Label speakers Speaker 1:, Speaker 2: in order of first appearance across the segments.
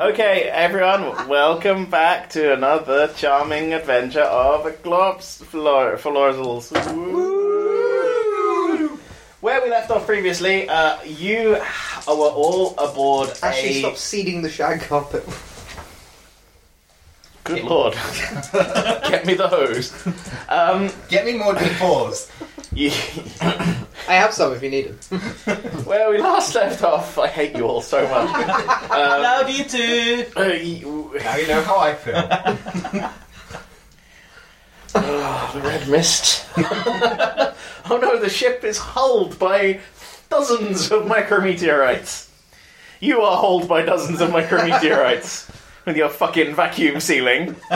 Speaker 1: Okay, everyone, welcome back to another charming adventure of Glops Flor- Florzels. Woo! Where we left off previously, uh, you h- were all aboard
Speaker 2: Actually,
Speaker 1: a.
Speaker 2: stop seeding the shag carpet.
Speaker 1: Good lord. Get me the hose. Um,
Speaker 3: Get me more D4s.
Speaker 1: you,
Speaker 2: I have some if you need them.
Speaker 1: where we last left off, I hate you all so much. Um,
Speaker 4: Love you too.
Speaker 1: uh, you-
Speaker 3: now you know how I feel.
Speaker 1: Ah, the red mist. oh no, the ship is hulled by dozens of micrometeorites. You are hulled by dozens of micrometeorites with your fucking vacuum sealing.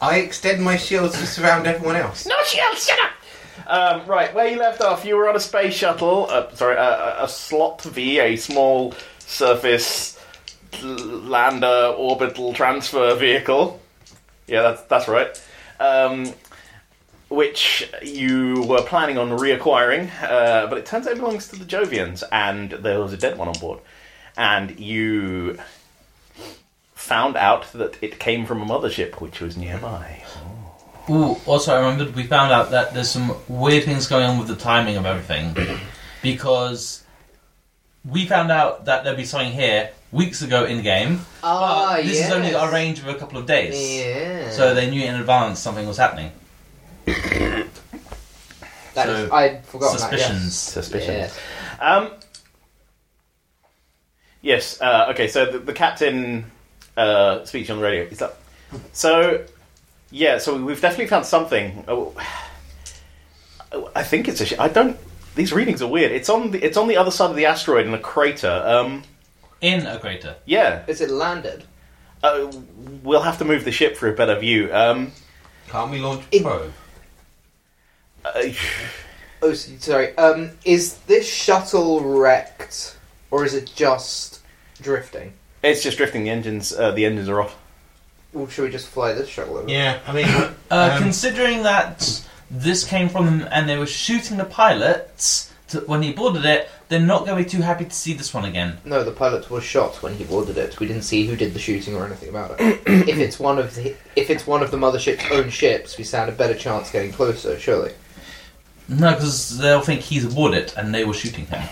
Speaker 3: I extend my shields to surround everyone else.
Speaker 1: No shield, shut up! Um, right, where you left off, you were on a space shuttle, uh, sorry, a, a- a slot V, a small surface l- lander orbital transfer vehicle. Yeah, that's, that's right. Um, which you were planning on reacquiring, uh, but it turns out it belongs to the Jovians, and there was a dead one on board. And you found out that it came from a mothership which was nearby.
Speaker 4: Ooh, also I remembered we found out that there's some weird things going on with the timing of everything. because we found out that there'd be something here weeks ago in game.
Speaker 2: Ah,
Speaker 4: but this
Speaker 2: yes.
Speaker 4: is only a range of a couple of days.
Speaker 2: Yeah.
Speaker 4: So they knew in advance something was happening.
Speaker 2: That is-
Speaker 4: so-
Speaker 2: I'd forgotten
Speaker 4: Suspicions.
Speaker 2: that. Yes.
Speaker 1: Suspicion.
Speaker 2: Yes.
Speaker 1: Um. Yes. Uh, okay. So the, the captain uh, speech on the radio is that. So, yeah. So we've definitely found something. Oh, I think it's a. Sh- I don't. These readings are weird. It's on the. It's on the other side of the asteroid in a crater. Um.
Speaker 4: In a crater.
Speaker 1: Yeah.
Speaker 2: Is it landed?
Speaker 1: Uh, we'll have to move the ship for a better view. Um.
Speaker 3: Can't we launch
Speaker 2: It-
Speaker 3: Pro?
Speaker 1: uh,
Speaker 2: Oh, s- sorry. Um, is this shuttle wrecked, or is it just drifting?
Speaker 1: it's just drifting. The engines. Uh, the engines are off.
Speaker 2: Or should we just fly this shuttle over?
Speaker 3: Yeah, I mean,
Speaker 4: Uh,
Speaker 3: Um,
Speaker 4: considering that this came from them and they were shooting the pilot to, when he boarded it, they're not going to be too happy to see this one again.
Speaker 2: No, the pilot was shot when he boarded it. We didn't see who did the shooting or anything about it. if it's one of the if it's one of the mothership's own ships, we stand a better chance getting closer. Surely,
Speaker 4: No, because they'll think he's aboard it and they were shooting him.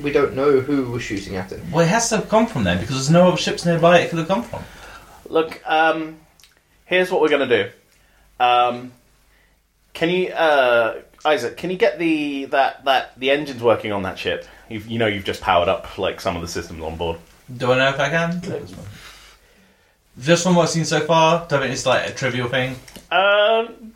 Speaker 2: we don't know who was shooting at it.
Speaker 4: Well, it has to have come from there because there's no other ships nearby it could have come from.
Speaker 1: Look, um, here's what we're gonna do. Um, can you, uh, Isaac? Can you get the that that the engines working on that ship? You've, you know, you've just powered up like some of the systems on board.
Speaker 4: Do I know if I can? Just from what I've seen so far, don't think it's like a trivial thing.
Speaker 1: Um,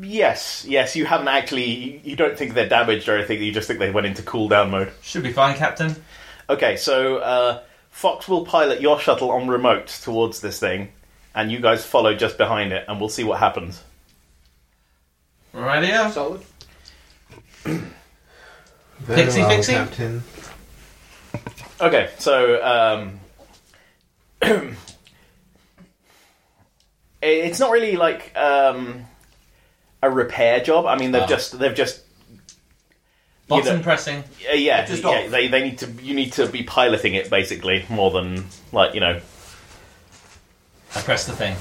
Speaker 1: yes, yes. You haven't actually. you- You don't think they're damaged or anything. You just think they went into cooldown mode.
Speaker 4: Should be fine, Captain.
Speaker 1: Okay, so uh, Fox will pilot your shuttle on remote towards this thing, and you guys follow just behind it, and we'll see what happens.
Speaker 4: Radio.
Speaker 2: Solid.
Speaker 3: Very
Speaker 4: Fixie,
Speaker 3: well,
Speaker 4: fixie.
Speaker 3: Captain.
Speaker 1: Okay, so um, it- it's not really like um, a repair job. I mean, they've
Speaker 4: Ah.
Speaker 1: just they've just
Speaker 4: Button
Speaker 1: Either.
Speaker 4: pressing.
Speaker 1: uh, yeah,
Speaker 3: Just
Speaker 1: yeah
Speaker 3: off.
Speaker 1: they they need to you need to be piloting it basically more than like you know.
Speaker 4: I pressed the thing.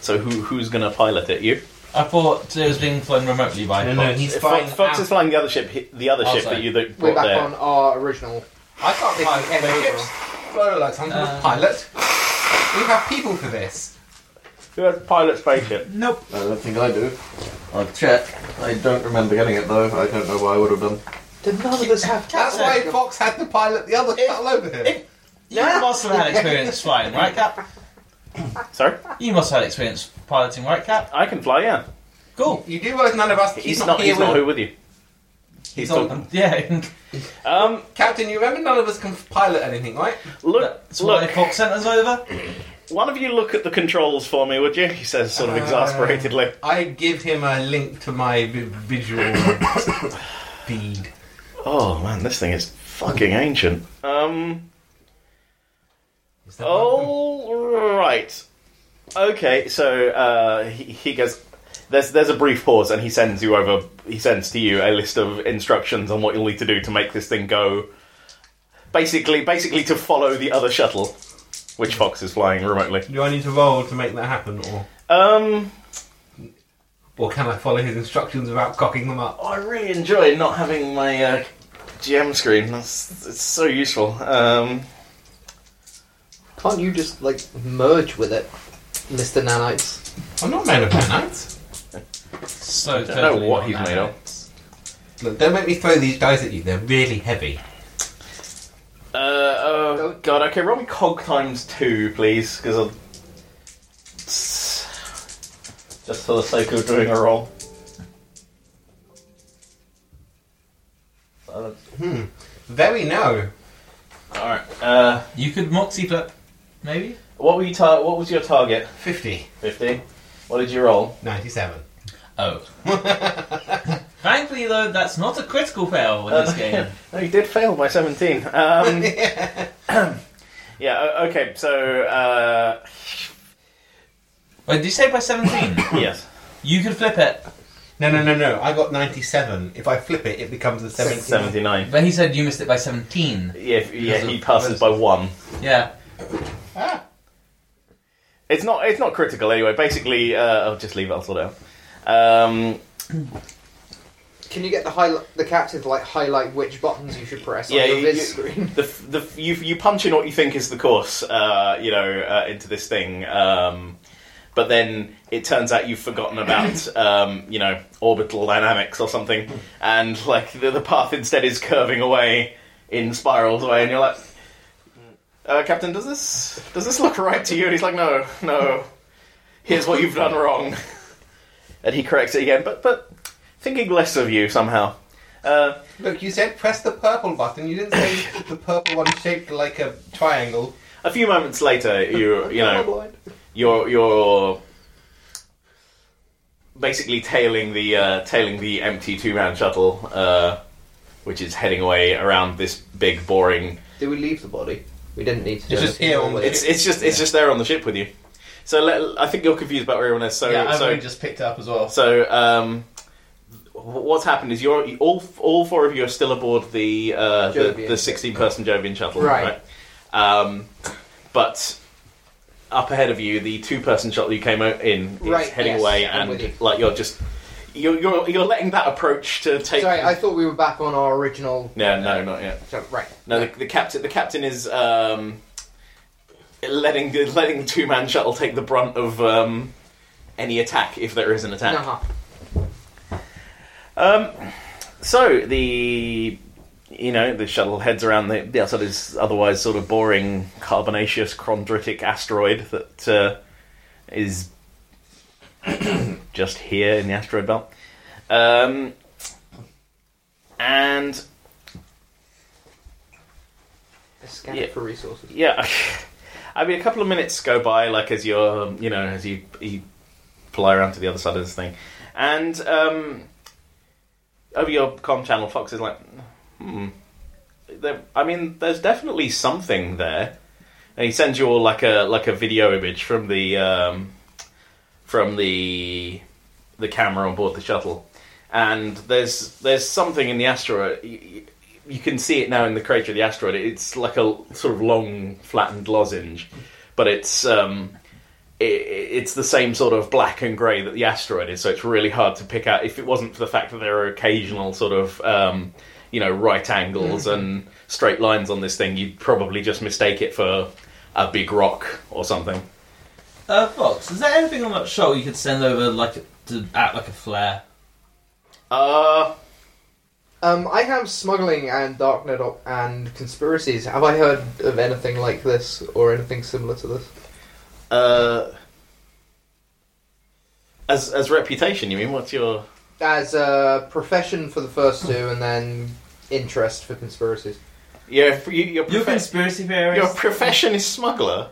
Speaker 1: So who who's gonna pilot it? You?
Speaker 4: I thought it was being flown remotely by.
Speaker 3: No, no,
Speaker 4: Fox.
Speaker 3: he's
Speaker 1: Fox,
Speaker 3: flying.
Speaker 1: Fox is
Speaker 3: out.
Speaker 1: flying the other ship, the other
Speaker 4: Oh,
Speaker 1: ship
Speaker 4: sorry.
Speaker 1: that you that
Speaker 2: We're
Speaker 1: brought
Speaker 2: back
Speaker 1: there.
Speaker 2: on our original
Speaker 3: I can't
Speaker 2: If
Speaker 3: pilot
Speaker 2: you ever
Speaker 3: any
Speaker 2: will.
Speaker 3: ships. Pilots, I'm not
Speaker 4: Uh,
Speaker 3: a pilot. We have people for this.
Speaker 1: Who has pilot spaceship?
Speaker 4: Nope.
Speaker 5: I don't think I do. I'll check. I don't remember getting it though. I don't know what I would have done.
Speaker 2: Did none of us have
Speaker 3: That's
Speaker 2: Captain?
Speaker 3: why Fox had to pilot the other shuttle over here.
Speaker 4: You must have had experience flying, right, Cap?
Speaker 1: Sorry,
Speaker 4: You must have had experience piloting, right, Cap?
Speaker 1: I can fly. Yeah,
Speaker 4: Cool.
Speaker 3: You do realize none of us. He's,
Speaker 1: he's
Speaker 3: not,
Speaker 1: not.
Speaker 3: here
Speaker 1: He's
Speaker 3: with
Speaker 1: not who with you.
Speaker 3: He's
Speaker 1: talking.
Speaker 3: on.
Speaker 4: Yeah.
Speaker 1: Um,
Speaker 3: Captain, you remember none of us can pilot anything, right?
Speaker 1: look,
Speaker 4: That's why
Speaker 1: look.
Speaker 4: Fox sent us over.
Speaker 1: One of you look at the controls for me, would you? He says, sort of
Speaker 3: Uh,
Speaker 1: exasperatedly.
Speaker 3: I give him a link to my vi- visual feed.
Speaker 1: Oh man, this thing is fucking ancient. Um.
Speaker 3: Is that one
Speaker 1: Oh right. Okay, so uh, he, he goes. There's there's a brief pause, and he sends you over. He sends to you a list of instructions on what you'll need to do to make this thing go. Basically, basically to follow the other shuttle, which Fox is flying remotely.
Speaker 3: of them? Do I need to roll to make that happen, or
Speaker 1: Um,
Speaker 3: or can I follow his instructions without cocking them up?
Speaker 1: I really enjoy not having my uh, GM screen. That's it's so useful. Um,
Speaker 2: Can't you just like merge with it, Mister Nanites?
Speaker 3: I'm not made of nanites.
Speaker 4: So
Speaker 1: don't know
Speaker 4: totally
Speaker 1: what
Speaker 4: not
Speaker 1: he's
Speaker 4: that.
Speaker 1: made of.
Speaker 3: Look, don't make me throw these dice at you. They're really heavy.
Speaker 1: uh, oh god. Okay, roll me cog times two, please, because I'll just for the sake of doing a roll. All
Speaker 3: Hmm. Very no.
Speaker 1: right. Uh,
Speaker 4: You could moxie flip, maybe.
Speaker 1: what were you? Tar- what was your target?
Speaker 3: 50.
Speaker 1: Fifty. What did you roll?
Speaker 3: 97.
Speaker 4: Oh. Thankfully, though, that's not a critical fail in this game.
Speaker 1: Um, no, you did fail by seventeen. Um,
Speaker 3: yeah.
Speaker 1: yeah. o- Okay. So uh,
Speaker 4: Wait, did you say by seventeen?
Speaker 1: yes.
Speaker 4: you could flip it,
Speaker 3: No, no, no, no. I got 97. If I flip it, it becomes a 79.
Speaker 1: Seventy-nine.
Speaker 4: but he said you missed it by seventeen.
Speaker 1: Yeah, if- yeah, he passes by one.
Speaker 4: Yeah.
Speaker 3: Ah.
Speaker 1: It's not it's not critical anyway. Basically, uh, I'll just leave it. I'll sort it out. Um,
Speaker 2: Can you get the highlight the captain to like highlight which buttons you should press
Speaker 1: Yeah,
Speaker 2: on your
Speaker 1: you-
Speaker 2: viz
Speaker 1: you-
Speaker 2: screen?
Speaker 1: the, the you you punch in what you think is the course, uh, you know, uh, into this thing. Um, but then it turns out you've forgotten about, um, you know, orbital dynamics or something, and like the, the path instead is curving away in spirals away, and you're like, uh, Captain, does this does this look right to you? And he's like, No, no. Here's what you've done wrong, and he corrects it again. But but thinking less of you somehow. Uh,
Speaker 3: Look, you said press the purple button. You didn't say the purple one shaped like a triangle.
Speaker 1: a few moments later, you you know.
Speaker 2: Colorblind.
Speaker 1: you're you're basically tailing the uh, tailing the empty two man shuttle, uh, which is heading away around this big boring.
Speaker 2: Did we leave the body? We didn't need to. do
Speaker 3: It's just
Speaker 2: anything
Speaker 3: here on
Speaker 2: with
Speaker 3: the-
Speaker 2: it.
Speaker 1: It's it's just it's just there on the ship with you. So let, I think you're confused about where everyone is. So
Speaker 4: yeah, I've
Speaker 1: so
Speaker 4: only just picked it up as well.
Speaker 1: so um, wh- what's happened is you're all all four of you are still aboard the uh, the,
Speaker 2: Jovian.
Speaker 1: the 16 person Jovian shuttle,
Speaker 2: Right.
Speaker 1: right? Um, but up ahead of you, the two person shuttle you came out in is
Speaker 2: Right,
Speaker 1: heading
Speaker 2: yes,
Speaker 1: away,
Speaker 2: I'm
Speaker 1: and
Speaker 2: with you.
Speaker 1: like you're just you're, you're you're letting that approach to take.
Speaker 2: Sorry, I thought we were back on our original.
Speaker 1: no, no, not yet.
Speaker 2: so- Right.
Speaker 1: No, the, the captain. The captain is um, letting the letting the two man shuttle take the brunt of um, any attack if there is an attack.
Speaker 2: Uh-huh.
Speaker 1: Um, so the you know the shuttle heads around the, the outside of this otherwise sort of boring carbonaceous chondritic asteroid that uh, is just here in the asteroid belt, um, and
Speaker 2: Scan
Speaker 1: Yeah.
Speaker 2: it for resources.
Speaker 1: yeah, I mean a couple of minutes go by like as you're um, you know as you you fly around to the other side of this thing, and um, over your com channel, Fox is like, hmm. There, I mean, there's definitely something there, and he sends you all like a like a video image from the um, from the the camera on board the shuttle, and there's there's something in the asteroid. You, you- you can see it now in the crater of the asteroid. It's like a sort of long, flattened lozenge, but it's um, it, it's the same sort of black and grey that the asteroid is, so it's really hard to pick out. If it wasn't for the fact that there are occasional sort of um, you know right angles and straight lines on this thing, you'd probably just mistake it for a big rock or something.
Speaker 4: Uh, Fox, is there anything on that show you could send over like to act like a flare?
Speaker 1: Uh,
Speaker 2: Um, I have smuggling and darknet op- and conspiracies. Have I heard of anything like this or anything similar to this?
Speaker 1: uh, as as reputation, you mean? What's your
Speaker 2: As a profession for the first two, and then interest for conspiracies.
Speaker 1: yeah your your,
Speaker 4: You're a
Speaker 1: profe-
Speaker 4: conspiracy theorist.
Speaker 1: your profession is smuggler,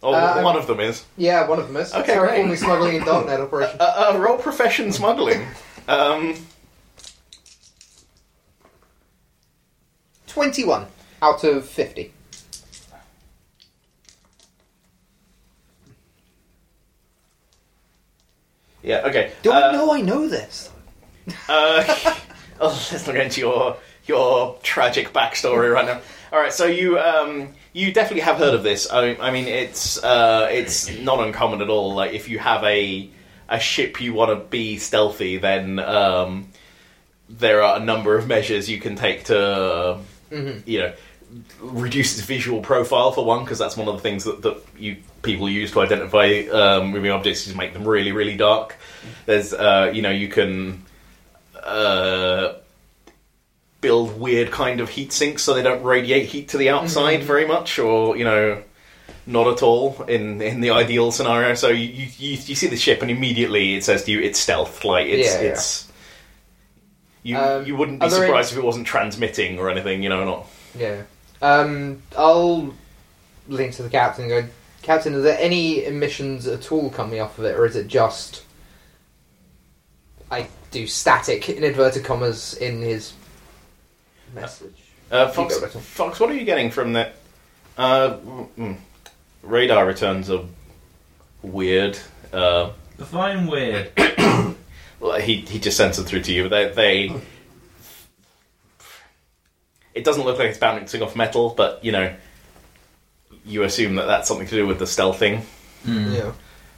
Speaker 1: or
Speaker 2: Uh,
Speaker 1: one of them is.
Speaker 2: Yeah, one of them is
Speaker 1: Okay,
Speaker 2: terraforming
Speaker 1: great.
Speaker 2: smuggling and darknet operation.
Speaker 1: Uh, uh, roll profession smuggling. Um,
Speaker 2: Twenty-one out of fifty.
Speaker 1: yeah, okay.
Speaker 2: Do
Speaker 1: uh,
Speaker 2: I know I know this?
Speaker 1: Uh, oh, let's not get into your your tragic backstory right now. All right, so you um, you definitely have heard of this. I, I mean, it's uh, it's not uncommon at all. Like if you have a a ship you want to be stealthy, then um, there are a number of measures you can take to uh, you know reduce its visual profile for one because that's one of the things that, that you people use to identify um, moving objects is make them really really dark there's uh, you know you can uh, build weird kind of heat sinks so they don't radiate heat to the outside very much or you know not at all in in the ideal scenario so you you, you you see the ship and immediately it says to you it's stealth like it's
Speaker 2: Yeah, yeah.
Speaker 1: it's you,
Speaker 2: Um,
Speaker 1: you wouldn't be
Speaker 2: are there
Speaker 1: surprised if it wasn't transmitting or anything, you know, not.
Speaker 2: Yeah. Um, I'll link to the captain. and Go, captain. Are there any emissions at all coming off of it, or is it just I do static in inverted commas in his message?
Speaker 1: Uh, Fox,
Speaker 2: You go, Russell.
Speaker 1: Fox, what are you getting from that? Uh, mm, radar returns are weird. Uh,
Speaker 4: If I'm weird,
Speaker 1: well, he he just sends them through to you. They they. It doesn't look like it's bouncing off metal, but you know, you assume that that's something to do with the stealthing. Hmm.
Speaker 2: Yeah.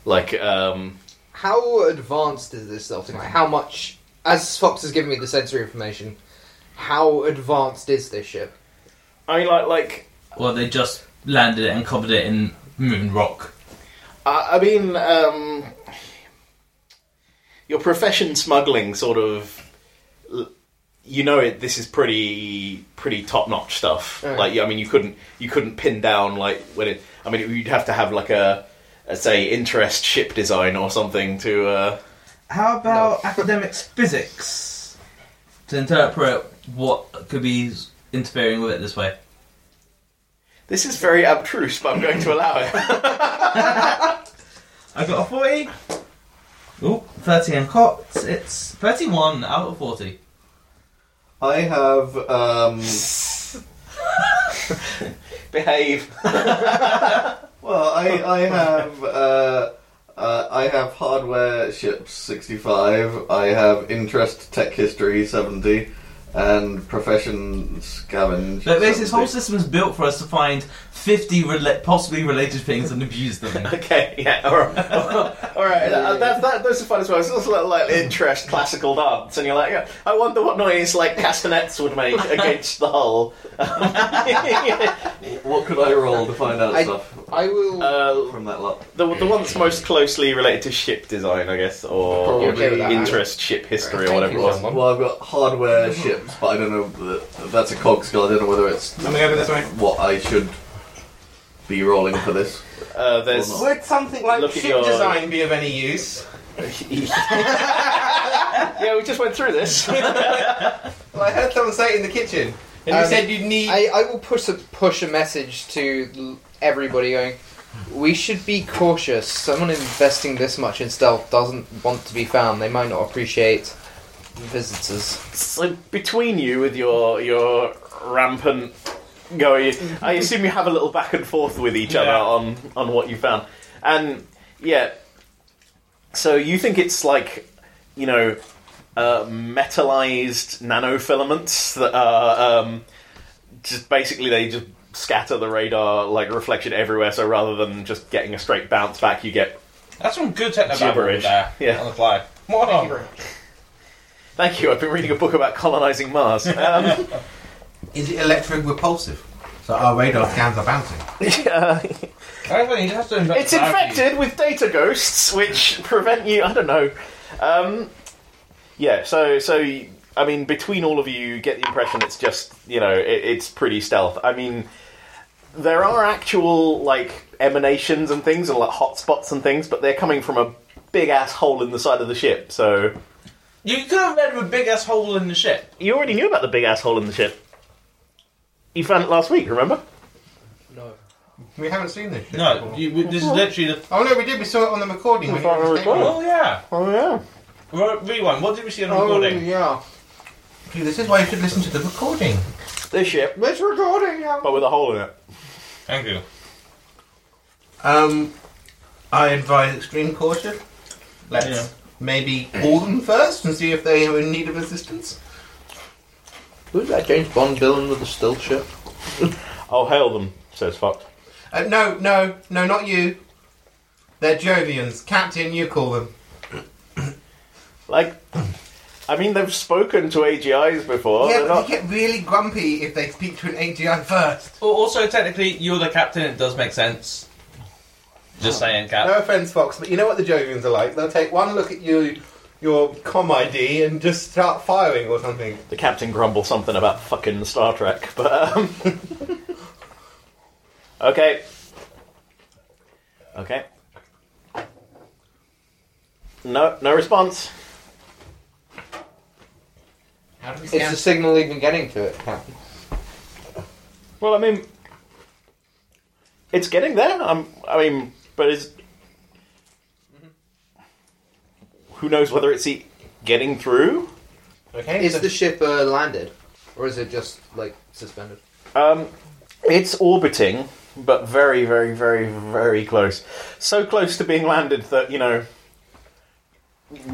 Speaker 1: Like, um,
Speaker 2: How advanced is this stealthing? Like, how much? As Fox has given me the sensory information, how advanced is this ship?
Speaker 1: I mean, like like
Speaker 4: well, they just landed it and covered it in moon rock.
Speaker 1: I, I mean, um, your profession smuggling sort of. You know it. This is pretty pretty top notch stuff.
Speaker 2: Alright.
Speaker 1: Like, I mean, you couldn't you couldn't pin down like when it. I mean, you'd have to have like a, a say interest ship design or something to. Uh,
Speaker 4: How about academics physics to interpret what could be interfering with it this way?
Speaker 1: this is very abstruse, but I'm going to allow it.
Speaker 4: I got a 40. Ooh, 30 and caught. It's 31 out of 40.
Speaker 5: I have. Um,
Speaker 1: Behave.
Speaker 5: well, I I have. Uh, uh, I have hardware ships sixty five. I have interest tech history seventy, and profession scavenge.
Speaker 4: But basically, this whole
Speaker 5: 70.
Speaker 4: system is built for us to find 50 rela- possibly related things and abuse them.
Speaker 1: Okay, yeah, alright. alright, uh, that, that, those are fun as well. It's also like interest classical dance, and you're like, yeah, I wonder what noise like castanets would make against the hull.
Speaker 5: What could I roll to find out
Speaker 2: I-
Speaker 5: stuff
Speaker 2: I will.
Speaker 1: Uh,
Speaker 5: from that lot?
Speaker 1: the, the one that's most closely related to ship design, I guess, or
Speaker 5: Probably
Speaker 2: You're okay with that, Alan?
Speaker 1: interest ship history or
Speaker 2: Thank
Speaker 1: whatever it
Speaker 2: you,
Speaker 1: was.
Speaker 2: someone.
Speaker 5: Well, I've got hardware ships, but I don't know. that- That's a cog skill. I don't know whether it's
Speaker 3: Let me go over this way.
Speaker 5: what I should be rolling for this.
Speaker 1: Uh, there's.
Speaker 5: Well,
Speaker 3: Would something like
Speaker 1: Look at
Speaker 3: ship
Speaker 1: your-
Speaker 3: design be of any use?
Speaker 1: yeah, we just went through this.
Speaker 3: Well, I heard someone say it in the kitchen, and you
Speaker 2: Um,
Speaker 3: said you'd need.
Speaker 2: I, I will push a push a message to l- everybody going. We should be cautious. Someone investing this much in stealth doesn't want to be found. They might not appreciate visitors.
Speaker 1: so between you with your your rampant going, I assume you have a little back and forth with each other
Speaker 4: Yeah.
Speaker 1: on on what you found, and yeah. So you think it's like, you know, uh, metallized nanofilaments that are um, just basically they just scatter the radar like reflection everywhere. So rather than just getting a straight bounce back, you get
Speaker 4: That's some good techno
Speaker 1: Gibberish.
Speaker 4: there.
Speaker 1: Yeah.
Speaker 4: On the fly. What on?
Speaker 1: Thank you. I've been reading a book about colonizing Mars. Um,
Speaker 6: Is it electric repulsive? So our radar scans are bouncing.
Speaker 1: uh,
Speaker 4: I think you have to invent
Speaker 1: it's
Speaker 4: clarity.
Speaker 1: infected with data ghosts, which prevent you. I don't know. Um, yeah. So so I mean, between all of you, you get the impression it's just you know it, it's pretty stealth. I mean, there are actual like emanations and things and like hotspots and things, but they're coming from a big ass hole in the side of the ship. So
Speaker 4: You could have read with a big ass hole in the ship.
Speaker 1: you already knew about the big ass hole in the ship. You found it last week, remember?
Speaker 2: No.
Speaker 3: We haven't seen this. shit
Speaker 4: No,
Speaker 3: before.
Speaker 4: you, we- this is literally the.
Speaker 3: Oh no, we did. We saw it on the recording.
Speaker 1: We
Speaker 3: when
Speaker 1: saw it
Speaker 3: you
Speaker 1: on
Speaker 3: were
Speaker 1: the recording.
Speaker 3: saying-
Speaker 4: Oh yeah.
Speaker 1: Oh yeah.
Speaker 4: Re- Rewind. What did we see on the recording?
Speaker 2: Oh, yeah.
Speaker 6: See, this is why you should listen to the recording.
Speaker 1: This ship,
Speaker 2: It's recording now.
Speaker 1: but with a hole in it.
Speaker 4: Thank you.
Speaker 6: Um, I advise extreme caution.
Speaker 3: Let's
Speaker 4: Yeah.
Speaker 3: maybe call them first and see if they are in need of assistance.
Speaker 2: Who's that James Bond villain with the still ship?
Speaker 1: I'll Oh, hail them, says Fox.
Speaker 3: Uh, no, no, no, not you. They're Jovians. Captain, you call them.
Speaker 1: Like, I mean, they've spoken to AGIs before.
Speaker 3: yeah,
Speaker 1: Oh, they're
Speaker 3: but
Speaker 1: not.
Speaker 3: they get really grumpy if they speak to an AGI first.
Speaker 4: Al- Also, technically, you're the captain. It does make sense. Just saying, Cap.
Speaker 2: Uh,
Speaker 3: No offense, Fox, but you know what the Jovians are like. They'll take one look at you, your com ID, and just start firing or something.
Speaker 1: The captain grumbles something about fucking Star Trek, but um, okay, okay. No, no response.
Speaker 3: How do we
Speaker 2: It's the signal even getting to it, Captain.
Speaker 1: Well, I mean, it's getting there. i I mean, but is who knows whether it's e- getting through?
Speaker 3: Okay,
Speaker 2: Is
Speaker 3: so-
Speaker 2: the ship uh, landed? Or is it just, like, suspended?
Speaker 1: Um, it's orbiting, but very, very, very, very close. So close to being landed that you know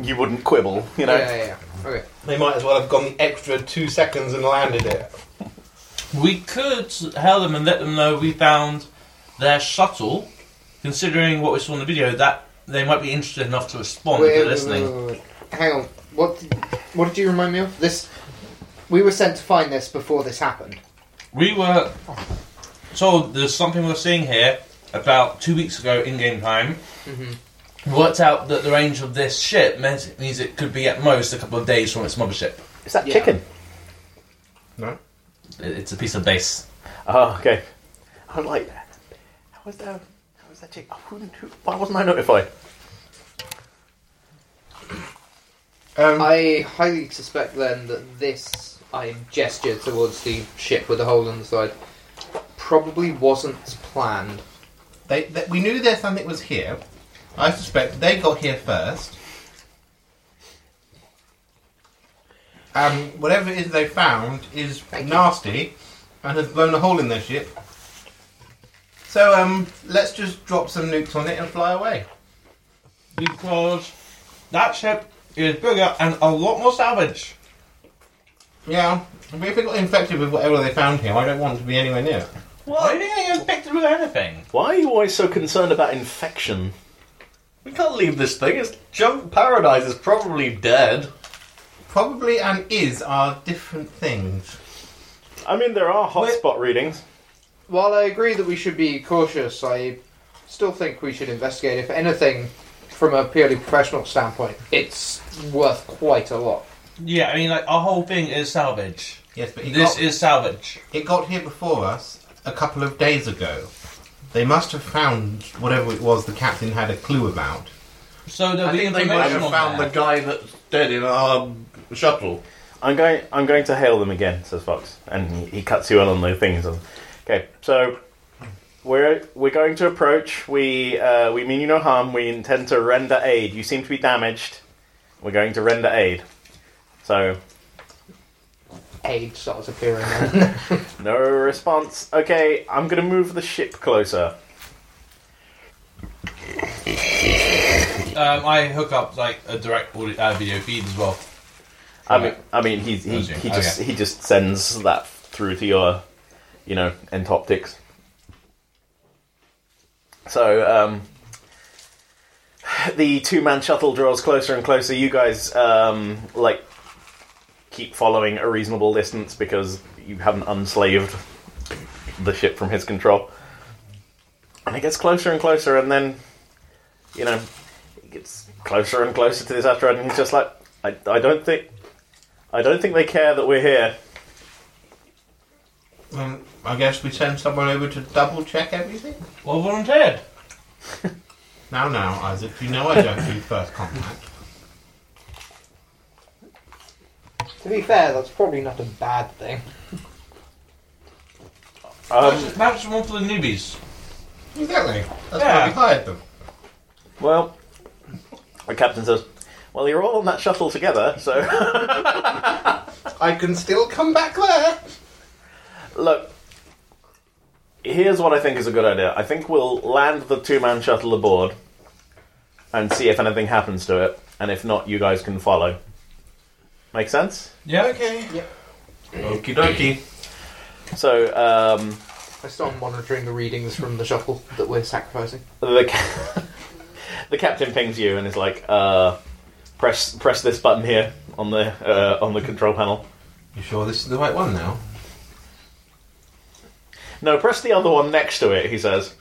Speaker 1: you wouldn't quibble. You know,
Speaker 2: Yeah, yeah, yeah. Okay.
Speaker 3: they might as well have gone the extra two seconds and landed it.
Speaker 4: We could hail them and let them know we found their shuttle. Considering what we saw in the video, that they might be interested enough to respond if
Speaker 2: Wait,
Speaker 4: they're
Speaker 2: wait,
Speaker 4: listening.
Speaker 2: wait, wait, wait. Hang on. What did, what did you remind me of? This. We were sent to find this before this happened.
Speaker 4: We were told there's something we're seeing here about two weeks ago in game time.
Speaker 2: Mhm.
Speaker 4: We Worked out that the range of this ship meant, means it could be at most a couple of days from its mothership.
Speaker 1: is that
Speaker 2: Yeah.
Speaker 1: chicken?
Speaker 4: It- It's a piece of base.
Speaker 1: Oh, okay. I like that. How was that? How was that chicken? Who, who, why wasn't I notified?
Speaker 3: Um,
Speaker 2: I highly suspect then that this. I gesture towards the ship with a hole in the side. Probably wasn't planned.
Speaker 6: They, they, we knew there's something was here. I suspect they got here first. Um, whatever it is they found is nasty and has blown a hole in their ship. So um, let's just drop some nukes on it and fly away.
Speaker 4: Because that ship is bigger and a lot more salvage.
Speaker 6: Yeah, but if it got infected with whatever they found here, I don't want to be anywhere near it.
Speaker 4: What? Are you getting infected with anything?
Speaker 1: Why are you always so concerned about infection?
Speaker 5: We can't leave this thing. It's junk paradise is probably dead.
Speaker 6: Probably and is are different things.
Speaker 1: I mean, there are hotspot readings.
Speaker 2: While I agree that we should be cautious, I still think we should investigate. If anything, from a purely professional standpoint, it's worth quite a lot.
Speaker 4: Yeah, I mean, like, our whole thing is salvage.
Speaker 6: Yes, but he
Speaker 4: This
Speaker 6: got,
Speaker 4: is salvage.
Speaker 6: it got here before us a couple of days ago. They must have found whatever it was the captain had a clue about.
Speaker 4: So there'll
Speaker 5: I
Speaker 4: be
Speaker 5: think they might
Speaker 4: information
Speaker 5: have
Speaker 4: on
Speaker 5: found
Speaker 4: there.
Speaker 5: the guy that's dead in our shuttle.
Speaker 1: I'm going. I'm going to hail them again," says Fox, and he, he cuts you in on the things. And, okay, so we're we're going to approach. We uh, we mean you no harm. We intend to render aid. You seem to be damaged. We're going to render aid. So
Speaker 2: Aid starts appearing.
Speaker 1: no response. Okay, I'm going to move the ship closer.
Speaker 4: Um, I hook up like a direct audio, uh, video feed as well.
Speaker 1: I mean, I mean, he he, he just he just sends that through to your, you know, entoptics. So um, the two-man shuttle draws closer and closer. You guys um, like keep following a reasonable distance because you haven't unslaved the ship from his control. And it gets closer and closer, and then, you know, it gets closer and closer to this asteroid, and he's just like, I, I don't think, I don't think they care that we're here.
Speaker 6: Um, I guess we send someone over to double check everything.
Speaker 4: Well volunteered.
Speaker 6: Now, now, Isaac, you know I don't do first contact.
Speaker 2: To be fair, that's probably not a bad thing.
Speaker 1: Um,
Speaker 4: Perhaps- Perhaps one for the newbies.
Speaker 6: Exactly. That's
Speaker 4: Yeah.
Speaker 6: why we hired them.
Speaker 1: well, the captain says, well, you're all on that shuttle together, so.
Speaker 3: I can still come back there.
Speaker 1: Look, here's what I think is a good idea. I think we'll land the two man shuttle aboard and see if anything happens to it, and if not, you guys can follow. Make sense?
Speaker 4: Yeah.
Speaker 6: Okay. Yep. Okie dokie.
Speaker 1: So, um,
Speaker 2: I start monitoring the readings from the shuttle that we're sacrificing.
Speaker 1: the, ca- the captain pings you and is like, uh, press press this button here on the uh, on the control panel.
Speaker 6: You sure this is the right one now?
Speaker 1: No, press the other one next to it. He says.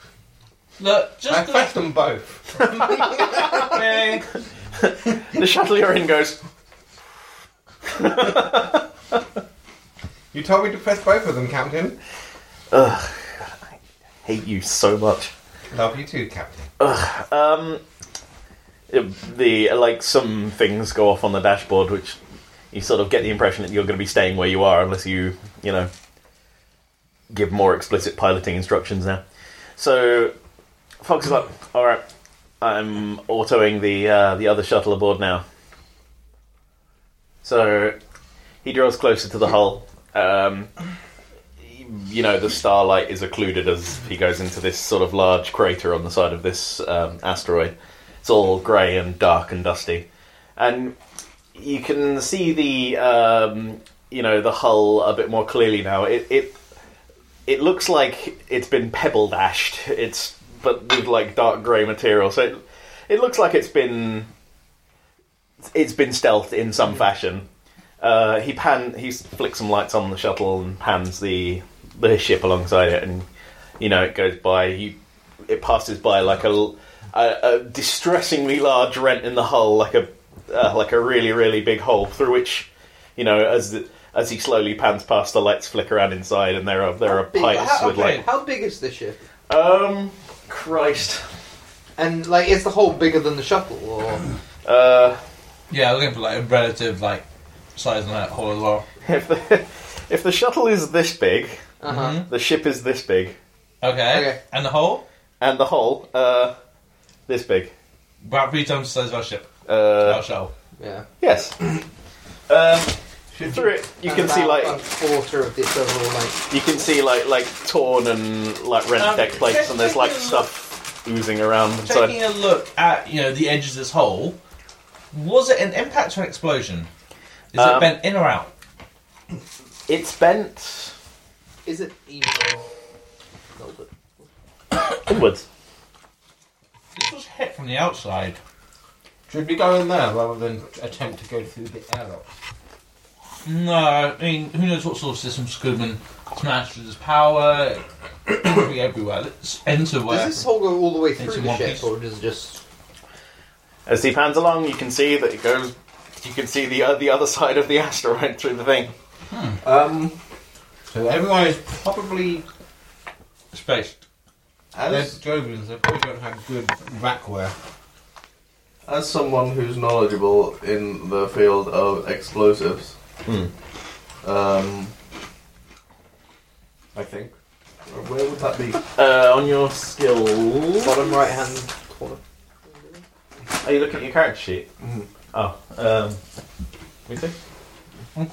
Speaker 4: Look,
Speaker 6: I
Speaker 4: just
Speaker 6: pressed
Speaker 4: the
Speaker 6: them both.
Speaker 4: thing.
Speaker 1: The shuttle you're in goes.
Speaker 3: You told me to press both of them, Captain.
Speaker 1: Ugh, I hate you so much.
Speaker 3: Love you too, Captain.
Speaker 1: Um, the like some things go off on the dashboard, which you sort of get the impression that you're going to be staying where you are unless you you know give more explicit piloting instructions now. So Fox is like, all right, I'm autoing the uh, the other shuttle aboard now. So he draws closer to the hull. Um, you know, the starlight is occluded as he goes into this sort of large crater on the side of this um, asteroid. It's all grey and dark and dusty, and you can see the um, you know the hull a bit more clearly now. It it it looks like it's been pebble dashed. It's but with like dark grey material, so it, it looks like it's been it's been stealthed in some fashion. Uh, he pan he flicks some lights on the shuttle and pans the the ship alongside it, and you know it goes by. You, it passes by like a, l- a- a distressingly large rent in the hull, like a uh, like a really really big hole through which you know as the, as he slowly pans past, the lights flicker out inside, and there are there are
Speaker 2: Big-
Speaker 1: pipes
Speaker 2: how,
Speaker 1: with
Speaker 2: okay,
Speaker 1: like
Speaker 2: how big is the ship?
Speaker 1: um Christ.
Speaker 2: And like, is the hole bigger than the shuttle? Or Uh-huh.
Speaker 1: Uh,
Speaker 4: Yeah, looking for like a relative like size on that hole as well.
Speaker 1: if the if the shuttle is this big,
Speaker 2: uh
Speaker 4: Mhm.
Speaker 1: the ship is this big,
Speaker 4: Okay.
Speaker 2: Okay.
Speaker 4: And the hole?
Speaker 1: and the hole uh this big.
Speaker 4: About three times the size of our ship.
Speaker 1: Uh,
Speaker 4: our shell.
Speaker 2: yeah,
Speaker 1: Yes. um, through it, you
Speaker 2: And
Speaker 1: can see
Speaker 2: about
Speaker 1: like
Speaker 4: Oh.
Speaker 2: a quarter of this overall length.
Speaker 1: you can see like like torn and like rent
Speaker 4: Um,
Speaker 1: deck plates, and there's like
Speaker 4: checking-
Speaker 1: stuff oozing around
Speaker 4: Taking
Speaker 1: inside.
Speaker 4: a look at, you know, the edge of this hole, was it an impact or an explosion? Is
Speaker 1: Um,
Speaker 4: it bent in or out?
Speaker 1: It's bent
Speaker 2: Is it even? No, but-
Speaker 1: inwards.
Speaker 4: This was hit from the outside.
Speaker 6: Should we go in there rather than attempt to go through the airlock?
Speaker 4: No, I mean, who knows what sort of system Scoobman smashed with his power? It could be everywhere. Let's enter
Speaker 2: Does
Speaker 4: where.
Speaker 2: this hole go all the way
Speaker 4: Into
Speaker 2: through the
Speaker 4: one
Speaker 2: ship,
Speaker 4: piece.
Speaker 2: or does it just?
Speaker 1: As he pans along, you can see that it goes. You can see the uh, the other side of the asteroid through the thing.
Speaker 5: Um,
Speaker 6: So everyone is probably
Speaker 4: Spaced.
Speaker 6: they're
Speaker 5: as,
Speaker 6: Jovians. They probably don't have good rackware.
Speaker 5: as someone who's knowledgeable in the field of explosives,
Speaker 1: Hmm.
Speaker 5: um, I think. Where would that be?
Speaker 1: Uh, on your skill,
Speaker 2: Bottom right hand corner.
Speaker 1: Are you looking at your character sheet?
Speaker 5: Mm.
Speaker 1: Oh, um, me too.
Speaker 5: I'm-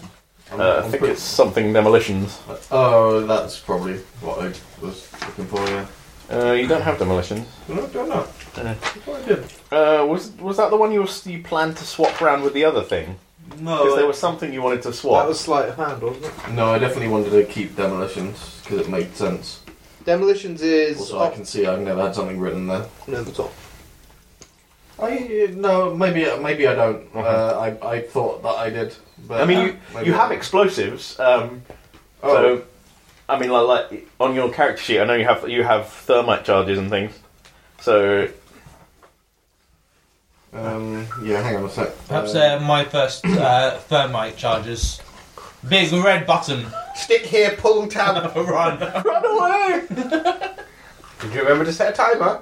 Speaker 1: Uh, I
Speaker 5: I'm
Speaker 1: think
Speaker 5: pretty-
Speaker 1: it's something demolitions.
Speaker 5: Oh, that's probably what I was looking for. Yeah.
Speaker 1: Uh, you don't have demolitions.
Speaker 5: No, I don't know.
Speaker 1: Uh.
Speaker 5: That's what I did.
Speaker 1: Uh, was was that the one you was, you planned to swap round with the other thing? Because
Speaker 5: No,
Speaker 1: there
Speaker 5: I-
Speaker 1: was something you wanted to
Speaker 2: That
Speaker 1: swap.
Speaker 2: was sleight of hand, wasn't it?
Speaker 5: no, I definitely wanted to keep demolitions because it made sense.
Speaker 2: Demolitions is
Speaker 5: Also, I
Speaker 2: up
Speaker 5: can see I've never had something written there.
Speaker 2: and over the top.
Speaker 5: I no, maybe maybe I don't. Uh, I I thought that I did, but
Speaker 1: Uh-huh. I mean, you,
Speaker 5: uh, maybe
Speaker 1: you
Speaker 5: I
Speaker 1: have
Speaker 5: don't.
Speaker 1: explosives. Um,
Speaker 5: Oh.
Speaker 1: So, I mean, like, like on your character sheet, I know you have you have thermite charges and things. So
Speaker 5: Um, yeah, hang on a sec.
Speaker 6: Uh,
Speaker 4: Perhaps they're my first uh, thermite charges. Big red button.
Speaker 3: Stick here, pull tab.
Speaker 4: Run.
Speaker 3: Run away! Did you remember to set a timer?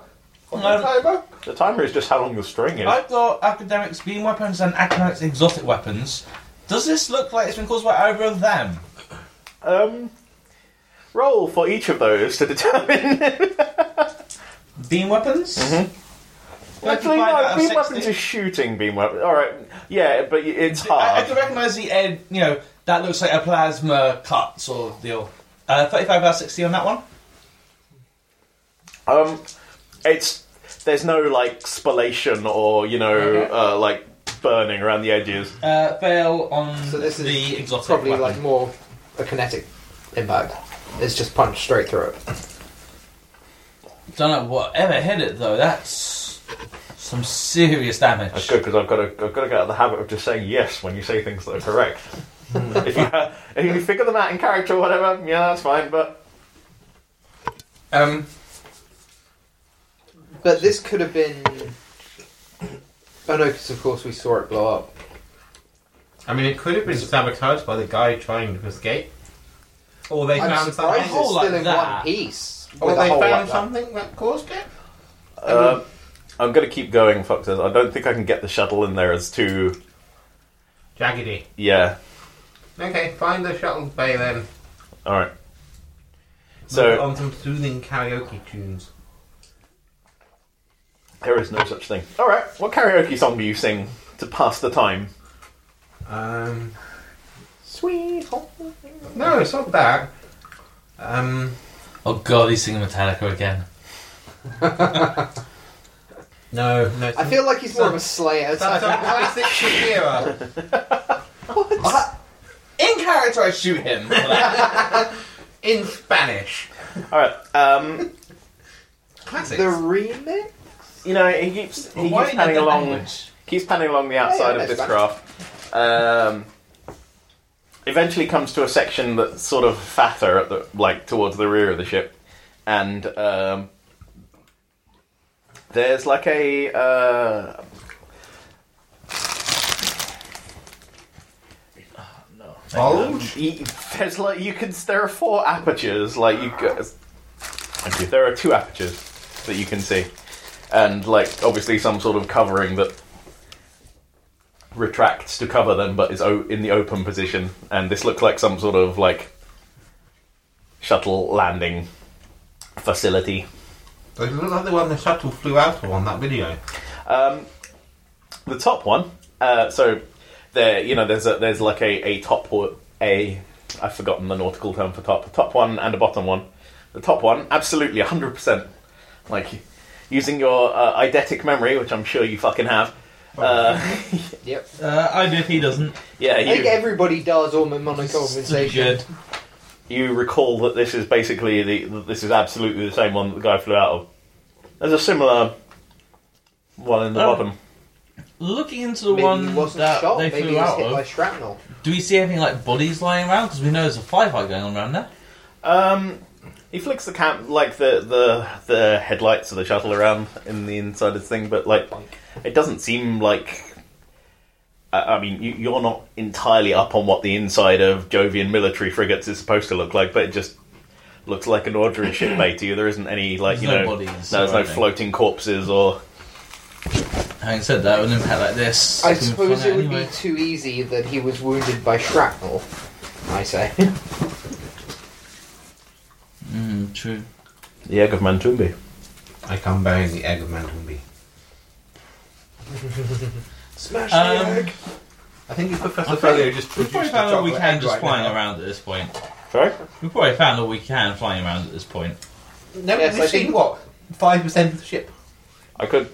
Speaker 3: On the
Speaker 4: No.
Speaker 3: timer?
Speaker 1: the timer is just how long the string is.
Speaker 4: I've got academics, beam weapons, and academics exotic weapons. Does this look like it's been caused by either of them?
Speaker 1: Um, roll for each of those to determine.
Speaker 4: Beam weapons? Mm-hmm.
Speaker 1: Actually, no, beam weapons is shooting beam weapons. All right, yeah, but it's
Speaker 4: I, I
Speaker 1: hard.
Speaker 4: can recognise the end, you know, that looks like a plasma cut sort of deal. Uh, 35 out of 60 on that one?
Speaker 1: Um, it's there's no like spallation or you know
Speaker 4: Okay.
Speaker 1: uh, like burning around the edges.
Speaker 4: Uh, fail on
Speaker 2: So this is
Speaker 4: the exotic
Speaker 2: probably
Speaker 4: weapon.
Speaker 2: like more a kinetic impact. It's just punched straight through it.
Speaker 4: Don't know whatever hit it though, that's some serious damage.
Speaker 1: That's good because I've got to I've got to get out of the habit of just saying yes when you say things that are correct. if you if you figure them out in character or whatever, yeah, that's fine. But
Speaker 2: Um, but this could have been. Oh no, because of course we saw it blow up.
Speaker 6: I mean, it could have been sabotaged by the guy trying to escape. Or they
Speaker 2: I'm
Speaker 6: found
Speaker 2: surprised
Speaker 6: something.
Speaker 2: it's
Speaker 4: Oh,
Speaker 2: still
Speaker 4: like
Speaker 2: in
Speaker 4: that.
Speaker 2: one piece.
Speaker 6: Or
Speaker 2: with a
Speaker 6: Oh, they
Speaker 2: hole
Speaker 6: found
Speaker 2: Oh, like that.
Speaker 6: something that caused it.
Speaker 1: uh, I'm going to keep going, Fox says. I don't think I can get the shuttle in there. It's too
Speaker 6: Jaggedy.
Speaker 1: yeah.
Speaker 6: Okay, find the shuttle bay then.
Speaker 1: All right.
Speaker 6: So
Speaker 1: So
Speaker 6: on some soothing karaoke tunes.
Speaker 1: there is no such thing. All right. What karaoke song do you sing to pass the time?
Speaker 6: Um,
Speaker 2: Sweet home.
Speaker 6: no, it's not that. Um,
Speaker 4: Oh god, he's singing Metallica again.
Speaker 6: no, no.
Speaker 2: I feel like he's more of a Slayer
Speaker 6: some, some
Speaker 2: type.
Speaker 6: classic Shakira.
Speaker 4: In character, I shoot him.
Speaker 6: in Spanish.
Speaker 1: All right. Um,
Speaker 6: Classic.
Speaker 2: The remix.
Speaker 1: you know he keeps he keeps panning along. keeps panning along the outside
Speaker 2: yeah,
Speaker 1: of this
Speaker 2: that's
Speaker 1: graph. Um, eventually comes to a section that's sort of fatter at the like towards the rear of the ship, and um, there's like a uh,
Speaker 6: Bulge?
Speaker 1: y- there's like you can there are four apertures like you go- thank you there are two apertures that you can see, and like obviously some sort of covering that retracts to cover them, but is o- in the open position. And this looks like some sort of like shuttle landing facility.
Speaker 6: They look like the one the shuttle flew out of on that video.
Speaker 1: Um, the top one. Uh, so there, you know, there's a, there's like a a top or a I've forgotten the nautical term for top. A top one and a bottom one. The top one, absolutely hundred percent. Like using your uh, eidetic memory, which I'm sure you fucking have. Uh,
Speaker 2: Yep.
Speaker 4: Uh, I do if he doesn't.
Speaker 1: yeah,
Speaker 2: I think
Speaker 1: you,
Speaker 2: everybody does all monocompensation.
Speaker 4: Good.
Speaker 1: you recall that this is basically the that this is absolutely the same one that the guy flew out of. There's a similar one in the
Speaker 4: Oh.
Speaker 1: bottom.
Speaker 4: Looking into the
Speaker 2: Maybe
Speaker 4: one
Speaker 2: he wasn't
Speaker 4: that
Speaker 2: shot.
Speaker 4: they
Speaker 2: Maybe
Speaker 4: flew
Speaker 2: he was
Speaker 4: out
Speaker 2: hit
Speaker 4: of,
Speaker 2: by shrapnel.
Speaker 4: do we see anything like bodies lying around? Because we know there's a firefight going on around there.
Speaker 1: Um, he flicks the cam like the the the headlights of the shuttle around in the inside of the thing, but like it doesn't seem like. I I mean, you, you're not entirely up on what the inside of Jovian military frigates is supposed to look like, but it just looks like an ordinary shipmate to you. There isn't any like
Speaker 4: There's
Speaker 1: you
Speaker 4: no
Speaker 1: know,
Speaker 4: bodies
Speaker 1: no, there's
Speaker 4: or
Speaker 1: no
Speaker 4: anything.
Speaker 1: floating corpses or
Speaker 4: Having said that, with an impact like this,
Speaker 2: I
Speaker 4: can
Speaker 2: suppose
Speaker 4: find out
Speaker 2: it would
Speaker 4: anyway.
Speaker 2: be too easy that he was wounded by shrapnel. I say.
Speaker 4: Mm, true.
Speaker 1: the egg of Mantumbi.
Speaker 6: I come bearing the egg of Mantumbi.
Speaker 2: Smash
Speaker 4: Um,
Speaker 6: I think Professor
Speaker 4: I think-
Speaker 6: Folio just
Speaker 4: We've
Speaker 6: produced a
Speaker 4: probably found all we
Speaker 6: chocolate
Speaker 4: can
Speaker 6: egg
Speaker 4: just
Speaker 6: right
Speaker 4: flying
Speaker 6: now.
Speaker 4: around at this point.
Speaker 1: Sorry,
Speaker 4: We've probably found all we can flying around at this point.
Speaker 6: No,
Speaker 2: Yes,
Speaker 6: we've
Speaker 2: I
Speaker 6: seen
Speaker 2: think-
Speaker 6: what? 5% of the ship.
Speaker 1: I could,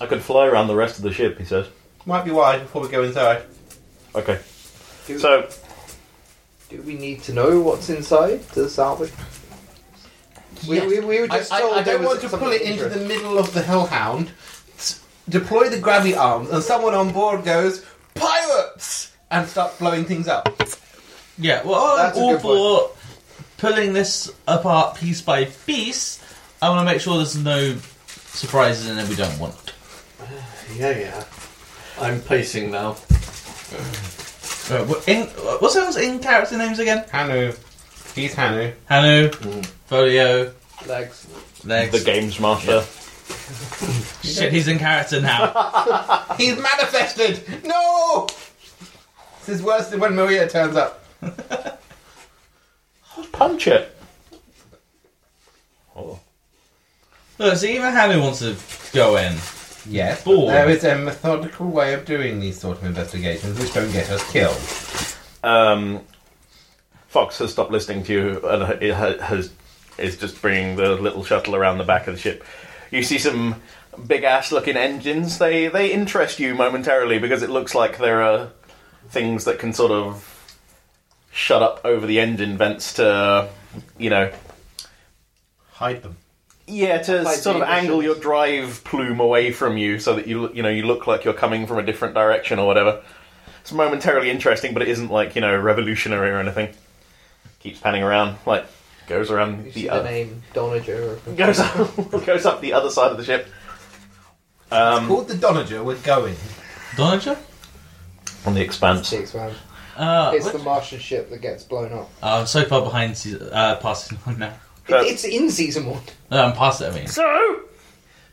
Speaker 1: I could fly around the rest of the ship. He says.
Speaker 6: Might be wise before we go inside.
Speaker 1: Okay,
Speaker 2: Do,
Speaker 1: so
Speaker 2: do we need to know what's inside to start with? We, we, we were
Speaker 6: I,
Speaker 2: just
Speaker 6: I-
Speaker 2: told
Speaker 6: I
Speaker 2: there
Speaker 6: don't
Speaker 2: was
Speaker 6: want to
Speaker 2: something
Speaker 6: pull it into
Speaker 2: dangerous.
Speaker 6: the middle of the hellhound. deploy the gravity arms, and someone on board goes, Pirates! and starts blowing things up.
Speaker 4: Yeah, well,
Speaker 3: That's a
Speaker 4: I'm all
Speaker 3: good
Speaker 4: for pulling this apart piece by piece. I want to make sure there's no surprises in there we don't want.
Speaker 5: Yeah, yeah. I'm pacing now.
Speaker 4: Right, Uh, what, in, what's everyone's in character names again?
Speaker 6: Hanu. He's Hanu.
Speaker 4: Hanu,
Speaker 3: Mm-hmm.
Speaker 5: Mm.
Speaker 4: Folio,
Speaker 2: Legs.
Speaker 4: Legs.
Speaker 1: The games master.
Speaker 4: Shit, he's in character now.
Speaker 6: He's manifested! No! This is worse than when Maria turns up.
Speaker 1: Punch it. Oh.
Speaker 4: Look, so even Hanu wants to go in.
Speaker 6: Yes.
Speaker 4: Four.
Speaker 6: There is a methodical way of doing these sort of investigations which don't get us killed.
Speaker 1: Um, Fox has stopped listening to you and it ha- has is just bringing the little shuttle around the back of the ship. You see some big ass looking engines. They they interest you momentarily because it looks like there are things that can sort of shut up over the engine vents to you know
Speaker 6: Hide them.
Speaker 1: yeah to
Speaker 2: Like
Speaker 1: sort of
Speaker 2: the
Speaker 1: angle
Speaker 2: emissions.
Speaker 1: your drive plume away from you so that you look- you know you look like you're coming from a different direction or whatever. It's momentarily interesting, but it isn't like you know revolutionary or anything. Keeps panning around, like goes around
Speaker 2: You see
Speaker 1: the
Speaker 4: uh,
Speaker 2: the
Speaker 1: other,
Speaker 2: name Donager. Or...
Speaker 1: goes up, goes up the other side of the ship. Um,
Speaker 6: Called the Donager, we're going.
Speaker 4: Donager?
Speaker 1: on the expanse.
Speaker 2: Six, man.
Speaker 4: Uh,
Speaker 2: It's
Speaker 4: what-
Speaker 2: the Martian ship that gets blown up.
Speaker 4: Oh, I'm so far behind season, uh, past season one now.
Speaker 1: But-
Speaker 2: It, it's in season one.
Speaker 4: No, I'm past it, I mean.
Speaker 1: So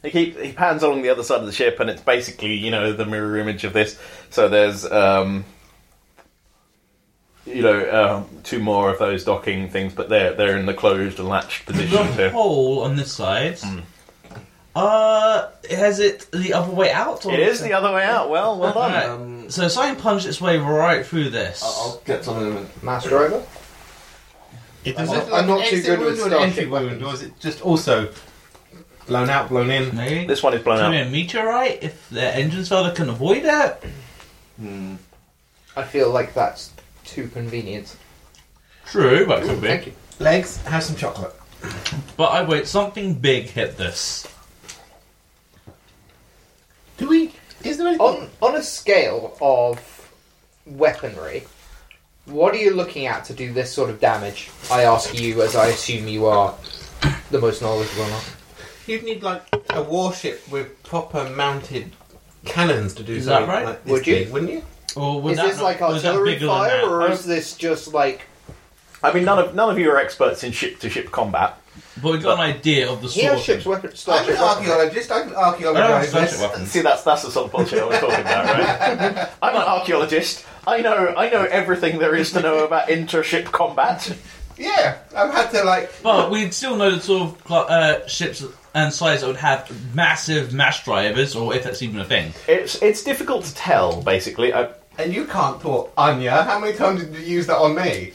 Speaker 1: he keep, he pans along the other side of the ship, and it's basically you know the mirror image of this. So there's um, you know um, two more of those docking things, but they're they're in the closed and latched position too.
Speaker 4: The
Speaker 1: Hmm.
Speaker 4: hole on this side. Uh, has it the other way out? Or
Speaker 1: It is the other way out. Well, well done.
Speaker 4: Right.
Speaker 5: Um,
Speaker 4: So Simon punched its way right through this.
Speaker 5: I- I'll get something in a minute.
Speaker 2: Mass driver.
Speaker 6: It
Speaker 2: I'm not- I'm not too good with
Speaker 6: an
Speaker 2: Starship
Speaker 6: entry wound,
Speaker 2: weapons.
Speaker 6: or is it just also blown out, blown in?
Speaker 4: Maybe.
Speaker 1: This one is blown
Speaker 4: Could be
Speaker 1: out.
Speaker 4: a meteorite if their engines fell, they couldn't avoid it.
Speaker 5: Hmm.
Speaker 2: I feel like that's too convenient.
Speaker 4: True, but it could be.
Speaker 2: Thank you.
Speaker 6: Legs, have some chocolate.
Speaker 4: But I wait, something big hit this.
Speaker 6: Do we? Is there anything?
Speaker 2: On on a scale of weaponry, what are you looking at to do this sort of damage? I ask you, as I assume you are the most knowledgeable. on it.
Speaker 6: You'd need like a warship with proper mounted cannons to do
Speaker 4: Is
Speaker 6: something
Speaker 4: that right?
Speaker 6: like this
Speaker 2: Would you?
Speaker 6: big, wouldn't you?
Speaker 4: Or was
Speaker 2: Is
Speaker 4: that
Speaker 2: this
Speaker 4: not-
Speaker 2: like
Speaker 4: was that
Speaker 2: artillery
Speaker 4: bigger than that?
Speaker 2: fire, or is this just like
Speaker 1: I mean, none of none of you are experts in ship to ship combat.
Speaker 4: But we got an idea of the
Speaker 2: he has
Speaker 4: sort.
Speaker 2: ships
Speaker 4: of-
Speaker 2: weapon?
Speaker 6: I'm
Speaker 2: Starship
Speaker 6: an
Speaker 2: weapon.
Speaker 6: archaeologist. I can
Speaker 4: I
Speaker 6: archaeologise
Speaker 4: don't have
Speaker 6: this.
Speaker 4: special weapons.
Speaker 1: See, that's that's the sort of bullshit I was talking about, right? I'm an archaeologist. I know I know everything there is to know about inter-ship combat.
Speaker 6: Yeah, I've had to like.
Speaker 4: But we'd still know the sort of cl- uh, ships and size that would have massive mass drivers, or if that's even a thing.
Speaker 1: It's it's difficult to tell, basically. I,
Speaker 6: And you can't talk, Anya. How many times did you use that on me?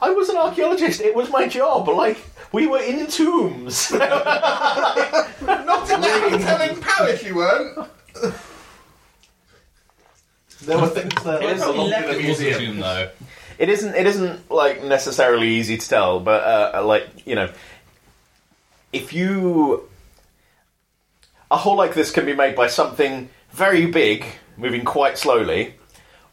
Speaker 1: I was an archaeologist. It was my job. Like we were in tombs.
Speaker 6: Not in that hotel in Paris, you weren't.
Speaker 5: There were things
Speaker 1: It
Speaker 5: that
Speaker 1: is a
Speaker 4: Probably
Speaker 1: long
Speaker 4: left
Speaker 1: bit of
Speaker 4: it was
Speaker 1: museum.
Speaker 4: assumed, though.
Speaker 1: it isn't. It isn't like necessarily easy to tell, but uh, like you know, if you a hole like this can be made by something very big moving quite slowly,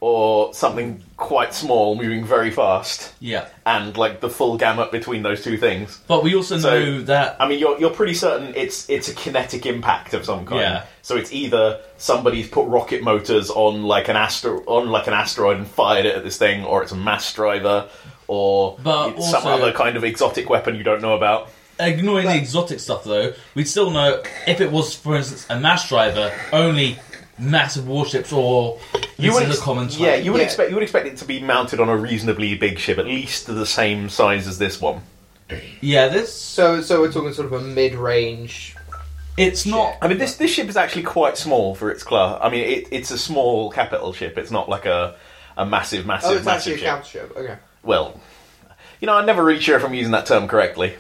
Speaker 1: or something quite small moving very fast,
Speaker 4: Yeah.
Speaker 1: and like the full gamut between those two things.
Speaker 4: But we also
Speaker 1: So- um,
Speaker 4: know that
Speaker 1: I mean, you're you're pretty certain it's it's a kinetic impact of some kind.
Speaker 4: Yeah.
Speaker 1: So it's either somebody's put rocket motors on like an astro on like an asteroid and fired it at this thing, or it's a mass driver, or
Speaker 4: But
Speaker 1: it's some
Speaker 4: also-
Speaker 1: other kind of exotic weapon you don't know about.
Speaker 4: ignoring the exotic stuff though, we'd still know if it was, for instance, a mass driver, only massive warships or you this is
Speaker 1: ex-
Speaker 4: a common type.
Speaker 1: yeah, you would
Speaker 2: Yeah.
Speaker 1: expect you would expect it to be mounted on a reasonably big ship, at least the same size as this one.
Speaker 4: Yeah, this
Speaker 2: So so we're talking sort of a mid-range.
Speaker 4: it's not
Speaker 1: I mean, this this ship is actually quite small for its class. I mean, it, it's a small capital ship. It's not like a a massive, massive,
Speaker 2: Oh, it's
Speaker 1: massive
Speaker 2: actually a
Speaker 1: ship.
Speaker 2: counter ship. Okay.
Speaker 1: well, you know, I'm never really sure if I'm using that term correctly.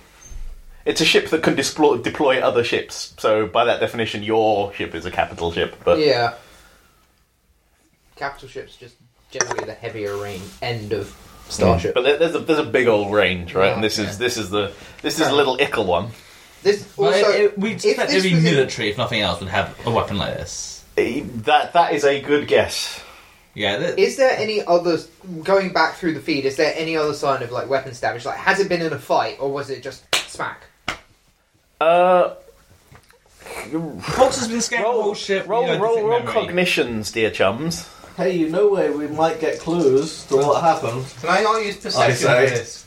Speaker 1: It's a ship that can displo- deploy other ships, so by that definition, your ship is a capital ship. But
Speaker 2: Yeah. Capital ships just generally the heavier range end of starship.
Speaker 1: Hmm.
Speaker 4: Oh,
Speaker 1: but there- there's a there's a big old range, right? and this
Speaker 2: Yeah.
Speaker 1: is this is the this is a little ickle one.
Speaker 2: This
Speaker 4: Well,
Speaker 2: also,
Speaker 4: it, it, we expect
Speaker 2: this
Speaker 4: every
Speaker 2: was in-
Speaker 4: military, if nothing else, would have a weapon like this.
Speaker 1: Eh, That that is a good guess.
Speaker 4: Yeah, that,
Speaker 2: Is there any other going back through the feed? Is there any other sign of like weapons damage? Like, has it been in a fight or was it just smack?
Speaker 1: Uh,
Speaker 4: Fox has been scanning
Speaker 1: roll,
Speaker 4: all shit.
Speaker 1: roll,
Speaker 4: you know,
Speaker 1: roll,
Speaker 4: different
Speaker 1: roll
Speaker 4: memory.
Speaker 1: cognitions, dear chums.
Speaker 5: Hey, you know where we might get clues to what happened.
Speaker 6: Can I not use perception for
Speaker 5: I say.
Speaker 6: this?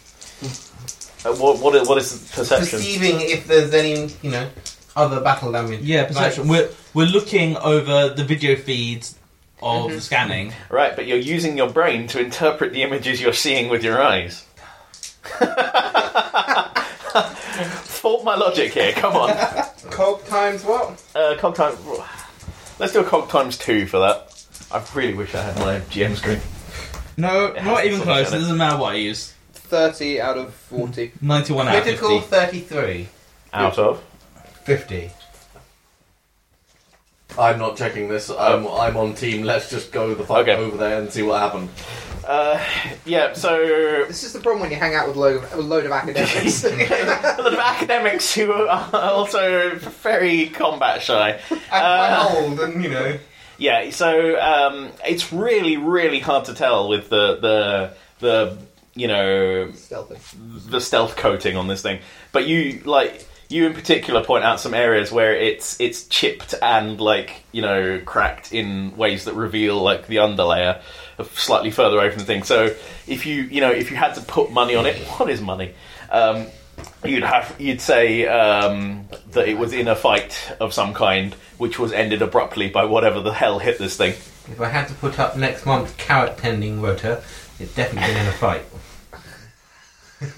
Speaker 1: Uh, what, what is, what is perception?
Speaker 6: Perceiving if there's any, you know, other battle damage.
Speaker 4: Yeah, perception.
Speaker 6: Like,
Speaker 4: We're we're looking over the video feeds of the scanning.
Speaker 1: Right, but you're using your brain to interpret the images you're seeing with your eyes. Fault my logic here. Come on,
Speaker 6: Cog times what?
Speaker 1: uh, cog time. Let's do a cog times two for that. I really wish I had my GM screen.
Speaker 4: No,
Speaker 1: It
Speaker 4: not
Speaker 1: has
Speaker 4: even
Speaker 1: some
Speaker 4: close. It
Speaker 1: sort of-
Speaker 4: doesn't matter what I use.
Speaker 2: Thirty out of forty.
Speaker 4: Ninety-one out of
Speaker 6: Critical
Speaker 4: fifty.
Speaker 6: 33.
Speaker 1: Out of
Speaker 6: 50.
Speaker 5: I'm not checking this. I'm, I'm on team. Let's just go the fuck
Speaker 1: Okay.
Speaker 5: over there and see what happened.
Speaker 1: uh, yeah. So
Speaker 2: this is the problem when you hang out with a load of, a load of academics.
Speaker 1: a lot of academics who are also very combat shy.
Speaker 6: I'm
Speaker 1: Uh,
Speaker 6: quite old and, you know.
Speaker 1: Yeah, so um, it's really, really hard to tell with the the the you know
Speaker 2: Stealthy.
Speaker 1: the stealth coating on this thing. But you like you in particular point out some areas where it's it's chipped and like you know cracked in ways that reveal like the underlayer of slightly further away from the thing. So if you you know if you had to put money on it, what is money? Um, you'd have you'd say um, that it was in a fight of some kind, which was ended abruptly by whatever the hell hit this thing.
Speaker 6: If I had to put up next month's carrot tending rota, it's definitely been in a fight.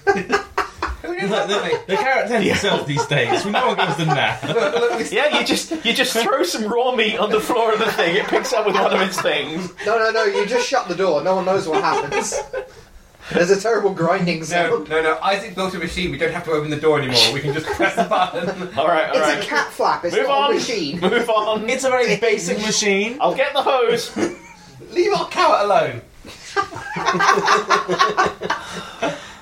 Speaker 6: We don't have
Speaker 4: the,
Speaker 6: that.
Speaker 4: the carrot tends to sell these days. We know what gives them that.
Speaker 6: Look, look, this-
Speaker 1: Yeah, you just you just throw some raw meat on the floor of the thing. It picks up with one of its things.
Speaker 2: No, no, no. You just shut the door. No one knows what happens. There's a terrible grinding
Speaker 6: No,
Speaker 2: sound.
Speaker 6: no, no. Isaac built a machine. We don't have to open the door anymore. We can just press the button.
Speaker 1: All right, all
Speaker 2: it's
Speaker 1: right.
Speaker 2: a cat flap. It's
Speaker 1: Move
Speaker 2: not
Speaker 1: on.
Speaker 2: a machine.
Speaker 1: Move on.
Speaker 4: It's a very basic machine.
Speaker 1: I'll get the hose.
Speaker 6: Leave our carrot alone.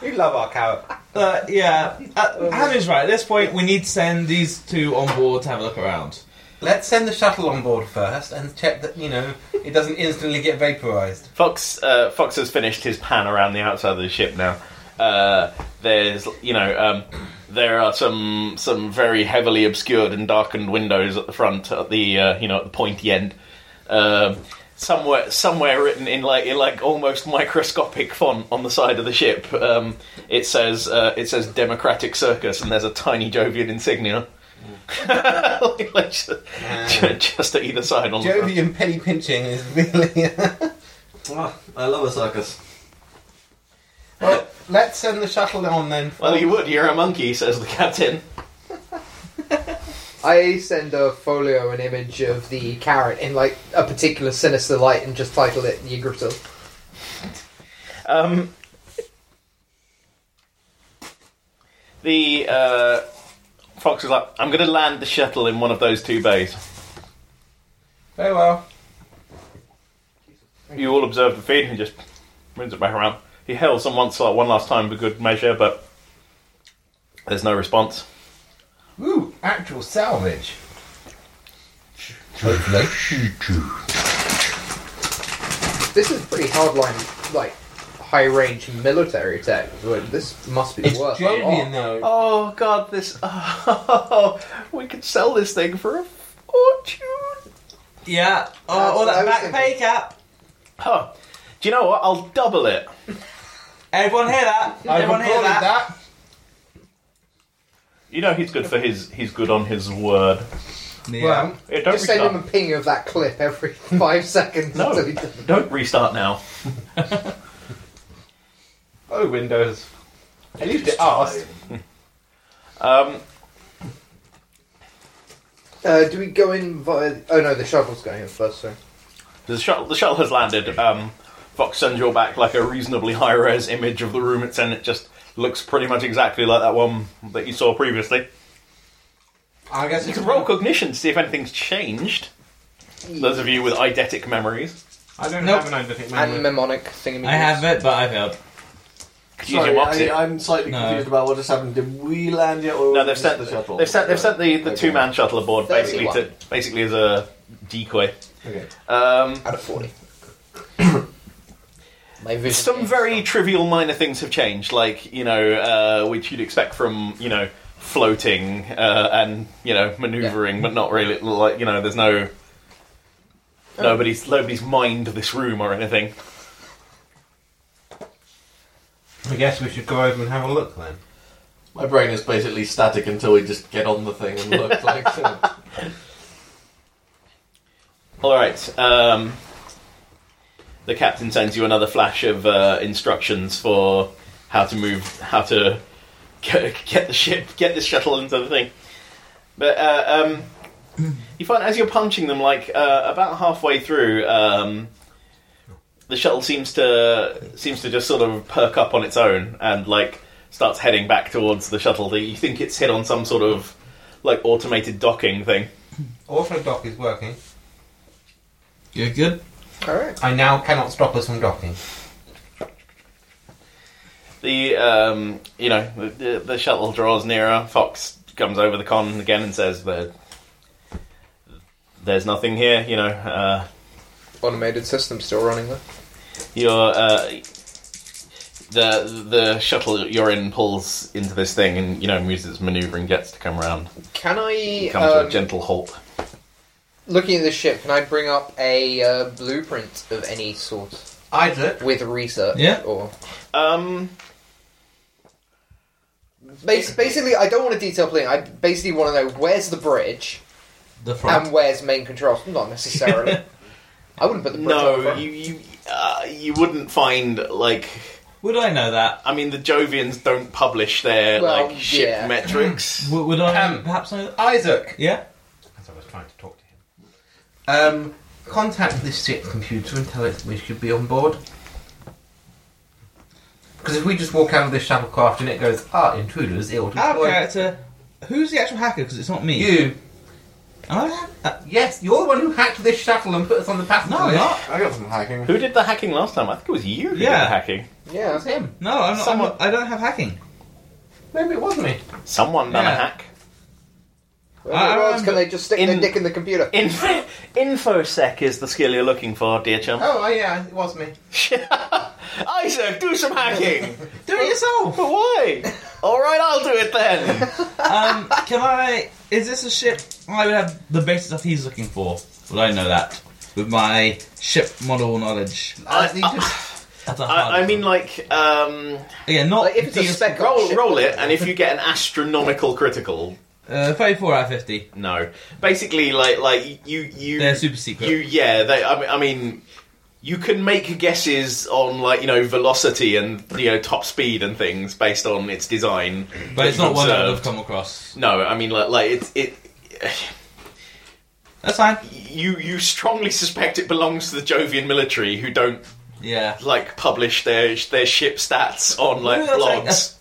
Speaker 6: you love our carrot.
Speaker 4: Uh, yeah, uh, Hannah's right. At this point, we need to send these two on board to have a look around.
Speaker 6: Let's send the shuttle on board first and check that you know it doesn't instantly get vaporized.
Speaker 1: Fox uh, Fox has finished his pan around the outside of the ship now. Uh, there's you know um, there are some some very heavily obscured and darkened windows at the front at the uh, you know at the pointy end. Um, somewhere somewhere written in like in like almost microscopic font on the side of the ship. Um, it says uh, it says Democratic Circus and there's a tiny Jovian insignia. like, like, just, just at either side on the front.
Speaker 6: Jovian penny pinching is really.
Speaker 5: Ah, I love a circus.
Speaker 6: well, let's send the shuttle on then.
Speaker 1: Well, you would. You're a monkey, says the captain.
Speaker 2: I send a folio an image of the carrot in like a particular sinister light and just title it Yggdrasil.
Speaker 1: Um, the uh, fox is like, I'm going to land the shuttle in one of those two bays.
Speaker 6: Very well.
Speaker 1: You all observe the feed and just brings it back around. He hails them once, like, one last time for good measure, but there's no response.
Speaker 6: Ooh, actual salvage. Hopefully.
Speaker 2: This is pretty hardline, like high range military tech. Like, This must be
Speaker 6: It's
Speaker 2: worth a
Speaker 6: Jovian
Speaker 2: lot.
Speaker 6: though.
Speaker 1: Oh, God, this. Oh, we could sell this thing for a fortune.
Speaker 4: Yeah,
Speaker 2: That's
Speaker 4: oh, or
Speaker 2: what I
Speaker 4: that
Speaker 2: was
Speaker 4: back pay
Speaker 2: thinking.
Speaker 4: cap.
Speaker 1: Huh. Do you know what? I'll double it.
Speaker 4: Everyone hear that?
Speaker 6: I
Speaker 4: Everyone hear
Speaker 6: recorded
Speaker 4: that?
Speaker 6: that.
Speaker 1: You know he's good for his. He's good on his word.
Speaker 4: Yeah.
Speaker 6: Well,
Speaker 1: Yeah, don't
Speaker 2: Just send
Speaker 1: restart.
Speaker 2: him a ping of that clip every five seconds.
Speaker 1: No.
Speaker 2: until he does-
Speaker 1: Don't restart now.
Speaker 6: oh Windows. At least it asked.
Speaker 1: Um,
Speaker 2: Uh, do we go in via? Oh no, the shuttle's going in first. So
Speaker 1: the shuttle, the shuttle has landed. Um, Fox sends you all back like a reasonably high res image of the room it's in. It just looks pretty much exactly like that one that you saw previously.
Speaker 6: I guess
Speaker 1: You
Speaker 6: it's
Speaker 1: can roll cognition to see if anything's changed. Those of you with eidetic memories.
Speaker 6: I don't
Speaker 4: Nope.
Speaker 6: have an overthink
Speaker 2: and
Speaker 6: memory.
Speaker 2: mnemonic thingy.
Speaker 4: I have it, but I failed.
Speaker 1: Could use
Speaker 5: Sorry,
Speaker 1: your moxie.
Speaker 5: I, I'm slightly
Speaker 4: No.
Speaker 5: confused about what just happened. Did we land yet, or
Speaker 1: No, they've
Speaker 5: just
Speaker 1: sent
Speaker 5: the shuttle?
Speaker 1: They've sent they've sent the, the
Speaker 5: Okay.
Speaker 1: two man shuttle aboard
Speaker 2: They'll
Speaker 1: basically
Speaker 2: see
Speaker 1: to basically as a decoy.
Speaker 5: Okay.
Speaker 1: Um,
Speaker 2: Out of 40. My vision.
Speaker 1: some
Speaker 2: is-
Speaker 1: very trivial minor things have changed, like you know, uh, which you'd expect from you know floating uh, and you know manoeuvring, but not really like you know. There's no nobody's nobody's mined this room or anything.
Speaker 6: I guess we should go over and have a look then.
Speaker 5: My brain is basically static until we just get on the thing and look like.
Speaker 1: All right. Um, the captain sends you another flash of uh, instructions for how to move, how to get, get the ship, get this shuttle into the thing. But uh, um, you find as you're punching them, like uh, about halfway through, um, the shuttle seems to seems to just sort of perk up on its own and like starts heading back towards the shuttle. That you think it's hit on some sort of like automated docking thing.
Speaker 6: Auto dock is working.
Speaker 4: You're good.
Speaker 2: Alright.
Speaker 6: I now cannot stop us from docking.
Speaker 1: The um, you know the, the, the shuttle draws nearer. Fox comes over the con again and says that there's nothing here. You know, uh,
Speaker 2: Automated system still running there.
Speaker 1: you're uh, the the shuttle that you're in pulls into this thing and you know uses its maneuvering jets to come around.
Speaker 2: Can I.
Speaker 1: Come to a
Speaker 2: um,
Speaker 1: gentle halt.
Speaker 2: looking at this ship, can I bring up a uh, blueprint of any sort
Speaker 6: I'd look.
Speaker 2: with research?
Speaker 4: Yeah.
Speaker 2: Or
Speaker 1: Um,
Speaker 2: Bas- basically, I don't want a detailed plan. I basically want to know where's the bridge
Speaker 4: The front.
Speaker 2: and where's main control. Not necessarily. I wouldn't put the bridge. on
Speaker 1: no,
Speaker 2: the front.
Speaker 1: you you uh, you wouldn't find like
Speaker 4: Would I know that?
Speaker 1: I mean the Jovians don't publish their
Speaker 2: Well,
Speaker 1: like ship
Speaker 2: yeah.
Speaker 1: metrics.
Speaker 4: Would, would I
Speaker 6: Um,
Speaker 4: perhaps know that?
Speaker 6: Isaac!
Speaker 4: Yeah.
Speaker 6: As I was trying to talk to him. Um, contact this ship computer and tell it we should be on board. Because if we just walk out of this shuttlecraft and it goes, ah, intruders, it will
Speaker 4: Out of
Speaker 6: deploy.
Speaker 4: character. Who's the actual hacker? Because it's not me.
Speaker 6: You,
Speaker 4: Am I the hack- uh,
Speaker 6: yes, you're the one who hacked this shuttle and put us on the passenger
Speaker 4: no, I'm
Speaker 6: list.
Speaker 4: not.
Speaker 5: I got some hacking.
Speaker 1: Who did the hacking last time? I think it was you who did
Speaker 4: Yeah.
Speaker 1: the hacking.
Speaker 2: Yeah.
Speaker 6: It's him.
Speaker 4: No, I'm not, I'm
Speaker 1: Someone-
Speaker 4: not. I don't have hacking.
Speaker 6: Maybe it was me.
Speaker 1: Someone done
Speaker 4: Yeah.
Speaker 1: a hack.
Speaker 2: Well,
Speaker 4: I- I
Speaker 2: what else can
Speaker 4: remember-
Speaker 2: they just stick
Speaker 1: in-
Speaker 2: their dick in the computer?
Speaker 1: Info- InfoSec is the skill you're looking for, dear chum.
Speaker 6: Oh, yeah, it was me.
Speaker 1: Isaac, do some hacking!
Speaker 4: Do it yourself.
Speaker 1: but why? Alright, I'll do it then!
Speaker 4: um, can I? Is this a ship? I would have the basic stuff he's looking for. Would I know that with my ship model knowledge?
Speaker 1: I-
Speaker 6: I need to-
Speaker 4: That's a hard
Speaker 1: I, I
Speaker 4: one.
Speaker 1: mean, like, um,
Speaker 4: yeah, not
Speaker 2: Like, if it's a
Speaker 4: DS
Speaker 2: spec
Speaker 1: roll,
Speaker 2: ship-
Speaker 1: roll it, and if you get an astronomical critical,
Speaker 4: uh, thirty-four out of fifty.
Speaker 1: no. Basically, like, like you, you,
Speaker 4: They're super secret.
Speaker 1: you, yeah. They, I, mean, I mean, you can make guesses on, like, you know, velocity and you know, top speed and things based on its design.
Speaker 4: but it's not one that I've
Speaker 1: observed.
Speaker 4: come across.
Speaker 1: No, I mean, like, like it's it.
Speaker 4: That's fine.
Speaker 1: You you strongly suspect it belongs to the Jovian military, who don't
Speaker 4: Yeah.
Speaker 1: like publish their their ship stats on like
Speaker 4: Maybe that's like
Speaker 1: blogs.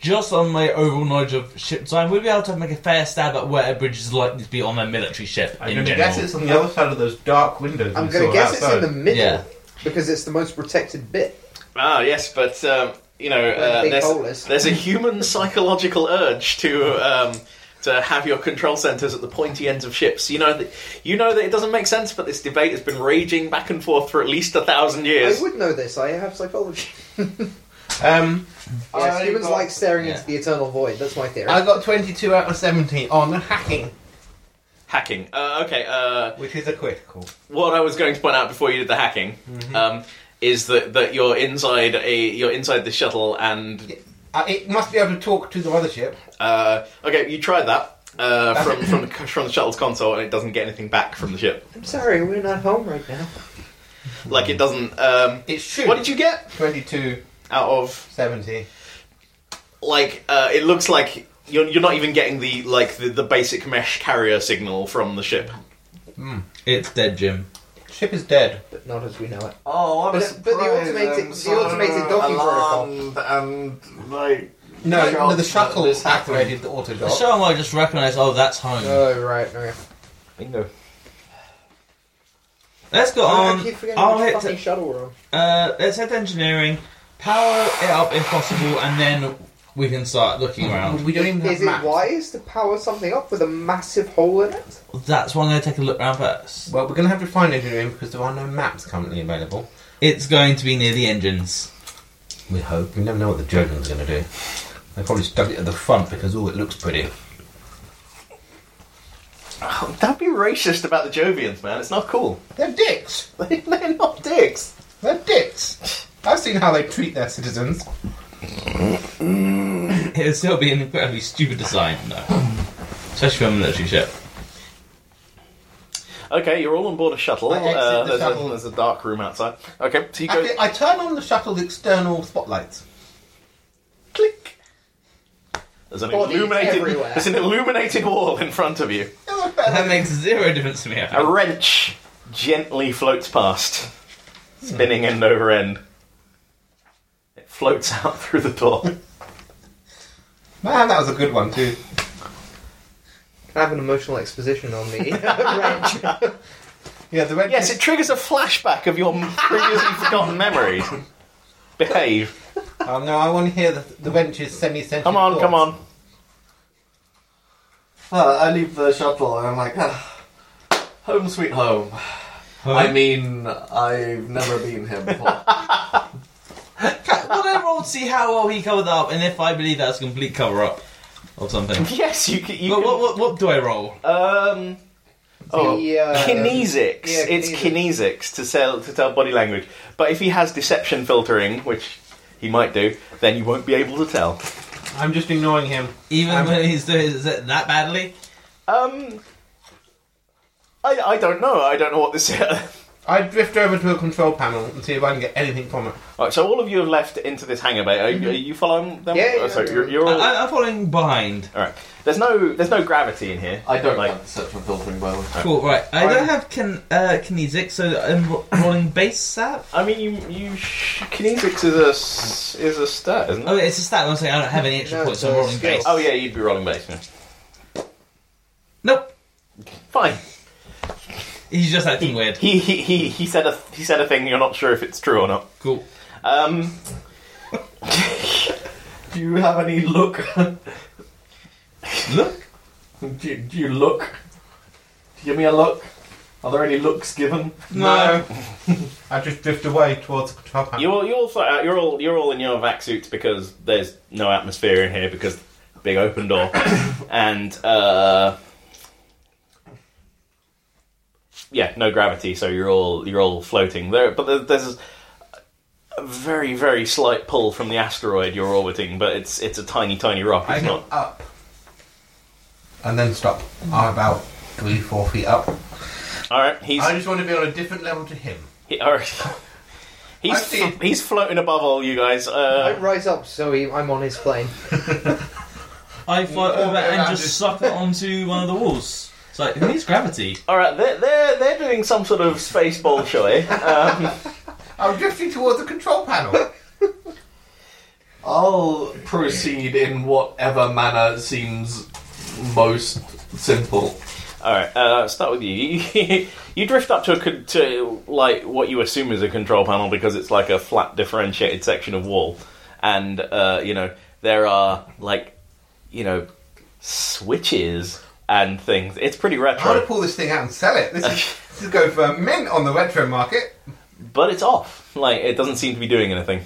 Speaker 4: Just on my overall knowledge of ship design, we'd be able to make a fair stab at where a bridge is likely to be on a military ship
Speaker 6: I'm
Speaker 4: in
Speaker 6: going to
Speaker 4: general.
Speaker 6: guess it's on the other side of those dark windows.
Speaker 2: I'm
Speaker 6: we
Speaker 2: going
Speaker 6: saw
Speaker 2: to guess it's in
Speaker 6: outside.
Speaker 2: the middle
Speaker 4: Yeah.
Speaker 2: because it's the most protected bit.
Speaker 1: Ah, yes, but um, you know, uh,
Speaker 2: big hole
Speaker 1: there's,
Speaker 2: is.
Speaker 1: there's a human psychological urge to um, to have your control centers at the pointy ends of ships. You know that you know that it doesn't make sense, but this debate has been raging back and forth for at least a thousand years.
Speaker 2: I would know this. I have psychology.
Speaker 6: Um,
Speaker 2: Yes,
Speaker 6: I
Speaker 2: humans
Speaker 6: got-
Speaker 2: like staring
Speaker 4: yeah.
Speaker 2: into the eternal void. That's my theory.
Speaker 6: I got 22 out of 70 on hacking,
Speaker 1: Hacking. Uh, okay. Uh,
Speaker 6: which is a critical.
Speaker 1: what I was going to point out before you did the hacking um, is that, that you're inside a you're inside the shuttle and
Speaker 6: Uh, it must be able to talk to the other ship.
Speaker 1: uh, okay, you tried that uh, from from the, from the shuttle's console and it doesn't get anything back from the ship.
Speaker 2: I'm sorry, we're not home right now.
Speaker 1: Like it doesn't. Um,
Speaker 6: It should.
Speaker 1: what did you get
Speaker 6: 22,
Speaker 1: out of
Speaker 6: 70.
Speaker 1: like? Uh, it looks like you're you're not even getting the like the, the basic mesh carrier signal from the ship.
Speaker 4: It's dead, Jim.
Speaker 6: Ship is dead.
Speaker 2: But not as we know it.
Speaker 5: Oh, I'm
Speaker 2: But-
Speaker 5: surprised.
Speaker 2: but the automated-
Speaker 5: I'm
Speaker 2: the
Speaker 5: so
Speaker 2: automated docking
Speaker 5: alarmed and like
Speaker 6: No,
Speaker 5: Shut
Speaker 6: no
Speaker 5: up.
Speaker 6: the shuttle
Speaker 5: This happened.
Speaker 6: activated the auto
Speaker 4: The
Speaker 6: dock.
Speaker 4: show might just recognise. Oh, that's home.
Speaker 2: Oh, right, okay.
Speaker 1: Bingo.
Speaker 4: Let's go
Speaker 2: Oh, I
Speaker 4: on.
Speaker 2: keep forgetting
Speaker 4: I'll
Speaker 2: which
Speaker 6: Um,
Speaker 4: hit.
Speaker 2: fucking shuttle we're on.
Speaker 4: Uh, let's head to engineering. Power it up if possible, and then we can start looking around.
Speaker 6: We don't even have
Speaker 2: Is it
Speaker 6: maps.
Speaker 2: wise to power something up with a massive hole in it?
Speaker 4: That's why I'm going to take a look around first.
Speaker 6: Well, we're going to have to find engineering because there are no maps currently available.
Speaker 4: It's going to be near the engines.
Speaker 6: We hope. We never know what the Joden's going to do. They probably stuck it at the front because, oh, it looks pretty.
Speaker 1: Oh, don't be racist about the Jovians, man. It's not cool.
Speaker 6: They're dicks.
Speaker 1: They're not dicks.
Speaker 6: They're dicks. I've seen how they treat their citizens.
Speaker 4: It'll still be an incredibly stupid design, though. Especially for a military ship.
Speaker 1: Okay, you're all on board a shuttle.
Speaker 6: I exit
Speaker 1: Uh,
Speaker 6: the
Speaker 1: there's,
Speaker 6: shuttle.
Speaker 1: A, there's a dark room outside. Okay, so you go
Speaker 6: Actually, I turn on the shuttle's external spotlights.
Speaker 1: click. There's an
Speaker 2: Bodies
Speaker 1: illuminated.
Speaker 2: everywhere.
Speaker 1: There's an illuminated wall in front of you.
Speaker 4: That makes zero difference to me. I
Speaker 1: A
Speaker 4: think.
Speaker 1: wrench gently floats past, spinning end over end. It floats out through the door.
Speaker 6: Man, that was a good one too.
Speaker 2: Can I have an emotional exposition on the wrench?
Speaker 6: Yeah, the red.
Speaker 1: yes, it triggers a flashback of your previously forgotten memories. Behave.
Speaker 6: Oh no, I want to hear the, the wrench's semi-sentient.
Speaker 1: Come on, come on.
Speaker 5: Uh, I leave the shuttle and I'm like, ah, home sweet home. I mean, I've never been here before.
Speaker 4: Well, then we'll see how well he covered that up, and if I believe that's a complete cover up of something.
Speaker 1: Yes, you can. You
Speaker 4: But
Speaker 1: can
Speaker 4: what, what, what do I roll?
Speaker 1: Um. Oh,
Speaker 2: The, uh,
Speaker 1: kinesics.
Speaker 2: yeah,
Speaker 1: it's kinesics to sell to tell body language. But if he has deception filtering, which he might do, then you won't be able to tell.
Speaker 6: I'm just ignoring him.
Speaker 4: Even
Speaker 6: Um,
Speaker 4: when he's doing is it that badly?
Speaker 1: Um. I, I don't know. I don't know what this.
Speaker 6: I drift over to a control panel and see if I can get anything from it.
Speaker 1: Alright, so all of you have left into this hangar bay. Are, you- are you following them?
Speaker 2: Yeah,
Speaker 1: Oh,
Speaker 2: yeah,
Speaker 1: sorry,
Speaker 2: yeah.
Speaker 1: You're, you're all,
Speaker 4: I, I'm following behind.
Speaker 1: all right. There's no there's no gravity in here.
Speaker 5: I don't
Speaker 1: Like-
Speaker 5: like deception filtering, by the way.
Speaker 4: Cool, right. I
Speaker 6: I-
Speaker 4: don't have kin- uh, kinesic, so I'm ro- rolling base stat.
Speaker 1: I mean, you you sh- kinesics is a s- is a stat, isn't
Speaker 4: Oh,
Speaker 1: it?
Speaker 4: it's a stat. I'm saying I don't have any extra
Speaker 2: No,
Speaker 4: points, so I'm
Speaker 2: it's a
Speaker 4: rolling
Speaker 2: skill.
Speaker 4: base.
Speaker 1: Oh yeah, you'd be rolling base. yeah.
Speaker 4: Nope.
Speaker 1: Fine.
Speaker 4: He's just acting weird.
Speaker 1: He he he he said a he said a thing. You're not sure if it's true or not.
Speaker 4: Cool.
Speaker 1: Um,
Speaker 5: Do you have any look? do,
Speaker 4: Look.
Speaker 5: you, do you look? Do you give me a look? Are there any looks given?
Speaker 4: No.
Speaker 6: I just drift away towards the control panel.
Speaker 1: you all you all fly out. You're all you're all in your vac suits because there's no atmosphere in here because big open door, and uh, yeah, no gravity. So you're all you're all floating there. But there- there's a very very slight pull from the asteroid you're orbiting, but it's it's a tiny tiny rock.
Speaker 6: I
Speaker 1: It's
Speaker 6: go
Speaker 1: not.
Speaker 6: up and then stop. I'm about three, four feet up.
Speaker 1: All right, he's
Speaker 6: I just want to be on a different level to him.
Speaker 1: he, all right.
Speaker 6: I
Speaker 1: He's,
Speaker 6: see.
Speaker 1: he's floating above all you guys. Uh,
Speaker 2: I rise up, so he, I'm on his plane.
Speaker 4: I fly
Speaker 6: Yeah,
Speaker 4: over and
Speaker 6: I'm
Speaker 4: just
Speaker 6: just-
Speaker 4: suck it onto one of the walls. It's like who needs gravity?
Speaker 1: All right, they're they're they're doing some sort of space ball showy. Um,
Speaker 6: I'm drifting towards the control panel.
Speaker 5: I'll proceed in whatever manner seems most simple.
Speaker 1: all right, uh, start with you. you drift up to a con- to like what you assume is a control panel because it's like a flat differentiated section of wall, and uh, you know there are like you know switches and things. It's pretty
Speaker 6: I want to
Speaker 1: retro,
Speaker 6: pull this thing out and sell it. This is, this is going for mint on the retro market.
Speaker 1: but it's off. Like it doesn't seem to be doing anything.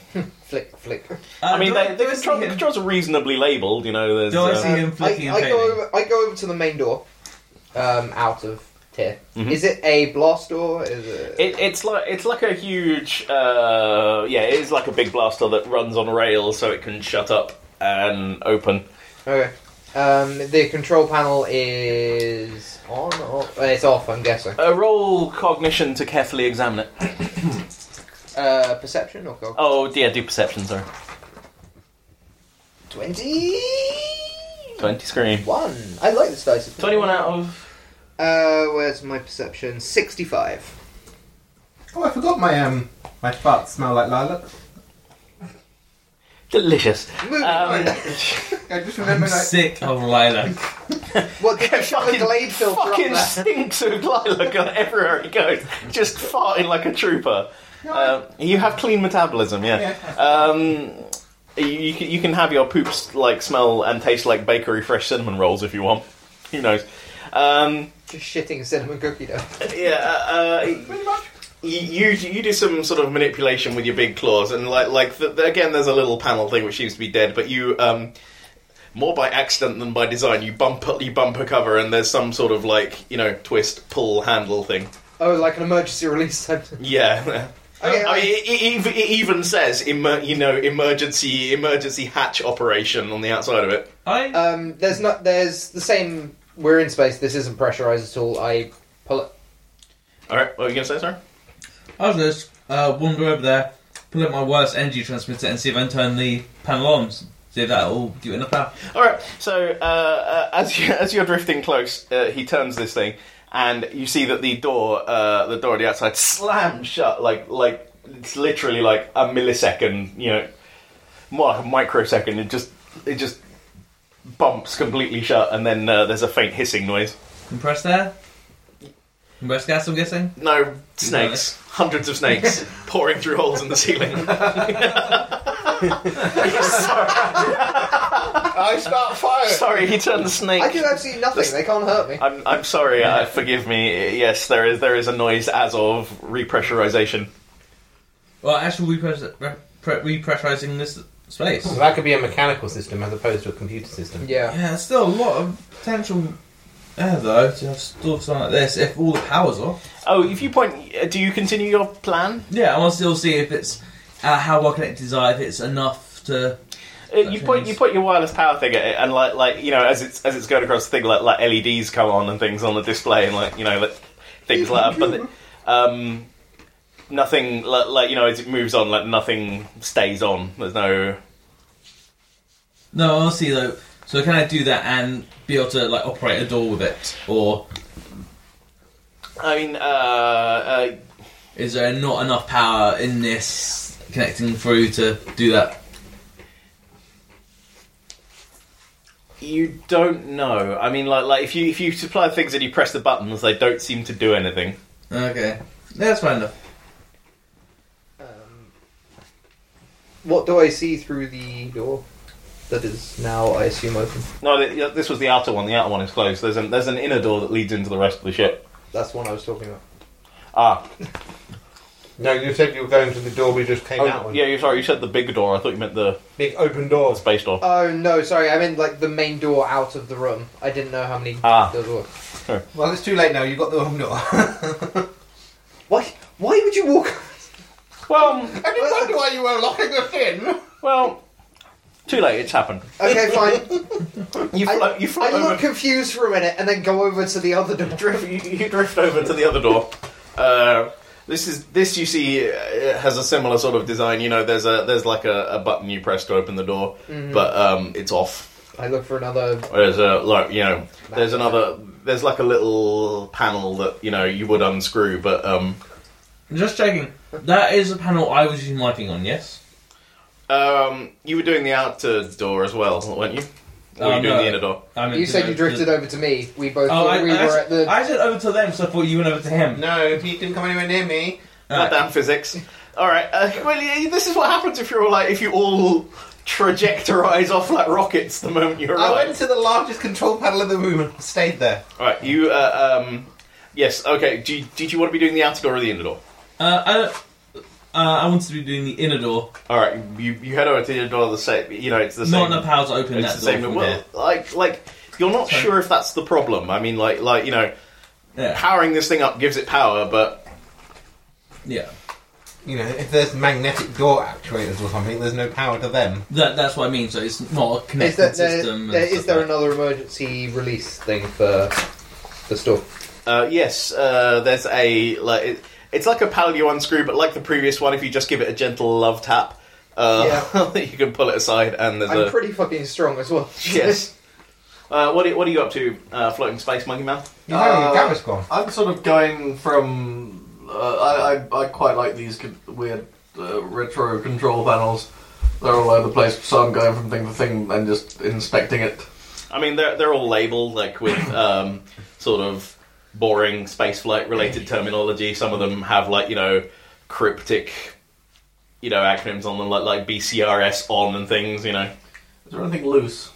Speaker 2: Flick, flick.
Speaker 1: I mean,
Speaker 4: Uh,
Speaker 1: they,
Speaker 4: do
Speaker 1: the
Speaker 4: do I see
Speaker 1: control,
Speaker 4: him?
Speaker 1: controls are reasonably labeled. You know, there's
Speaker 4: Do I
Speaker 1: uh,
Speaker 4: see him flicking
Speaker 2: Um, I, I
Speaker 4: and
Speaker 2: go
Speaker 4: failing?
Speaker 2: over, I go over to the main door, um, out of here.
Speaker 1: Mm-hmm.
Speaker 2: Is it a blast door? Is it?
Speaker 1: It, it's like it's like a huge, uh, yeah, it is like a big blaster that runs on rails, so it can shut up and open.
Speaker 2: Okay. Um, the control panel is on or uh, it's off? I'm guessing.
Speaker 1: Uh, roll cognition to carefully examine it.
Speaker 2: Uh, perception or cog-
Speaker 1: Oh, yeah, do perception, sorry.
Speaker 2: twenty
Speaker 1: Twenty screen.
Speaker 2: one. I like this dice. It's-
Speaker 1: Twenty-one out of.
Speaker 2: Uh, where's my perception? Sixty-five.
Speaker 6: Oh, I forgot my um my farts smell like lilac.
Speaker 1: Delicious. Um,
Speaker 2: Moving on.
Speaker 6: I just
Speaker 4: I'm
Speaker 6: remember like
Speaker 4: sick of lilac.
Speaker 2: What did you shove a
Speaker 1: fucking
Speaker 2: glade filter
Speaker 1: fucking
Speaker 2: up there?
Speaker 1: stinks of lilac on everywhere he goes, just farting like a trooper. Um, you have clean metabolism, yeah. Um, you, you can- you can have your poops like smell and taste like bakery fresh cinnamon rolls if you want. Who knows? Um,
Speaker 2: Just shitting cinnamon cookie dough.
Speaker 1: yeah, uh, you, you you do some sort of manipulation with your big claws, and like like the, the- again, there's a little panel thing which seems to be dead, but you um more by accident than by design, you bump you bump a cover, and there's some sort of like you know twist pull handle thing.
Speaker 2: Oh, like an emergency release type. thing.
Speaker 1: Yeah.
Speaker 2: Okay,
Speaker 1: I mean, it, it, even- it even says emer- you know emergency emergency hatch operation on the outside of it.
Speaker 4: I
Speaker 2: Um, there's not. There's the same. We're in space. This isn't pressurized at all. I pull it.
Speaker 1: All right, what were you gonna say, sir?
Speaker 4: I was just uh, wander over there, pull up my wireless energy transmitter, and see if I can turn the panel on. See if that'll give it enough power.
Speaker 1: All right. So uh, uh, as you, as you're drifting close, uh, he turns this thing, and you see that the door uh, the door on the outside slams shut. Like like it's literally like a millisecond. You know, more like a microsecond. It just it just bumps completely shut, and then uh, there's a faint hissing noise.
Speaker 4: Compressed air? Compressed gas, I'm guessing?
Speaker 1: No snakes. Hundreds of snakes pouring through holes in the ceiling.
Speaker 3: I start firing.
Speaker 1: Sorry, he turned the snake.
Speaker 2: I do absolutely nothing. They can't hurt me.
Speaker 1: I'm, I'm sorry. Uh, forgive me. Yes, there is there is a noise as of repressurization.
Speaker 4: Well, actually, repressur- re- pre- repressurizing this space.
Speaker 6: Well, that could be a mechanical system as opposed to a computer system.
Speaker 2: Yeah.
Speaker 4: Yeah, there's still a lot of potential air, though, to have still something like this if all the power's off.
Speaker 1: Oh, if you point, uh, do you continue your plan?
Speaker 4: Yeah, I want to still see if it's uh, how well connected is I, if it's enough to.
Speaker 1: Uh, you point, you point your wireless power thing at it, and like, like you know, as it's as it's going across the thing, like like LEDs come on and things on the display, and like you know, like things like that. But the- um, nothing, like, like you know, as it moves on, like nothing stays on. There's no.
Speaker 4: No, I'll see though. So can I do that and be able to like operate a door with it, or
Speaker 1: I mean, uh, uh,
Speaker 4: Is there not enough power in this connecting through to do that?
Speaker 1: you don't know. I mean, like, like if you if you supply things and you press the buttons, they don't seem to do anything.
Speaker 4: Okay, that's fine enough.
Speaker 2: Um, what do I see through the door? That is now, I assume, open.
Speaker 1: No, th- this was the outer one. The outer one is closed. There's an there's an inner door that leads into the rest of the ship.
Speaker 2: That's the one I was talking about.
Speaker 1: Ah,
Speaker 3: No, you said you were going to the door we just came
Speaker 1: Oh,
Speaker 3: out with.
Speaker 1: yeah, you're sorry. You said the big door. I thought you meant the
Speaker 3: Big open doors.
Speaker 1: space door.
Speaker 2: Oh no, sorry. I meant like the main door out of the room. I didn't know how many
Speaker 1: Ah.
Speaker 2: doors were.
Speaker 6: Well, it's too late now. You got the wrong door.
Speaker 2: Why? Why would you walk?
Speaker 1: Well,
Speaker 3: I didn't wonder why you were locking us in.
Speaker 1: well, too late. It's happened.
Speaker 2: Okay, fine.
Speaker 1: You
Speaker 2: I-
Speaker 1: float. You float
Speaker 2: I look
Speaker 1: over.
Speaker 2: confused for a minute and then go over to the other door.
Speaker 1: Drift, you, you drift over to the other door. Uh, this is this you see uh, has a similar sort of design. You know, there's a there's like a, a button you press to open the door, but um, it's off.
Speaker 2: I look for another.
Speaker 1: There's a like you know there's another there's like a little panel that you know you would unscrew, but um,
Speaker 4: Just checking. That is the panel I was using lighting on. Yes.
Speaker 1: um, you were doing the outer door as well, weren't you? Or were
Speaker 4: Uh,
Speaker 1: you doing
Speaker 4: no.
Speaker 1: the inner door?
Speaker 4: I mean,
Speaker 2: You said you drifted over to me. We both
Speaker 4: Oh,
Speaker 2: thought
Speaker 4: I,
Speaker 2: we
Speaker 4: I,
Speaker 2: were at the.
Speaker 4: I said over to them, so I thought you went over to him.
Speaker 6: no, he didn't come anywhere near me.
Speaker 4: Alright.
Speaker 1: Goddamn physics. All right. Uh, well, yeah, this is what happens if you're all like if you all trajectorize off like rockets the moment you
Speaker 6: I went
Speaker 1: arrive.
Speaker 6: to the largest control panel in the room and stayed there.
Speaker 1: All right. You. Uh, um. Yes. Okay. Do you, did you want to be doing the outer door or the inner door?
Speaker 4: Uh, I, don't- uh, I wanted to be doing the inner door.
Speaker 1: All right. You you head over to the inner door. The same. You know, it's the
Speaker 4: Not
Speaker 1: same.
Speaker 4: enough power to open
Speaker 1: it's
Speaker 4: that
Speaker 1: the
Speaker 4: door.
Speaker 1: same.
Speaker 4: from
Speaker 1: well,
Speaker 4: here.
Speaker 1: like like you're not
Speaker 4: Sorry.
Speaker 1: sure if that's the problem. I mean, like like you know,
Speaker 4: Yeah.
Speaker 1: powering this thing up gives it power, but
Speaker 4: yeah.
Speaker 6: You know, if there's magnetic door actuators or something, there's no power to them.
Speaker 4: That, that's what I mean. So it's not a
Speaker 2: Is
Speaker 4: connected
Speaker 2: there,
Speaker 4: system.
Speaker 2: there,
Speaker 4: and
Speaker 2: there,
Speaker 4: stuff
Speaker 2: is there
Speaker 4: like
Speaker 2: another emergency release thing for the store?
Speaker 1: uh, yes. Uh, there's a like. It, it's like a paddle you unscrew, but like the previous one, if you just give it a gentle love tap, uh, you can pull it aside, and there's
Speaker 2: I'm
Speaker 1: a
Speaker 2: pretty fucking strong as well.
Speaker 1: Yes. Uh, what, are, what are you up to, uh, floating space monkey man?
Speaker 6: You're having
Speaker 5: Uh,
Speaker 6: your cameras gone.
Speaker 5: I'm sort of going from. Uh, I, I I quite like these con- weird uh, retro control panels. They're all over the place, so I'm going from thing to thing and just inspecting it.
Speaker 1: I mean, they're, they're all labeled like with um, sort of boring spaceflight related terminology. Some of them have like you know cryptic, you know, acronyms on them, like like BCRS on and things. You know,
Speaker 5: Is there anything loose?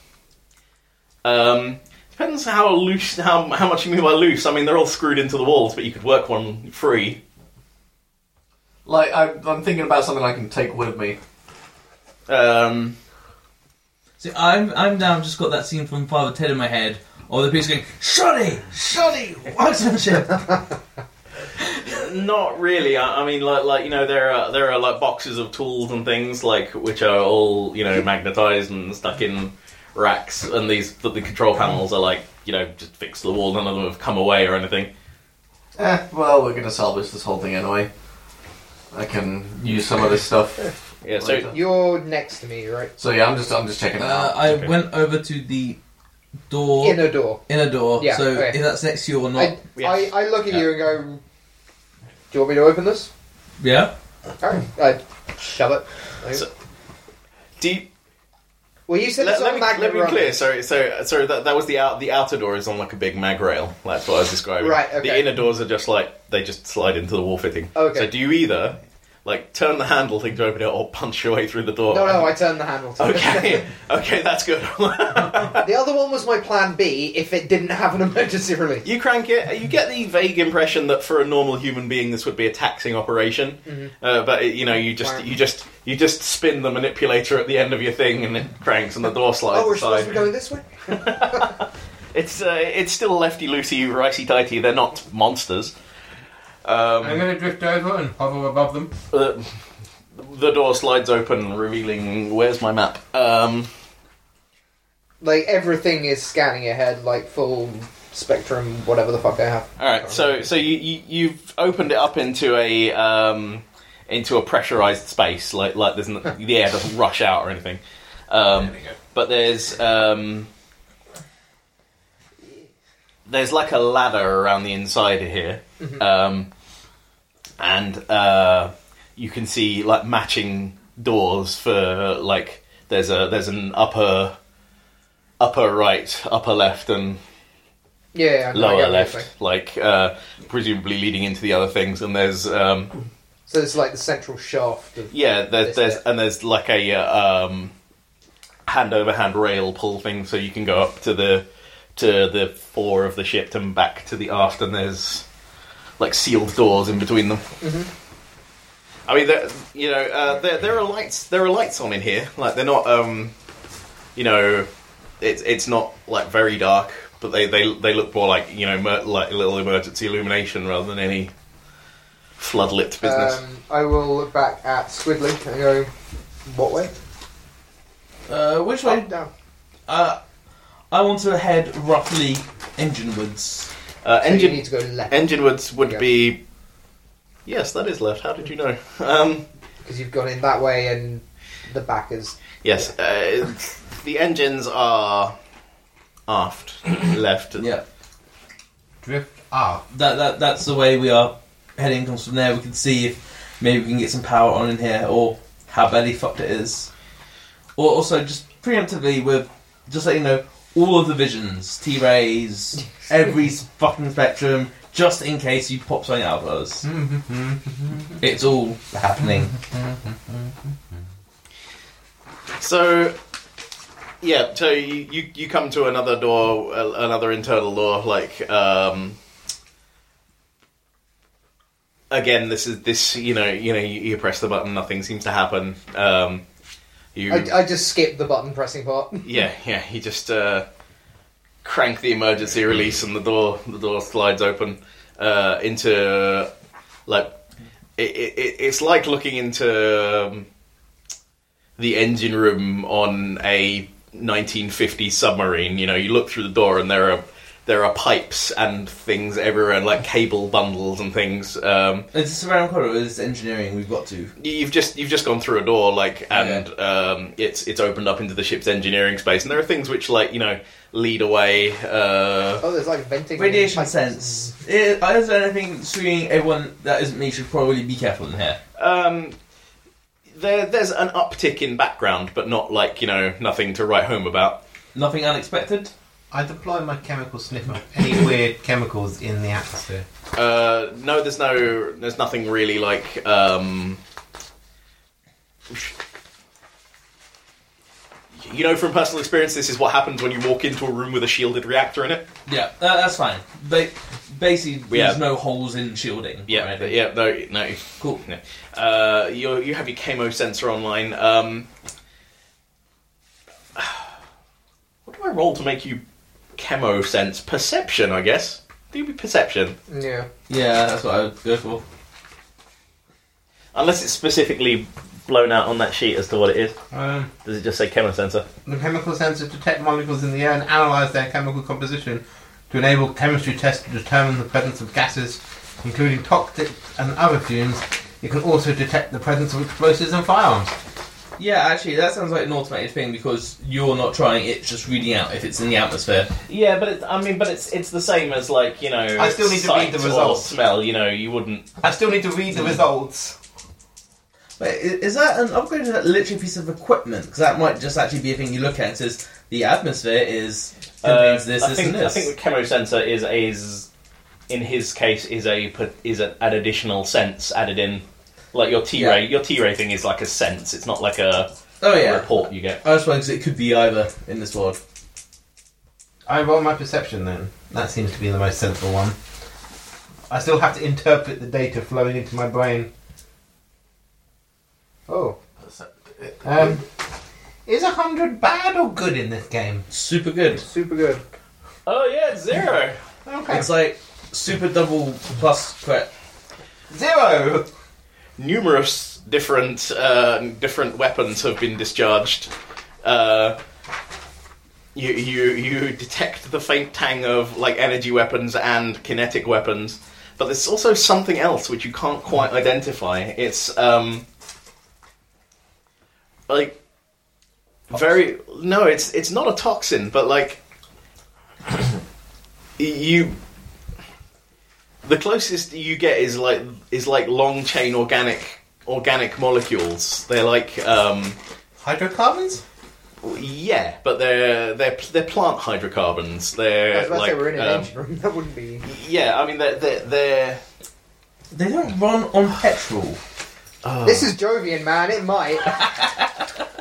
Speaker 1: um, depends how loose how how much you mean by loose. I mean, they're all screwed into the walls, but you could work one free.
Speaker 5: Like I, I'm thinking about something I can take with me.
Speaker 1: Um,
Speaker 4: See, I'm I'm now just got that scene from Father Ted in my head, or the piece going, "Shoddy, shoddy, workmanship."
Speaker 1: Not really. I, I mean, like, like you know, there are there are like boxes of tools and things like which are all you know magnetized and stuck in racks, and these the, the control panels are like you know just fixed to the wall. None of them have come away or anything.
Speaker 5: Eh, well, we're gonna salvage this whole thing anyway. I can use some of this stuff.
Speaker 1: Yeah. So
Speaker 5: Later.
Speaker 2: You're next to me, right?
Speaker 5: So yeah, I'm just, I'm just checking it
Speaker 4: uh,
Speaker 5: out.
Speaker 4: I
Speaker 1: Okay.
Speaker 4: went over to the door,
Speaker 2: In a door.
Speaker 4: inner door.
Speaker 2: Yeah,
Speaker 4: so
Speaker 2: okay.
Speaker 4: if that's next to you or not,
Speaker 2: I,
Speaker 1: yes.
Speaker 2: I, I look at
Speaker 4: Yeah.
Speaker 2: you and go, Do you want me to open this?
Speaker 4: yeah.
Speaker 2: Alright. I shove it.
Speaker 1: do you,
Speaker 2: Well, you said
Speaker 1: let,
Speaker 2: it's on
Speaker 1: let me
Speaker 2: magnet
Speaker 1: let me
Speaker 2: run.
Speaker 1: be clear. Sorry, so so that that was the out the outer door is on like a big mag rail. That's what I was describing.
Speaker 2: Right,
Speaker 1: The
Speaker 2: okay.
Speaker 1: inner doors are just like they just slide into the wall fitting.
Speaker 2: Okay.
Speaker 1: So do you either like turn the handle thing to open it or punch your way through the door?
Speaker 2: No, no, I turned the handle to it.
Speaker 1: Okay, okay, that's good.
Speaker 2: The other one was my plan B if it didn't have an emergency release.
Speaker 1: you crank it. You get the vague impression that for a normal human being, this would be a taxing operation.
Speaker 2: Mm-hmm.
Speaker 1: Uh, but it, you know, you just you just you just spin the manipulator at the end of your thing, and it cranks, and the door slides
Speaker 2: Oh, we're
Speaker 1: aside.
Speaker 2: supposed to be going this way?
Speaker 1: It's uh, it's still lefty loosey, ricey tighty. They're not monsters.
Speaker 6: I'm
Speaker 1: Um,
Speaker 6: going to drift over and hover above them.
Speaker 1: the, Uh, the door slides open, revealing. Where's my map? Um,
Speaker 2: Like, everything is scanning ahead, like, full spectrum, whatever the fuck I have.
Speaker 1: All right, so so you, you you've opened it up into a um, into a pressurized space, like like there's no, the air doesn't rush out or anything. Um, but there's um, there's like a ladder around the inside of here,
Speaker 2: Mm-hmm.
Speaker 1: um, and uh, you can see like matching doors for like there's a there's an upper upper right, upper left, and
Speaker 2: Yeah, Oh, yeah I know, I
Speaker 1: lower
Speaker 2: get what you're
Speaker 1: left,
Speaker 2: saying.
Speaker 1: like uh, presumably leading into the other things. And there's um,
Speaker 2: So it's like the central shaft of.
Speaker 1: yeah, there's
Speaker 2: This
Speaker 1: there's
Speaker 2: bit.
Speaker 1: and there's like a uh, um, hand over hand rail pull thing, so you can go up to the to the fore of the ship and back to the aft, and there's like sealed doors in between them.
Speaker 2: Mm-hmm.
Speaker 1: I mean, there- you know, uh, there there are lights there are lights on in here. Like they're not, um, you know, it's it's not like very dark, but they they they look more like you know mer- like little emergency illumination rather than any floodlit business.
Speaker 2: Um, I will look back at Squidly and go, What way?
Speaker 4: Uh, which way?
Speaker 2: Up, down.
Speaker 4: Uh, I want to head roughly enginewards.
Speaker 1: uh,
Speaker 2: So
Speaker 1: engine
Speaker 2: you need to go left
Speaker 1: Enginewoods would
Speaker 2: Yeah.
Speaker 1: be. Yes, that is left. How did you know? Um,
Speaker 2: because you've gone in that way and the back is.
Speaker 1: yes, uh, the engines are aft, left.
Speaker 4: Yeah,
Speaker 6: Drift aft.
Speaker 4: that that that's the way we are heading. Comes from there. We can see if maybe we can get some power on in here, or how badly fucked it is. Or also just preemptively with just letting you know all of the visions, T rays, every fucking spectrum, just in case you pop something out of us. It's all happening.
Speaker 1: So, yeah. So you, you you come to another door, uh, another internal door. Like um, again, this is this. You know, you know, you, you press the button, nothing seems to happen. Um, you,
Speaker 2: I, I just skipped the button pressing part.
Speaker 1: Yeah, yeah. He just uh, crank the emergency release, and the door the door slides open uh, into like it, it, it's like looking into um, the engine room on a 1950 submarine. You know, you look through the door, and there are there are pipes and things everywhere, and like cable bundles and things. Um,
Speaker 4: Is this around corner or is this engineering we've got to?
Speaker 1: you've just you've just gone through a door like and um, it's it's opened up into the ship's engineering space and there are things which like you know lead away uh,
Speaker 2: Oh, there's like venting.
Speaker 4: Radiation
Speaker 2: pipes.
Speaker 4: sense. Is, is there anything swinging everyone that isn't me should probably be careful in here?
Speaker 1: um, there there's an uptick in background but not like you know nothing to write home about
Speaker 4: Nothing unexpected?
Speaker 6: I deploy my chemical sniffer. Any weird chemicals in the atmosphere?
Speaker 1: Uh, no, there's no, there's nothing really like. Um, you know, from personal experience, this is what happens when you walk into a room with a shielded reactor in it.
Speaker 4: Yeah, that, that's fine. Ba- basically,
Speaker 1: Yeah.
Speaker 4: there's no holes in shielding. or
Speaker 1: Yeah,
Speaker 4: anything.
Speaker 1: yeah, no, no.
Speaker 4: Cool.
Speaker 1: No. Uh, you you have your chemo sensor online. Um, what do I roll to make you chemo sense? Perception, I guess. Do you perception?
Speaker 2: Yeah.
Speaker 4: Yeah, that's what I would go for.
Speaker 1: Unless it's specifically blown out on that sheet as to what it is.
Speaker 6: Um,
Speaker 1: Does it just say chemo sensor?
Speaker 6: the chemical sensors detect molecules in the air and analyze their chemical composition to enable chemistry tests to determine the presence of gases, including toxic and other fumes. It can also detect the presence of explosives and firearms.
Speaker 4: Yeah, actually, that sounds like an automated thing because you're not trying; it's just reading out if it's in the atmosphere.
Speaker 1: Yeah, but it, I mean, but it's it's the same as like you know.
Speaker 6: I still need to
Speaker 1: sight
Speaker 6: read the
Speaker 1: or
Speaker 6: results.
Speaker 1: Smell, you know, you wouldn't.
Speaker 6: I still need to read the results.
Speaker 4: Wait, i- is that an upgrade to that literally piece of equipment? Because that might just actually be a thing you look at and says the atmosphere is contains this,
Speaker 1: Uh, I
Speaker 4: this,
Speaker 1: think
Speaker 4: and this.
Speaker 1: I think the chemo sensor is is in his case is a put- is a, an additional sense added in. Like your T ray, your T ray thing is like a sense. It's not like a,
Speaker 4: oh
Speaker 1: a
Speaker 4: yeah,
Speaker 1: report you get.
Speaker 4: I was wondering 'cause it could be either in this world.
Speaker 6: I roll my perception then. That seems to be the most sensible one. I still have to interpret the data flowing into my brain.
Speaker 2: Oh.
Speaker 6: Um, is a hundred bad or good in this game?
Speaker 4: Super good.
Speaker 2: Super good.
Speaker 1: Oh yeah, it's zero.
Speaker 6: Okay.
Speaker 4: It's like super double plus crit.
Speaker 6: Zero.
Speaker 1: numerous different uh, different weapons have been discharged. Uh, you, you you detect the faint tang of like energy weapons and kinetic weapons, but there's also something else which you can't quite identify. It's um, like very no, it's it's not a toxin, but like you the closest you get is like is like long chain organic organic molecules. They're like um,
Speaker 6: Hydrocarbons.
Speaker 1: yeah, but they're they're they're plant hydrocarbons. They're
Speaker 2: I was about to
Speaker 1: like
Speaker 2: say we're in an
Speaker 1: um,
Speaker 2: engine room. That wouldn't be.
Speaker 1: yeah. I mean they're they're, they're
Speaker 4: They don't run on petrol.
Speaker 1: oh.
Speaker 2: This is Jovian, man. It might.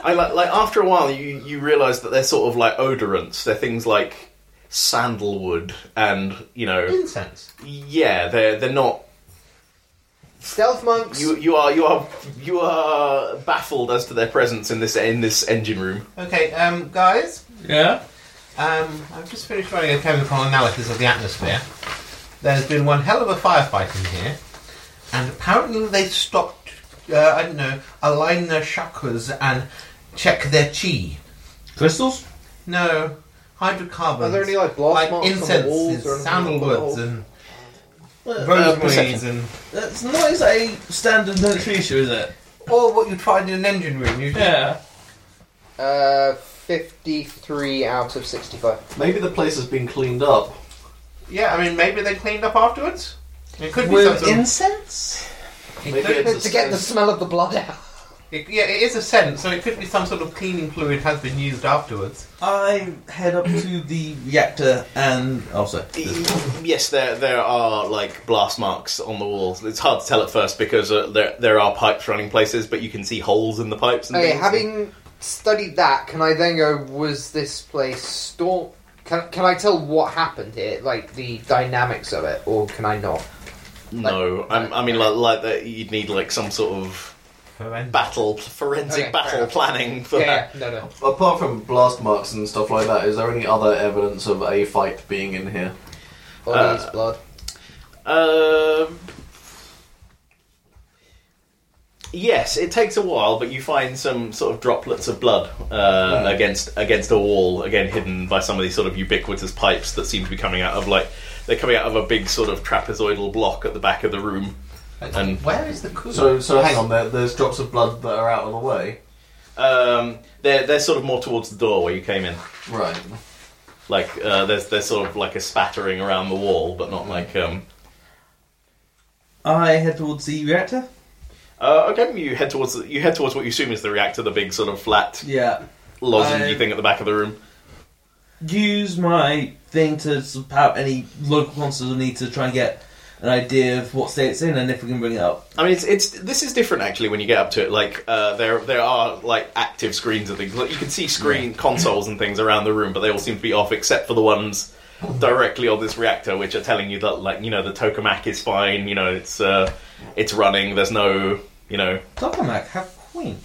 Speaker 1: I like like after a while you you realize that they're sort of like odorants. They're things like sandalwood and you know
Speaker 6: Incense.
Speaker 1: yeah they're they're not
Speaker 2: Stealth monks.
Speaker 1: you you are you are you are baffled as to their presence in this in this engine room
Speaker 6: Okay, um, guys.
Speaker 4: Yeah.
Speaker 6: Um, I've just finished running a chemical analysis of the atmosphere. There's been one hell of a firefight in here, and apparently they stopped. Uh, I don't know. Align their chakras and check their chi.
Speaker 4: Crystals.
Speaker 6: No, hydrocarbons.
Speaker 2: Are there any like blast
Speaker 6: like
Speaker 2: marks on the walls
Speaker 6: incenses,
Speaker 2: or anything?
Speaker 6: sandalwoods, and
Speaker 1: perception.
Speaker 6: rosemaries, and
Speaker 4: uh, That's not exactly standard military issue, is it?
Speaker 6: all what you'd find in an engine room. Usually.
Speaker 4: Yeah.
Speaker 2: Uh, fifty-three out of sixty-five.
Speaker 5: Maybe the place has been cleaned up.
Speaker 6: Yeah, I mean, maybe they cleaned up afterwards. It could be
Speaker 4: With
Speaker 6: something.
Speaker 4: incense.
Speaker 5: Maybe it's a
Speaker 2: to get the
Speaker 5: sense.
Speaker 2: smell of the blood out.
Speaker 6: It, yeah, it is a scent, so it could be some sort of cleaning fluid has been used afterwards.
Speaker 4: I head up to the reactor and oh, also.
Speaker 1: E- Yes, there there are like blast marks on the walls. It's hard to tell at first because uh, there there are pipes running places, but you can see holes in the pipes. And
Speaker 2: Okay,
Speaker 1: things.
Speaker 2: Oh, having studied that, can I then go? Was this place storm? Can, can I tell what happened here, like the dynamics of it, or can I not?
Speaker 1: no, I'm, I mean like like that you'd need like some sort of battle forensic
Speaker 2: Okay, fair
Speaker 1: battle
Speaker 2: enough.
Speaker 1: planning for that.
Speaker 2: no, no.
Speaker 5: Apart from blast marks and stuff like that, is there any other evidence of a fight being in here?
Speaker 2: Bodies, blood.
Speaker 1: Um, yes, it takes a while, but you find some sort of droplets of blood uh, against against a wall, again hidden by some of these sort of ubiquitous pipes that seem to be coming out of like they're coming out of a big sort of trapezoidal block at the back of the room. And
Speaker 6: Where is the cooler?
Speaker 5: So, so hang on. There, there's drops of blood that are out of the way.
Speaker 1: um, they're they're sort of more towards the door where you came in.
Speaker 5: Right.
Speaker 1: Like uh, there's there's sort of like a spattering around the wall, but not like um,
Speaker 4: I head towards the reactor.
Speaker 1: uh, okay. You head towards you head towards what you assume is the reactor, the big sort of flat
Speaker 4: Yeah.
Speaker 1: lozenge
Speaker 4: I-
Speaker 1: thing at the back of the room.
Speaker 4: Use my thing to sort out any local monsters I need to try and get an idea of what state it's in and if we can bring it up.
Speaker 1: I mean, it's, it's this is different actually when you get up to it. Like uh, there there are like active screens and things. Like you can see screen consoles and things around the room, but they all seem to be off except for the ones directly on this reactor, which are telling you that like you know the tokamak is fine. You know it's uh, it's running. There's no you know
Speaker 4: Tokamak, how quaint.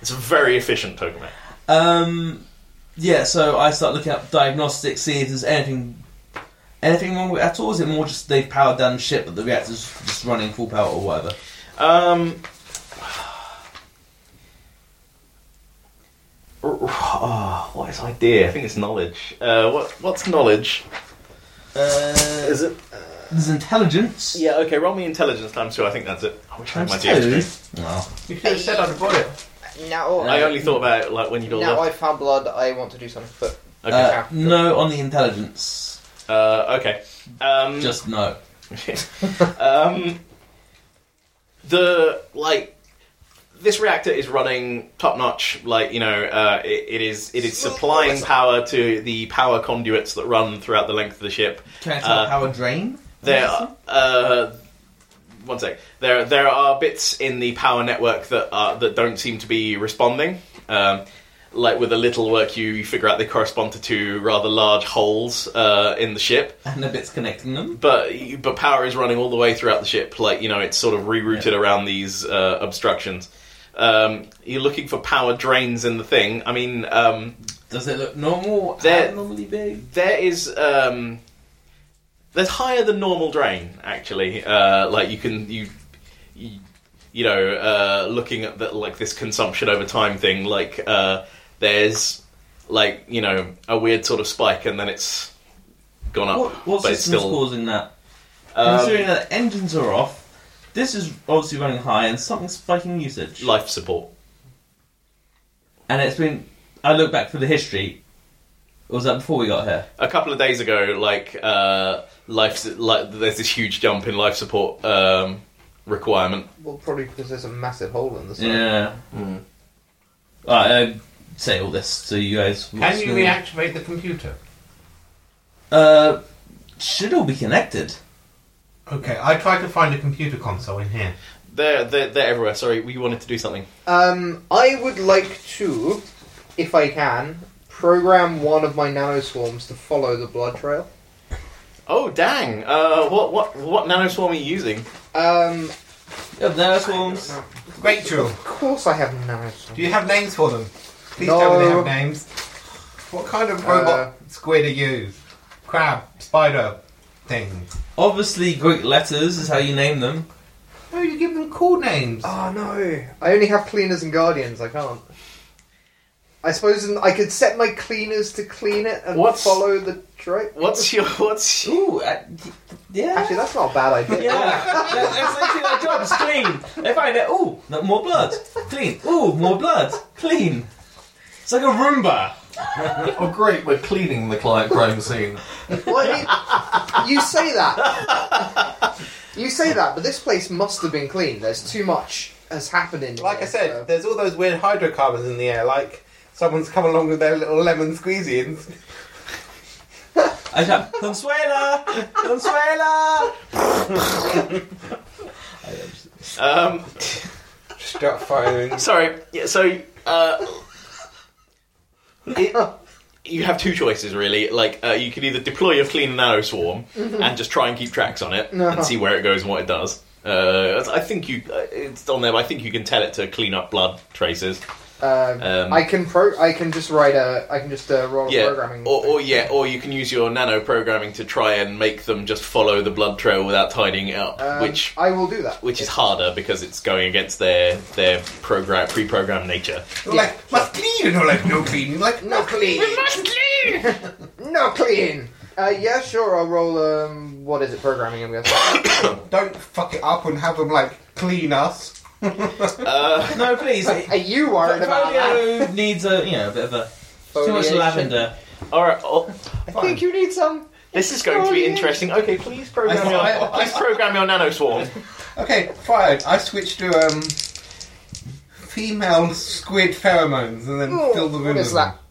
Speaker 1: it's a very efficient tokamak.
Speaker 4: Um, yeah, so I start looking up diagnostics, see if there's anything anything wrong with it at all. Is it more just they've powered down the ship, but the reactor's just running full power or whatever?
Speaker 1: Um. Oh, what is idea? I think it's knowledge. Uh, what what's knowledge?
Speaker 4: Uh,
Speaker 1: Is it?
Speaker 4: there's intelligence.
Speaker 1: Yeah. Okay. Roll me intelligence times two. I think that's it. I wish I had
Speaker 4: Times
Speaker 1: my
Speaker 4: two.
Speaker 1: DXP.
Speaker 4: Well,
Speaker 6: You should have said I'd have brought it.
Speaker 2: Now,
Speaker 1: I only thought about it like when you got
Speaker 2: now
Speaker 1: left.
Speaker 2: I found blood. I want to do something, but
Speaker 1: Okay.
Speaker 4: uh, no on the intelligence.
Speaker 1: Uh, okay. Um,
Speaker 4: Just no.
Speaker 1: um, the like this reactor is running top notch. Like you know, uh, it, it is it is supplying power to the power conduits that run throughout the length of the ship.
Speaker 4: Can I tell
Speaker 1: Uh,
Speaker 4: power drain?
Speaker 1: There, are, uh, one sec. There, there are bits in the power network that are, that don't seem to be responding. Um, like with a little work, you, you figure out they correspond to two rather large holes uh, in the ship
Speaker 4: and the bits connecting them.
Speaker 1: but but power is running all the way throughout the ship. Like you know, it's sort of rerouted around these uh, obstructions. Um, you're looking for power drains in the thing. I mean, um,
Speaker 4: Does it look normal?
Speaker 1: They're-
Speaker 4: Abnormally big.
Speaker 1: there is um, there's higher than normal drain actually. Uh, like you can you you, you know uh, looking at the, like this consumption over time thing. Like uh, there's like you know a weird sort of spike and then it's gone up.
Speaker 4: What, what
Speaker 1: Uh, but it's
Speaker 4: system's
Speaker 1: still
Speaker 4: causing that?
Speaker 1: um,
Speaker 4: Considering that engines are off, this is obviously running high and something's spiking usage.
Speaker 1: life support.
Speaker 4: and it's been. I look back through the history. Or was that before we got here?
Speaker 1: a couple of days ago, like uh, life, like there's this huge jump in life support um, requirement.
Speaker 2: well, probably because there's a massive hole in the side.
Speaker 4: Yeah. Alright, I say all this to you guys.
Speaker 6: Can you reactivate the computer?
Speaker 4: Uh, should all be connected.
Speaker 6: Okay, I tried to find a computer console in here.
Speaker 1: They're they're, they're everywhere. Sorry, we wanted to do something.
Speaker 2: Um, I would like to, if I can, program one of my nanoswarms to follow the blood trail.
Speaker 1: Oh dang! Uh, what what what nanoswarm are you using?
Speaker 2: Um,
Speaker 4: Yeah, nanoswarms.
Speaker 6: Rachel,
Speaker 2: of course I have
Speaker 6: do
Speaker 2: nanoswarms.
Speaker 6: you have names for them? Please tell me they
Speaker 2: No.
Speaker 6: have names. What kind of robot squid are you? Crab, spider, thing.
Speaker 4: Obviously, Greek letters is how you name them.
Speaker 6: No, you give them cool names.
Speaker 2: Oh no, I only have cleaners and guardians. I can't. I suppose I could set my cleaners to clean it and
Speaker 1: What's-
Speaker 2: follow the trail.
Speaker 1: What's your what's your-
Speaker 4: Ooh, uh, yeah.
Speaker 2: Actually, that's not a bad idea.
Speaker 4: Yeah, that, that's literally their job. It's clean. They find it. Ooh, no- more blood. Clean. Ooh, more blood. Clean. It's like a Roomba.
Speaker 5: Oh, great, we're cleaning the client crime scene.
Speaker 2: What, you, you say that. You say that, but this place must have been clean. There's too much has happened in.
Speaker 6: Like I
Speaker 2: here,
Speaker 6: said,
Speaker 2: so-
Speaker 6: there's all those weird hydrocarbons in the air, like someone's come along with their little lemon squeezy and
Speaker 4: I shout, Consuela! Consuela!
Speaker 1: um?
Speaker 6: start firing.
Speaker 1: Sorry. Yeah. So uh, it- you have two choices really. Like uh, you could either deploy your clean nanoswarm
Speaker 2: Mm-hmm.
Speaker 1: and just try and keep tracks on it
Speaker 2: No.
Speaker 1: and see where it goes and what it does. Uh, I think you uh, it's on there. But I think you can tell it to clean up blood traces.
Speaker 2: Um,
Speaker 1: Um,
Speaker 2: I can pro. I can just write a. I can just uh, roll a
Speaker 1: yeah,
Speaker 2: programming.
Speaker 1: or, or
Speaker 2: thing.
Speaker 1: yeah, or you can use your nano programming to try and make them just follow the blood trail without tidying it up,
Speaker 2: Um,
Speaker 1: which
Speaker 2: I will do that.
Speaker 1: which is harder because it's going against their their program pre-programmed nature.
Speaker 6: You're like, must clean, you know, like no clean. You're like,
Speaker 2: No clean. no clean. Uh, yeah, sure. I'll roll. Um, what is it? Programming. I'm guessing.
Speaker 6: don't fuck it up and have them like clean us.
Speaker 1: Uh,
Speaker 4: No, please.
Speaker 2: Are you worried about that?
Speaker 4: Folio needs a, you know, a bit of a. Too much
Speaker 2: Foliation.
Speaker 4: lavender.
Speaker 1: all right, oh,
Speaker 2: I think you need some.
Speaker 1: this is going to be
Speaker 2: Foliation.
Speaker 1: interesting. Okay, please program
Speaker 6: I- I-
Speaker 1: your please program your nano swarm.
Speaker 6: Okay, fine. I switch to um female squid pheromones and then
Speaker 2: Oh,
Speaker 6: fill them in.
Speaker 2: what is
Speaker 6: with
Speaker 2: that?
Speaker 6: them.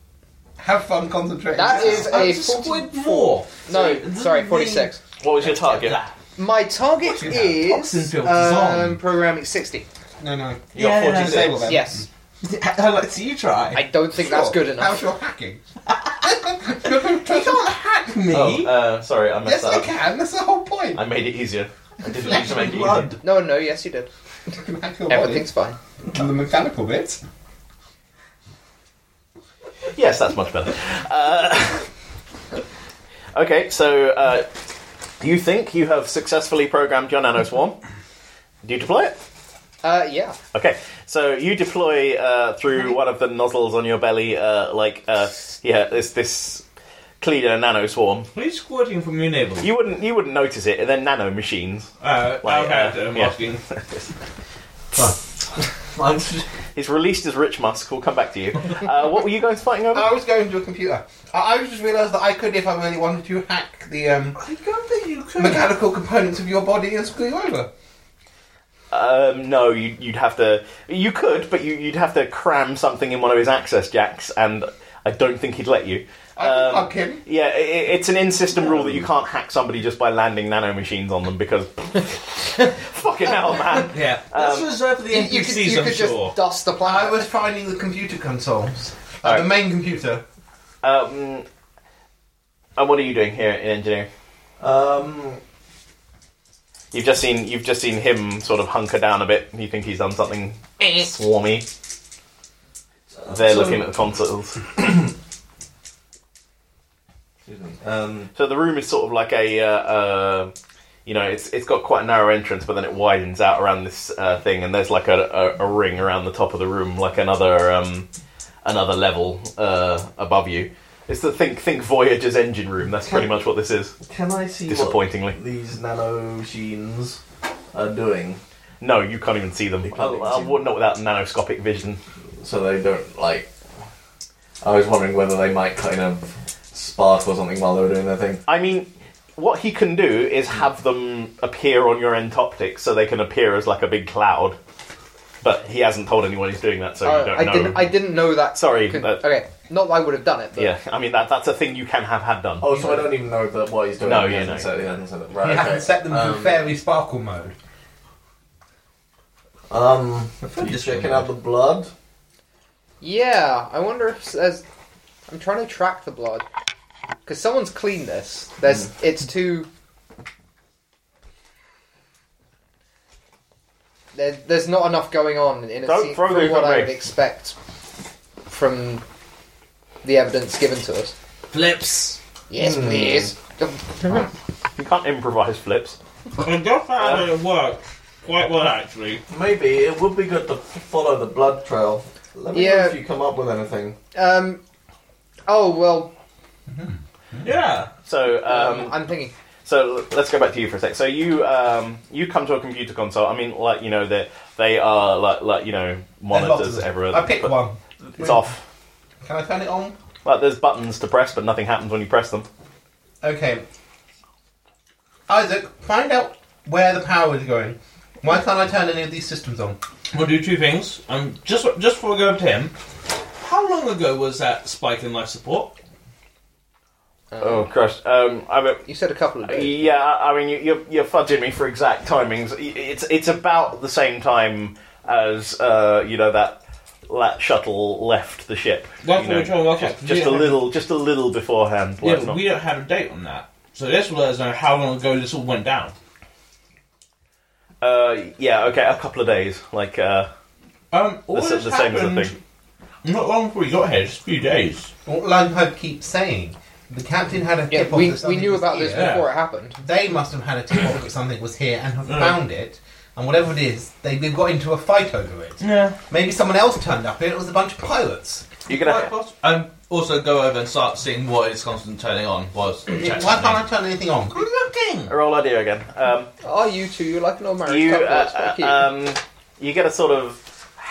Speaker 6: Have fun concentrating.
Speaker 2: That is
Speaker 4: Up
Speaker 2: a
Speaker 4: to
Speaker 2: 44.
Speaker 4: squid more.
Speaker 2: No,
Speaker 4: So,
Speaker 2: sorry,
Speaker 4: the-
Speaker 2: forty-six.
Speaker 1: What was your target?
Speaker 2: My target
Speaker 4: What do you have? Toxin
Speaker 2: is
Speaker 4: filters on.
Speaker 2: um, programming sixty.
Speaker 6: No, no.
Speaker 1: You're
Speaker 4: Yeah, no, no,
Speaker 1: 46.
Speaker 6: Disable them.
Speaker 2: Yes,
Speaker 4: I'd like to see you try.
Speaker 2: I don't think that's good
Speaker 6: How's
Speaker 2: enough.
Speaker 6: your hacking?
Speaker 4: you can't hack me.
Speaker 1: Oh, uh, sorry, I
Speaker 6: yes,
Speaker 1: messed
Speaker 6: I
Speaker 1: up.
Speaker 6: can. That's the whole point.
Speaker 1: I made it easier. I didn't mean to make it
Speaker 6: Blood.
Speaker 1: easier.
Speaker 2: No, no, yes, you did.
Speaker 6: You can hack your body.
Speaker 2: Everything's fine.
Speaker 6: The mechanical bits.
Speaker 1: Yes, that's much better. Uh, okay, so uh, you think you have successfully programmed your nano swarm? Do you deploy it?
Speaker 2: Uh, yeah.
Speaker 1: Okay, so you deploy uh, through one of the nozzles on your belly, uh, like uh, yeah, this this Cleaner nano swarm.
Speaker 7: What are you squirting from your navel?
Speaker 1: You wouldn't you wouldn't notice it. They're nano machines.
Speaker 7: uh,
Speaker 1: Wait,
Speaker 7: I've had,
Speaker 1: uh,
Speaker 7: I'm
Speaker 4: um,
Speaker 1: yeah.
Speaker 7: asking.
Speaker 1: He's released his rich musk. We'll come back to you. Uh, what were you guys fighting over?
Speaker 3: I was going to a computer. I, I just realised that I could, if I really wanted to, hack the um,
Speaker 6: I don't think you could.
Speaker 3: mechanical components of your body and screw you over.
Speaker 1: Um, no, you, you'd have to. You could, but you, you'd have to cram something in one of his access jacks, and I don't think he'd let you.
Speaker 3: I could
Speaker 1: Um,
Speaker 3: hug him.
Speaker 1: Yeah, i i- it's an in-system rule that you can't hack somebody just by landing nano machines on them because fucking hell, man.
Speaker 7: Yeah, that's reserved for the
Speaker 2: You, Um,
Speaker 7: NPCs,
Speaker 2: you could, you
Speaker 7: I'm
Speaker 2: could just
Speaker 7: sure.
Speaker 2: dust the
Speaker 3: I
Speaker 2: planet.
Speaker 3: was finding the computer consoles. Uh,
Speaker 1: Alright.
Speaker 3: The main computer.
Speaker 1: Um, and what are you doing here in engineering?
Speaker 5: Um,
Speaker 1: You've just seen you've just seen him sort of hunker down a bit. You think he's done something swarmy? They're
Speaker 5: Uh, so-
Speaker 1: looking at the consoles.
Speaker 5: excuse me. Um,
Speaker 1: So the room is sort of like a, uh, uh, you know, it's it's got quite a narrow entrance, but then it widens out around this uh, thing, and there's like a, a, a ring around the top of the room, like another um, another level uh, above you. It's the think think Voyager's engine room. That's pretty much what this is.
Speaker 5: can I see what
Speaker 1: Disappointingly,
Speaker 5: these nano machines are doing?
Speaker 1: no, you can't even see them.
Speaker 5: can't
Speaker 1: I,
Speaker 5: even
Speaker 1: I
Speaker 5: see
Speaker 1: would not without nanoscopic vision.
Speaker 5: So they don't like. I was wondering whether they might kind of spark or something while they were doing their thing.
Speaker 1: I mean, what he can do is have them appear on your entoptics, so they can appear as like a big cloud. But he hasn't told anyone he's doing that, so
Speaker 2: Oh,
Speaker 1: you don't
Speaker 2: I
Speaker 1: know.
Speaker 2: didn't. I didn't know that.
Speaker 1: Sorry,
Speaker 2: could-
Speaker 1: that-
Speaker 2: okay, not that I would have done it. But
Speaker 1: Yeah, I mean that that's a thing you can have had done.
Speaker 5: Oh, so I don't even know that what he's doing.
Speaker 1: No,
Speaker 5: he
Speaker 1: yeah,
Speaker 5: hasn't
Speaker 1: no.
Speaker 5: said- he hasn't said it.
Speaker 6: You
Speaker 5: Right, okay.
Speaker 6: haven't set them to
Speaker 5: Um,
Speaker 6: fairy sparkle mode.
Speaker 5: Um,
Speaker 4: Just
Speaker 5: checking out the blood.
Speaker 2: Yeah, I wonder if there's. I'm trying to track the blood because someone's cleaned this. There's.
Speaker 1: Hmm.
Speaker 2: It's too. There, there's not enough going on in a
Speaker 1: Don't
Speaker 2: scene
Speaker 1: throw
Speaker 2: from
Speaker 1: these
Speaker 2: what
Speaker 1: at
Speaker 2: I
Speaker 1: me.
Speaker 2: would expect from the evidence given to us.
Speaker 4: Flips.
Speaker 2: Yes,
Speaker 1: Hmm.
Speaker 2: please.
Speaker 1: You can't improvise flips.
Speaker 7: I just found that it worked quite well, actually.
Speaker 5: Maybe it would be good to f- follow the blood trail. Let me know
Speaker 2: Yeah.
Speaker 5: if you come up with anything.
Speaker 2: Um. Oh well.
Speaker 7: Yeah.
Speaker 1: So,
Speaker 2: Um,
Speaker 1: um,
Speaker 2: I'm thinking.
Speaker 1: so let's go back to you for a sec. So you um, you come to a computer console. I mean, like you know that they are like like you know
Speaker 6: Lots of
Speaker 1: monitors
Speaker 6: them.
Speaker 1: everywhere.
Speaker 6: I picked
Speaker 1: but
Speaker 6: one.
Speaker 1: It's off.
Speaker 6: Can I turn it on?
Speaker 1: Like there's buttons to press, but nothing happens when you press them.
Speaker 6: Okay. Isaac, find out where the power is going. Why can't I turn any of these systems on?
Speaker 7: We'll do two things. Um, just just before we go over to him, how long ago was that spike in life support?
Speaker 1: Oh gosh. Um, I mean,
Speaker 2: You said a couple
Speaker 1: uh,
Speaker 2: of days.
Speaker 1: yeah. I mean, you, you're you're fudging me for exact timings. It's it's about the same time as uh, you know that that shuttle left the ship.
Speaker 7: That's
Speaker 1: you
Speaker 7: what
Speaker 1: know,
Speaker 7: we're trying to work out.
Speaker 1: just, just a little, just a little beforehand.
Speaker 7: Yeah,
Speaker 1: like
Speaker 7: but
Speaker 1: not-
Speaker 7: we don't have a date on that. So this will let us know how long ago this all went down.
Speaker 1: Uh, yeah, okay, a couple of days. Like, uh,
Speaker 7: Um, all
Speaker 1: the,
Speaker 7: this
Speaker 1: s- the same as the
Speaker 7: happened
Speaker 1: thing.
Speaker 7: not long before we got here, just a few days.
Speaker 6: What Langhope keeps saying. The captain had a
Speaker 2: Yeah,
Speaker 6: tip off
Speaker 2: we,
Speaker 6: that
Speaker 2: we
Speaker 6: something
Speaker 2: knew
Speaker 6: was
Speaker 2: about
Speaker 6: here.
Speaker 2: this
Speaker 7: Yeah.
Speaker 2: before it happened.
Speaker 6: They must have had a tip off that something was here and have
Speaker 7: Yeah.
Speaker 6: found it. And whatever it is, they, they got into a fight over it.
Speaker 7: Yeah.
Speaker 6: Maybe someone else turned up and it was a bunch of pilots.
Speaker 1: You're gonna.
Speaker 4: Um, also go over and start seeing what is constantly turning on. Was
Speaker 6: Why can't I turn anything on?
Speaker 7: I'm looking.
Speaker 1: roll idea again. Um,
Speaker 2: Are Oh, you two? You're like an old married
Speaker 1: you,
Speaker 2: couple.
Speaker 1: uh,
Speaker 2: It's quite cute.
Speaker 1: uh, um, you get a sort of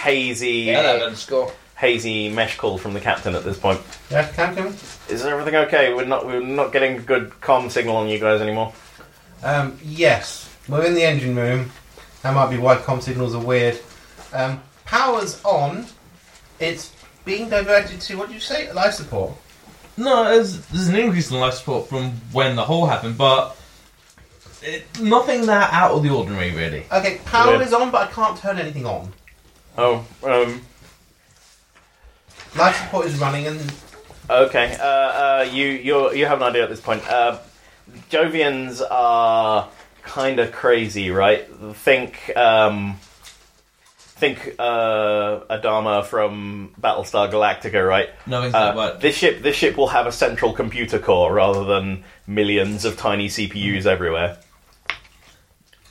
Speaker 1: hazy,
Speaker 2: Yeah,
Speaker 4: Eleven.
Speaker 2: score.
Speaker 1: hazy mesh call from the captain at this point.
Speaker 6: Yeah, captain.
Speaker 1: Is everything okay? We're not, we're not getting a good comm signal on you guys anymore.
Speaker 6: Um, yes, we're in the engine room. That might be why com signals are weird. Um, power's on. It's being diverted to what do you say? Life support.
Speaker 4: No, there's, there's an increase in life support from when the whole happened, but
Speaker 7: it, nothing that out of the ordinary, really.
Speaker 6: Okay, power
Speaker 1: Yeah.
Speaker 6: is on, but I can't turn anything on.
Speaker 1: Oh, um,
Speaker 6: Life support is running, and
Speaker 1: Okay, uh, uh, you you you have an idea at this point. Uh, Jovians are kind of crazy, right? Think um, think uh, Adama from Battlestar Galactica, right?
Speaker 7: Nothing's
Speaker 1: Uh,
Speaker 7: that bad.
Speaker 1: This ship this ship will have a central computer core rather than millions of tiny CPUs everywhere.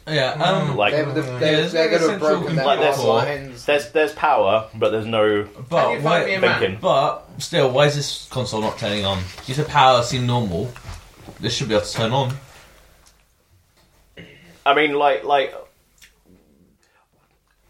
Speaker 7: Yeah,
Speaker 4: Hmm.
Speaker 7: um,
Speaker 1: Like
Speaker 2: they're
Speaker 7: there's no
Speaker 2: going to have
Speaker 7: central
Speaker 2: broken their
Speaker 1: Like
Speaker 2: power
Speaker 1: there's-
Speaker 2: lines.
Speaker 1: there's there's power, but there's no
Speaker 7: but why,
Speaker 1: man? thinking.
Speaker 7: but still, why is this console not turning on? You said power seemed normal. This should be able to turn on.
Speaker 1: I mean, like, like.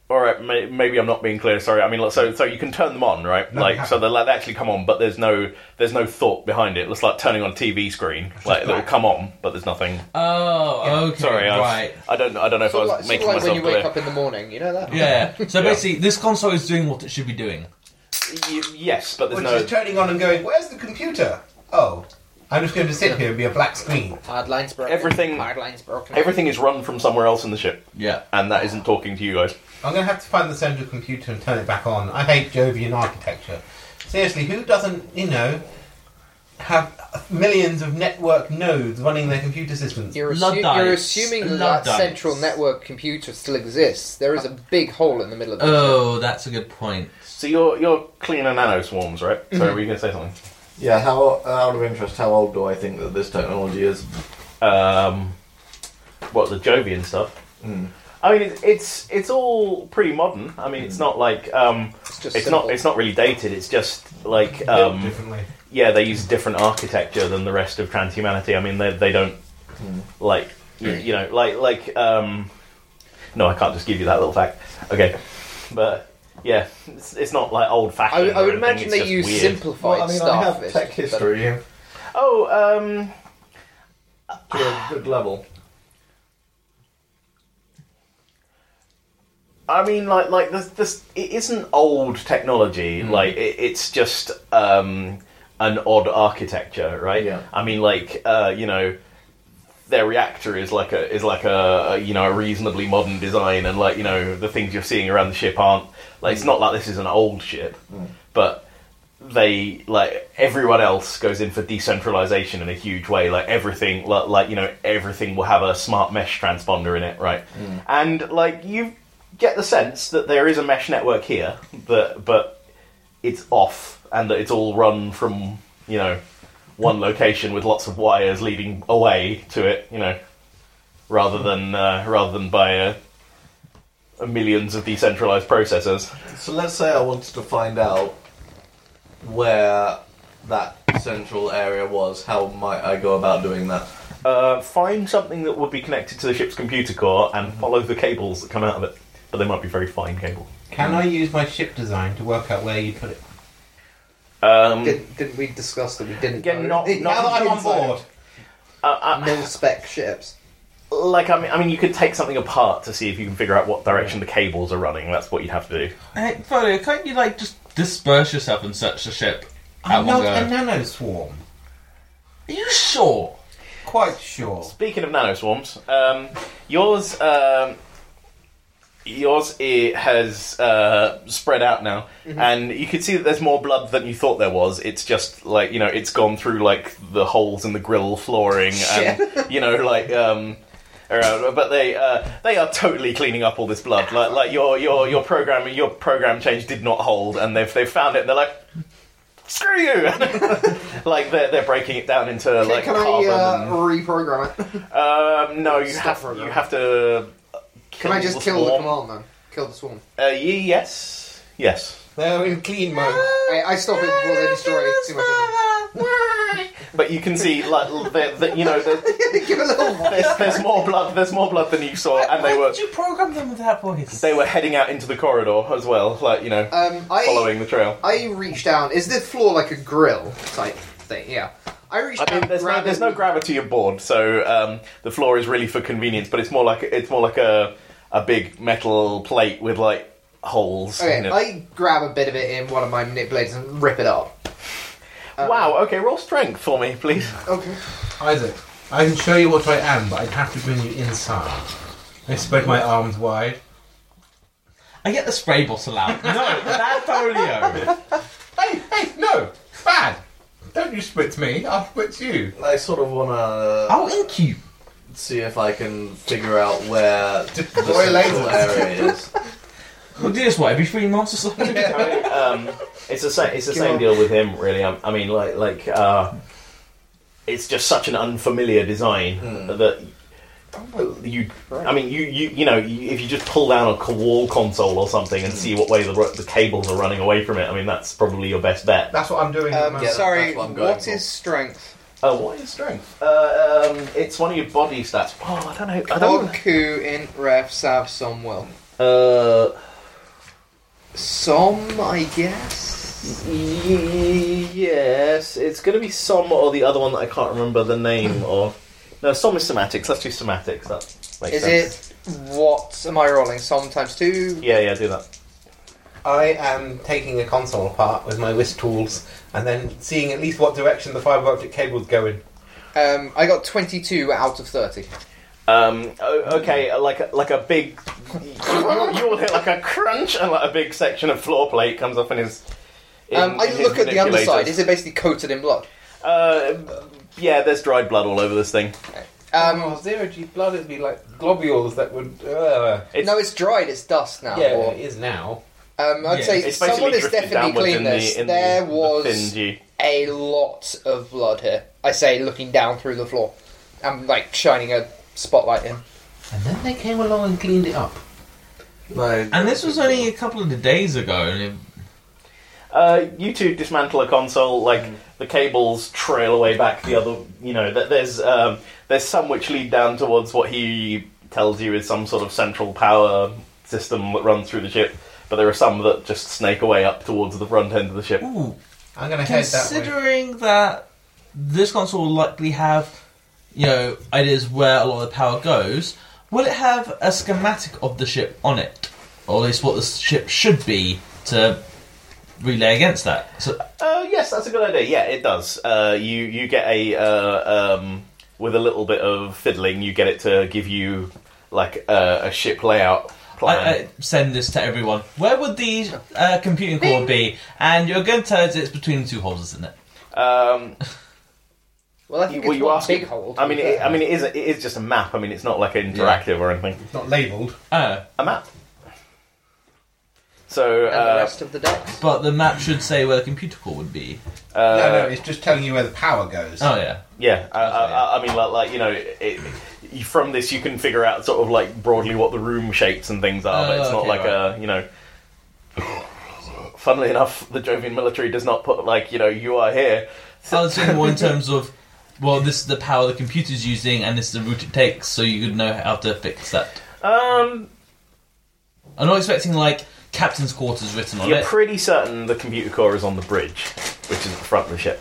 Speaker 1: All right, may, maybe I'm not being clear. Sorry. I mean, like, so so you can turn them on, right? like, so they'll like, they actually come on, but there's no there's no thought behind it. It's like turning on a TV screen. Like, it'll come on, but there's nothing.
Speaker 7: Oh, okay,
Speaker 1: Sorry, I, was-
Speaker 7: right.
Speaker 1: I don't I don't know if I was
Speaker 2: Sort of like,
Speaker 1: making
Speaker 2: sort of like when
Speaker 1: myself
Speaker 2: you wake
Speaker 1: clear.
Speaker 2: up in the morning, you know that?
Speaker 7: Yeah. So
Speaker 1: Yeah.
Speaker 7: basically, this console is doing what it should be doing.
Speaker 1: Y- yes, but there's
Speaker 6: which
Speaker 1: no.
Speaker 6: is turning on and going. Where's the computer? Oh, I'm just going to sit here and be a black screen.
Speaker 2: Hard lines broken.
Speaker 1: Everything-
Speaker 2: Hard lines broken.
Speaker 1: Everything is run from somewhere else in the ship,
Speaker 7: Yeah.
Speaker 1: and that isn't talking to you guys.
Speaker 6: I'm going to have to find the central computer and turn it back on. I hate Jovian architecture. Seriously, who doesn't, you know, have millions of network nodes running their computer systems?
Speaker 2: You're,
Speaker 7: Blood
Speaker 2: assu-
Speaker 7: diets.
Speaker 2: you're assuming that,
Speaker 7: Blood
Speaker 2: that
Speaker 7: diets.
Speaker 2: central network computer still exists. There is a big hole in the middle of the
Speaker 7: Oh, that's a good point.
Speaker 1: So you're you're cleaner nano swarms, right? Sorry,
Speaker 2: Mm-hmm.
Speaker 1: were you going to say something?
Speaker 5: Yeah, how out of interest, how old do I think that this technology is?
Speaker 1: um, what the Jovian stuff.
Speaker 2: Hmm.
Speaker 5: Mm.
Speaker 1: I mean, it's, it's it's all pretty modern. I mean, it's not like um,
Speaker 2: Hmm. It's just
Speaker 1: it's
Speaker 2: simple.
Speaker 1: not it's not really dated. It's just like
Speaker 6: Built
Speaker 1: um,
Speaker 6: differently.
Speaker 1: yeah, they use different architecture than the rest of transhumanity. I mean, they they don't
Speaker 2: Hmm.
Speaker 1: like you, you know like like um, no, I can't just give you that little fact. Okay, but yeah, it's, it's not like old
Speaker 2: I,
Speaker 1: fashioned.
Speaker 2: I would imagine they use
Speaker 1: use weird.
Speaker 2: simplified
Speaker 5: well, I mean,
Speaker 2: stuff.
Speaker 5: I have
Speaker 2: It's
Speaker 5: tech
Speaker 2: just better.
Speaker 5: history
Speaker 1: Oh, um,
Speaker 5: to a good level.
Speaker 1: I mean, like, like this, this it isn't old technology. Like, it, it's just um, an odd architecture, right?
Speaker 5: Yeah.
Speaker 1: I mean, like, uh, you know, their reactor is like a is like a you know a reasonably modern design, and like you know the things you're seeing around the ship aren't like it's not like this is an old ship, but they like everyone else goes in for decentralization in a huge way like everything like, like you know everything will have a smart mesh transponder in it right and like you get the sense that there is a mesh network here that but it's off and that it's all run from you know one location with lots of wires leading away to it you know rather than uh, rather than by uh, millions of decentralized processors
Speaker 5: So let's say I wanted to find out where that central area was. How might I go about doing that?
Speaker 1: Uh, find something that would be connected to the ship's computer core and follow the cables that come out of it. But they might be very fine cable.
Speaker 6: Can I use my ship design to work out where you put it?
Speaker 1: Um,
Speaker 2: Did, didn't we discuss that we didn't?
Speaker 1: Again,
Speaker 2: know?
Speaker 1: not- not-
Speaker 6: Now that I'm on
Speaker 2: Inside
Speaker 6: board,
Speaker 1: uh,
Speaker 2: of Nil spec ships.
Speaker 1: uh, like I mean, I mean, you could take something apart to see if you can figure out what direction the cables are running. That's what you'd have to do.
Speaker 7: Hey, Folio, can't you like just disperse yourself and search the ship? at
Speaker 6: I'm not
Speaker 7: one go?
Speaker 6: a nano swarm.
Speaker 7: Are you sure?
Speaker 6: Quite sure.
Speaker 1: Speaking of nanoswarms, um, yours um, yours it has uh, spread out now,
Speaker 2: Mm-hmm.
Speaker 1: and you can see that there's more blood than you thought there was. It's just like you know, it's gone through like the holes in the grill flooring, and you know, like. Um, around, but they uh, they are totally cleaning up all this blood. Like like your your your program your program change did not hold, and they've they've found it. and They're like, screw you! like they're they're breaking it down into like
Speaker 2: Can
Speaker 1: carbon.
Speaker 2: I uh,
Speaker 1: and-
Speaker 2: reprogram it?
Speaker 1: um, no, you
Speaker 2: Stop
Speaker 1: have,
Speaker 2: program.
Speaker 1: you have to.
Speaker 2: Can I just
Speaker 1: the
Speaker 2: kill the
Speaker 1: swarm.
Speaker 2: command man? Kill the swarm.
Speaker 1: Uh, ye- yes, yes.
Speaker 6: They're in clean mode.
Speaker 2: I, I stop it before they destroy too much. Of
Speaker 1: But you can see, like, l- that that, you know, that
Speaker 2: it. Give a little.
Speaker 1: there's, there's more blood. There's more blood than you saw, and they were
Speaker 7: Did you program them with that voice?
Speaker 1: they were heading out into the corridor as well, like you know,
Speaker 2: Um, I
Speaker 1: following the trail.
Speaker 2: I reach down. Is the floor like a grill type thing? Yeah. I reach
Speaker 1: I
Speaker 2: down.
Speaker 1: mean, there's no,
Speaker 2: grab
Speaker 1: there's
Speaker 2: it
Speaker 1: no
Speaker 2: with-
Speaker 1: gravity aboard, so um, the floor is really for convenience. But it's more like it's more like a a big metal plate with like holes. in
Speaker 2: Okay,
Speaker 1: it.
Speaker 2: I grab a bit of it in one of my manipulators and rip it up. Um,
Speaker 1: wow. Okay, roll strength for me, please.
Speaker 2: Okay.
Speaker 6: Isaac, I can show you what I am, but I'd have to bring you inside. I spread my arms wide.
Speaker 7: I get the spray bottle out. No, that's polio.
Speaker 6: Hey, hey, no! Bad! Don't you spritz me, I'll spritz you.
Speaker 5: I sort of want to
Speaker 7: I'll ink you.
Speaker 5: see if I can figure out where the
Speaker 6: Boy,
Speaker 5: central area is.
Speaker 7: We'll do this what every three months or something.
Speaker 1: um, it's the same. It's the same deal with him, really. Um, I, I mean, like, like, uh, it's just such an unfamiliar design that you. I mean, you, you, you know, you, if you just pull down a co- wall console or something and see what way the, ru- the cables are running away from it, I mean, that's probably your best bet.
Speaker 6: That's what I'm doing at the
Speaker 2: Um,
Speaker 6: moment.
Speaker 5: yeah.
Speaker 2: sorry,
Speaker 5: that's what I'm going
Speaker 2: what
Speaker 5: for.
Speaker 2: is strength?
Speaker 1: Uh, what is strength? Uh, um, it's one of your body stats. Oh, I don't know. I don't.
Speaker 2: Orku in ref sav som will.
Speaker 1: Uh,
Speaker 2: Som, I guess.
Speaker 1: Y- Yes, it's going to be Som or the other one that I can't remember the name of. No, Som is somatics. Let's do somatics. That makes
Speaker 2: Is
Speaker 1: sense.
Speaker 2: it what am I rolling? Som times two.
Speaker 1: Yeah, yeah, do that.
Speaker 6: I am taking a console apart with my whisk tools and then seeing at least what direction the fibre optic cable's going.
Speaker 2: Um, I got twenty-two out of thirty.
Speaker 1: Um, o- okay, uh, like a, like a big, you, you will hear like a crunch and like a big section of floor plate comes up and is. in-
Speaker 2: Um, I
Speaker 1: in his
Speaker 2: look at the
Speaker 1: manipulators.
Speaker 2: underside. Is it basically coated in blood?
Speaker 1: Uh, yeah, there's dried blood all over this thing.
Speaker 2: Um,
Speaker 6: oh, zero G blood would be like globules that would. Uh,
Speaker 1: It's,
Speaker 2: no, it's dried. It's dust now.
Speaker 6: yeah,
Speaker 2: or-
Speaker 6: it is now.
Speaker 2: um, I'd
Speaker 7: Yeah,
Speaker 2: say
Speaker 1: it's
Speaker 2: someone has
Speaker 1: drifted
Speaker 2: definitely
Speaker 1: downwards
Speaker 2: cleaned this. there
Speaker 1: the
Speaker 2: was
Speaker 1: thin dew.
Speaker 2: a lot of blood here. I say, looking down through the floor. I'm like shining a spotlight in.
Speaker 6: And then they came along and cleaned it up.
Speaker 7: And this was only a couple of days ago. And it,
Speaker 1: Uh, you two dismantle a console. Like the cables trail away back the other. You know, th- there's um, there's some which lead down towards what he tells you is some sort of central power system that runs through the ship. But there are some that just snake away up towards the front end of the ship.
Speaker 7: ooh,
Speaker 6: I'm going to head that way.
Speaker 7: considering that this console will likely have, you know, ideas where a lot of the power goes, will it have a schematic of the ship on it, or at least what the ship should be to relay against that? So
Speaker 1: Uh, yes, that's a good idea. Yeah, it does. Uh, you you get a uh, um, with a little bit of fiddling, you get it to give you like uh, a ship layout
Speaker 7: I,
Speaker 1: plan.
Speaker 7: I send this to everyone. Where would the uh, computing core be? And you're going to tell us it's between the two holes, isn't it?
Speaker 1: um,
Speaker 2: Well, I think
Speaker 1: well,
Speaker 2: it's
Speaker 1: you
Speaker 2: one
Speaker 1: ask
Speaker 2: big
Speaker 1: it-
Speaker 2: hole. to
Speaker 1: I
Speaker 2: be
Speaker 1: mean, it,
Speaker 2: fair.
Speaker 1: I mean, it is it is just a map. I mean, it's not like interactive or anything.
Speaker 6: It's not labelled.
Speaker 7: Oh,
Speaker 1: A map. So
Speaker 2: and the
Speaker 1: uh,
Speaker 2: rest of the decks.
Speaker 7: but the map should say where the computer core would be.
Speaker 1: uh,
Speaker 6: no, no, it's just telling you where the power goes.
Speaker 7: Oh yeah.
Speaker 1: yeah, I, I, I- I mean, like, like you know, it, it, from this you can figure out sort of like broadly what the room shapes and things are, but
Speaker 7: Oh,
Speaker 1: it's not
Speaker 7: okay,
Speaker 1: like a you know. Funnily enough, the Jovian military does not put like you know you are here.
Speaker 7: I was thinking more in terms of, well, this is the power the computer's using, and this is the route it takes, so you could know how to fix that.
Speaker 1: Um,
Speaker 7: I'm not expecting like captain's quarters written on
Speaker 1: you're
Speaker 7: it.
Speaker 1: pretty certain the computer core is on the bridge, which is at the front of the ship.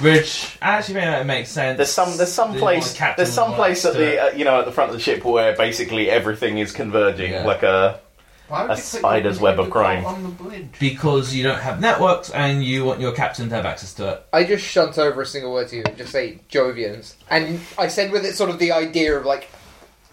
Speaker 7: Which actually maybe that makes sense.
Speaker 1: There's some there's some
Speaker 7: The
Speaker 1: place
Speaker 7: captain
Speaker 1: there's some
Speaker 7: would
Speaker 1: place at
Speaker 7: want to do
Speaker 1: the
Speaker 7: it.
Speaker 1: uh, you know at the front of the ship where basically everything is converging
Speaker 7: Yeah.
Speaker 1: like a
Speaker 6: Why would
Speaker 1: A
Speaker 6: you put
Speaker 1: spider's
Speaker 6: your
Speaker 1: web of
Speaker 6: computer
Speaker 1: crime.
Speaker 6: On the bridge?
Speaker 7: because you don't have networks and you want your captain to have access to it.
Speaker 2: I just shunt over a single word to you and just say Jovians. And I said with it sort of the idea of like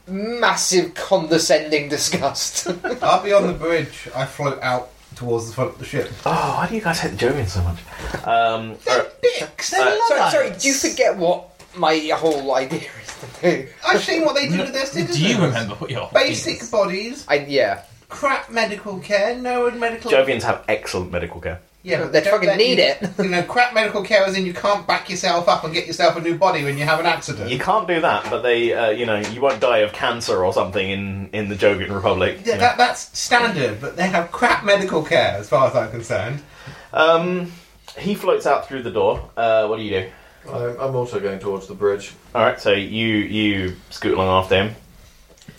Speaker 2: massive condescending disgust.
Speaker 6: I'll be on the bridge. I float out towards the front of the ship.
Speaker 1: oh why do you guys hate the Jovian so much? Um, alright.
Speaker 6: Uh,
Speaker 7: They're
Speaker 2: sorry,
Speaker 7: Luddites.
Speaker 2: sorry, do you forget what my whole idea is to do?
Speaker 6: I've seen what they do to their citizens.
Speaker 7: Do you remember what your
Speaker 6: Basic bodies,
Speaker 2: I, yeah.
Speaker 6: crap medical care, no medical.
Speaker 1: Jovians have excellent medical care.
Speaker 6: Yeah,
Speaker 2: They
Speaker 6: don't
Speaker 2: fucking
Speaker 6: let
Speaker 2: need
Speaker 6: you-
Speaker 2: it.
Speaker 6: You know, crap medical care is in you can't back yourself up and get yourself a new body when you have an accident.
Speaker 1: You can't do that, but they, uh, you know, you won't die of cancer or something in, in the Jovian Republic.
Speaker 6: Yeah,
Speaker 1: you know.
Speaker 6: that, that's standard, but they have crap medical care as far as I'm concerned.
Speaker 1: um, he floats out through the door. Uh, what do you do?
Speaker 5: I'm, I'm also going towards the bridge.
Speaker 1: All right, so you you scoot along after him.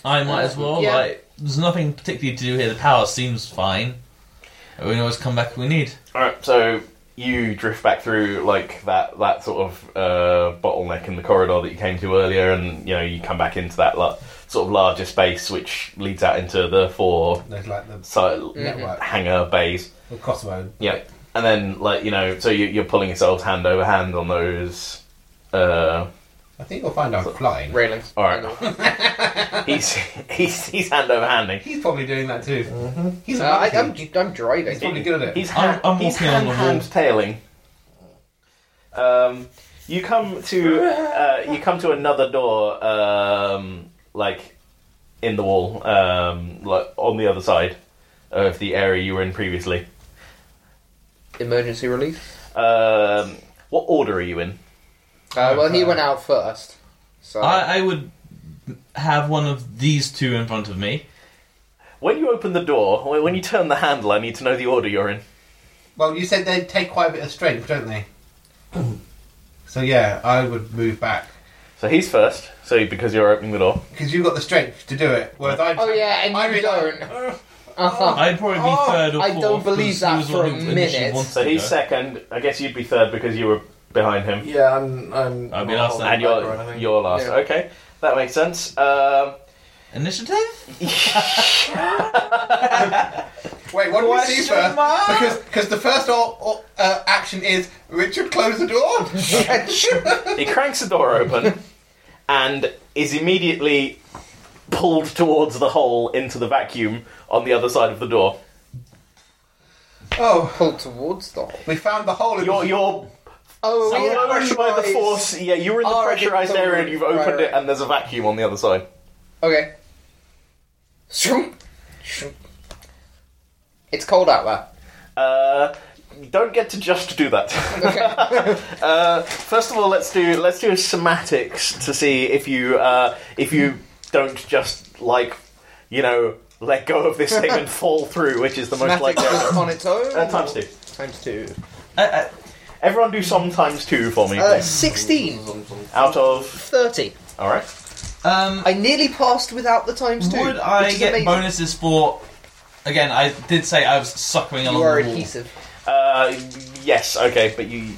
Speaker 7: I might as well.
Speaker 2: yeah.
Speaker 7: Like, there's nothing particularly to do here. The power seems fine. We can always come back if we need.
Speaker 1: All right, so you drift back through like that that sort of uh, bottleneck in the corridor that you came to earlier, and you know you come back into that la- sort of larger space which leads out into the four
Speaker 6: There's like the
Speaker 1: so,
Speaker 6: network,
Speaker 1: hangar bays.
Speaker 6: the crossroad.
Speaker 1: Yeah, and then like you know, so you, you're pulling yourselves hand over hand on those uh,
Speaker 6: I think you'll find I'm flying.
Speaker 2: Railings.
Speaker 1: All
Speaker 2: Uh,
Speaker 1: right. he's he's he's hand over handing.
Speaker 6: He's probably doing that too. He's
Speaker 2: Uh, I,
Speaker 6: lucky.
Speaker 2: I'm, I'm driving.
Speaker 6: He's probably good at it.
Speaker 1: He's ha-
Speaker 7: I'm- I'm
Speaker 1: he's
Speaker 7: walking along
Speaker 1: hand
Speaker 7: the wall.
Speaker 1: hand tailing. Um, you come to uh, you come to another door, um, like in the wall, um, like on the other side of the area you were in previously.
Speaker 2: Emergency relief.
Speaker 1: Um, what order are you in?
Speaker 2: Uh, well, he went out first. So
Speaker 7: I, I would have one of these two in front of me.
Speaker 1: When you open the door, when- when you turn the handle, I need to know the order you're in.
Speaker 6: Well, you said they take quite a bit of strength, don't they? so yeah, I would move back
Speaker 1: So he's first. So because you're opening the door,
Speaker 6: because you've got the strength to do it. Whereas I,
Speaker 2: Oh yeah, and
Speaker 6: I
Speaker 2: you
Speaker 6: really-
Speaker 2: don't. Uh-huh.
Speaker 7: I'd probably be
Speaker 6: Oh,
Speaker 7: third or
Speaker 2: I
Speaker 7: fourth.
Speaker 2: don't believe
Speaker 7: because
Speaker 2: that
Speaker 7: he was the
Speaker 2: for
Speaker 7: one
Speaker 2: a
Speaker 7: who initially
Speaker 2: minute.
Speaker 7: wanted
Speaker 1: so
Speaker 7: to
Speaker 1: he's
Speaker 7: go.
Speaker 1: second. I guess you'd be third because you were behind him.
Speaker 5: Yeah, I'm. I'm.
Speaker 7: I'll be
Speaker 5: not
Speaker 7: last
Speaker 5: holding
Speaker 7: then.
Speaker 1: And
Speaker 5: back or
Speaker 1: you're,
Speaker 5: anything.
Speaker 1: you're last.
Speaker 2: Yeah.
Speaker 1: Okay, that makes sense. Um,
Speaker 7: Initiative?
Speaker 6: wait, what do we see
Speaker 7: Question
Speaker 6: first?
Speaker 7: mark?
Speaker 6: Because because the first or, or, uh, action is Richard close the door.
Speaker 1: he cranks the door open and is immediately pulled towards the hole into the vacuum on the other side of the door.
Speaker 6: oh,
Speaker 2: Pulled towards the hole.
Speaker 6: we found the hole. In
Speaker 1: You're
Speaker 6: the-
Speaker 1: you're
Speaker 2: Oh, we had
Speaker 1: lowered by the
Speaker 2: pressurized-
Speaker 1: force. Yeah, you were in the
Speaker 2: Oh, I didn't
Speaker 1: pressurized
Speaker 2: totally-
Speaker 1: area and you've
Speaker 2: right,
Speaker 1: opened it,
Speaker 2: right.
Speaker 1: and there's a vacuum on the other side.
Speaker 2: Okay. Shroom. Shroom. It's cold out there.
Speaker 1: Uh, you don't get to just do that.
Speaker 2: Okay.
Speaker 1: Uh, first of all, let's do let's do a somatics to see if you uh, if you don't just like you know let go of this thing and fall through, which is the most
Speaker 2: Matic
Speaker 1: likely.
Speaker 2: just
Speaker 1: outcome.
Speaker 2: on its own.
Speaker 1: Uh, times two.
Speaker 2: Times two.
Speaker 7: Uh, uh,
Speaker 1: Everyone do some times two for me,
Speaker 2: Uh,
Speaker 1: please.
Speaker 2: 16.
Speaker 1: Out of
Speaker 2: 30.
Speaker 1: all right.
Speaker 7: um,
Speaker 2: I nearly passed without the times two.
Speaker 7: would I
Speaker 2: which is
Speaker 7: get
Speaker 2: amazing.
Speaker 7: bonuses for. Again, I did say I was suckering along
Speaker 2: You are
Speaker 7: the wall.
Speaker 2: adhesive.
Speaker 1: Uh, yes. Okay, but you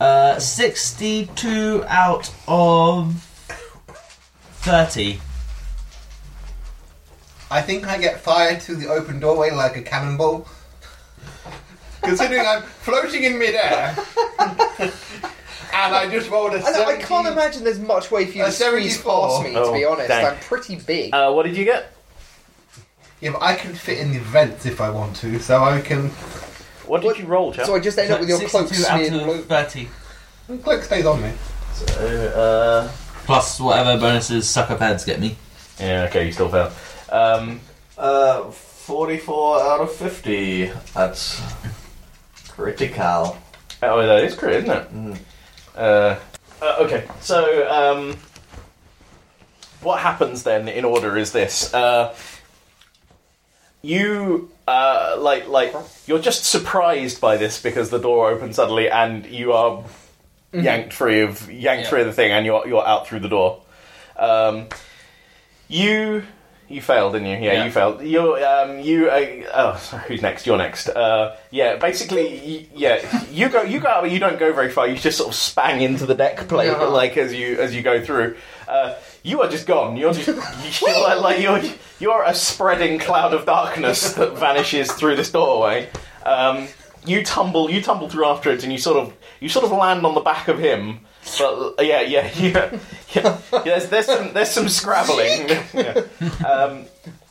Speaker 7: Uh, 62 out of 30.
Speaker 6: I think I get fired through the open doorway like a cannonball. Considering I'm floating in midair, and I just rolled a
Speaker 2: I, know, I
Speaker 6: 17
Speaker 2: can't imagine there's much way
Speaker 7: Uh,
Speaker 2: for you
Speaker 6: A
Speaker 2: to squeeze
Speaker 6: 74.
Speaker 2: past me, to
Speaker 1: Oh,
Speaker 2: be honest.
Speaker 1: dang.
Speaker 2: I'm pretty big.
Speaker 1: uh, what did you get?
Speaker 6: Yeah, but I can fit in the vents if I want to, so I can.
Speaker 1: What did
Speaker 2: What-
Speaker 1: you roll, chap?
Speaker 2: so I just end up with your cloak
Speaker 7: 62 out
Speaker 2: smeared
Speaker 7: of
Speaker 2: blue.
Speaker 7: 30.
Speaker 6: The cloak stays on me.
Speaker 1: uh,
Speaker 7: Plus whatever bonuses sucker pads get me.
Speaker 1: yeah. Okay, you still fail. Um,
Speaker 5: Uh, 44 out of 50. That's critical.
Speaker 1: Oh, that is crit, isn't it? Uh, uh, okay, so um, what happens then in order is this: uh, you uh, like like you're just surprised by this because the door opens suddenly and you are yanked free of yanked
Speaker 7: Yeah.
Speaker 1: free of the thing and you're you're out through the door. Um, you you failed, didn't you? Yeah,
Speaker 7: Yeah.
Speaker 1: you failed. You um you uh, oh sorry, who's next? You're next. Uh yeah, basically y- yeah you go you go out but you don't go very far. You just sort of spang into the deck plate
Speaker 2: Yeah.
Speaker 1: like as you as you go through. Uh, you are just gone. You're just you're like, like you're you're a spreading cloud of darkness that vanishes through this doorway. Um, you tumble you tumble through afterwards and you sort of you sort of land on the back of him. But uh, yeah, yeah, yeah. yeah, yeah there's, there's some there's some scrabbling. Yeah. Um,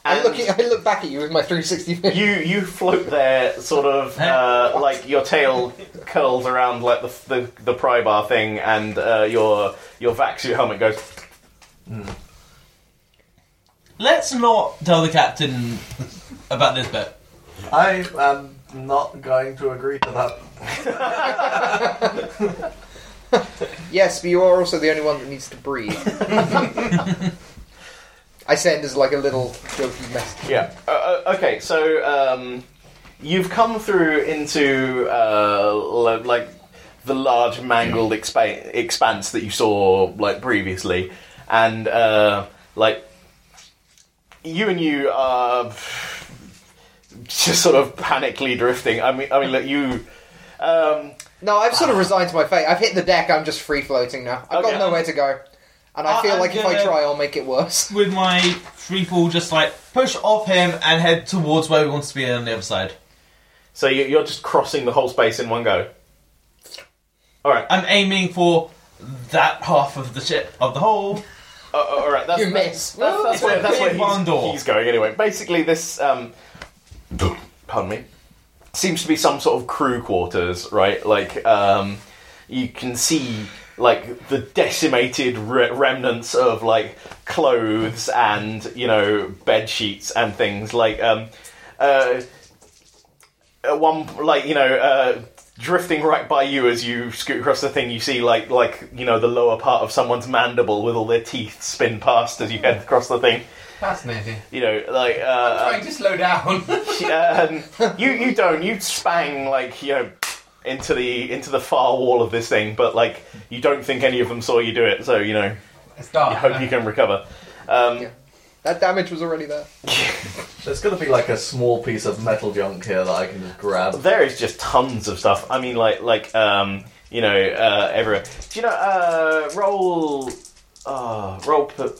Speaker 2: I,
Speaker 1: and
Speaker 2: look at, I look back at you with my 360 vision.
Speaker 1: you you float there, sort of uh, like your tail curls around like the the, the pry bar thing, and uh, your your vac suit helmet goes.
Speaker 7: Let's not tell the captain about this bit.
Speaker 5: I am not going to agree to that.
Speaker 2: Yes, but you are also the only one that needs to breathe. I send as like a little jokey message.
Speaker 1: Yeah. Uh, uh, okay, so um, you've come through into uh, lo- like the large mangled expa- expanse that you saw like previously, and uh, like you and you are just sort of panically drifting. I mean, I mean, look, you. Um,
Speaker 2: No, I've sort of resigned to my fate. I've hit the deck. I'm just free floating now. I've
Speaker 1: Okay.
Speaker 2: got nowhere to go, and I
Speaker 7: I-
Speaker 2: feel
Speaker 7: I'm
Speaker 2: like if I
Speaker 7: gonna-
Speaker 2: try, I'll make it worse.
Speaker 7: With my free fall, just like push off him and head towards where we want to be on the other side.
Speaker 1: so you- you're just crossing the whole space in one go. All right.
Speaker 7: I'm aiming for that half of the ship of the whole.
Speaker 1: Uh, uh, all right, that's,
Speaker 2: You miss.
Speaker 1: That's, that's, where, that's where
Speaker 7: One door.
Speaker 1: he's, he's going anyway. Basically, this um, pardon me seems to be some sort of crew quarters, right? Like um, you can see like the decimated re- remnants of like clothes and you know bed sheets and things like um, uh, at one like you know uh, drifting right by you as you scoot across the thing you see like like you know the lower part of someone's mandible with all their teeth spin past as you head across the thing
Speaker 6: Fascinating.
Speaker 1: you know like uh,
Speaker 6: Trying to slow down.
Speaker 1: um, you you don't you spang like you know into the into the far wall of this thing but like you don't think any of them saw you do it so you know
Speaker 6: it's
Speaker 1: you
Speaker 6: dark.
Speaker 1: hope you can recover um,
Speaker 2: Yeah. That damage was already there.
Speaker 5: There's going to be like a small piece of metal junk here that I can just grab.
Speaker 1: There is just tons of stuff. I mean, like like um, you know, uh, everywhere. Do you know? Uh, roll, uh, roll, per-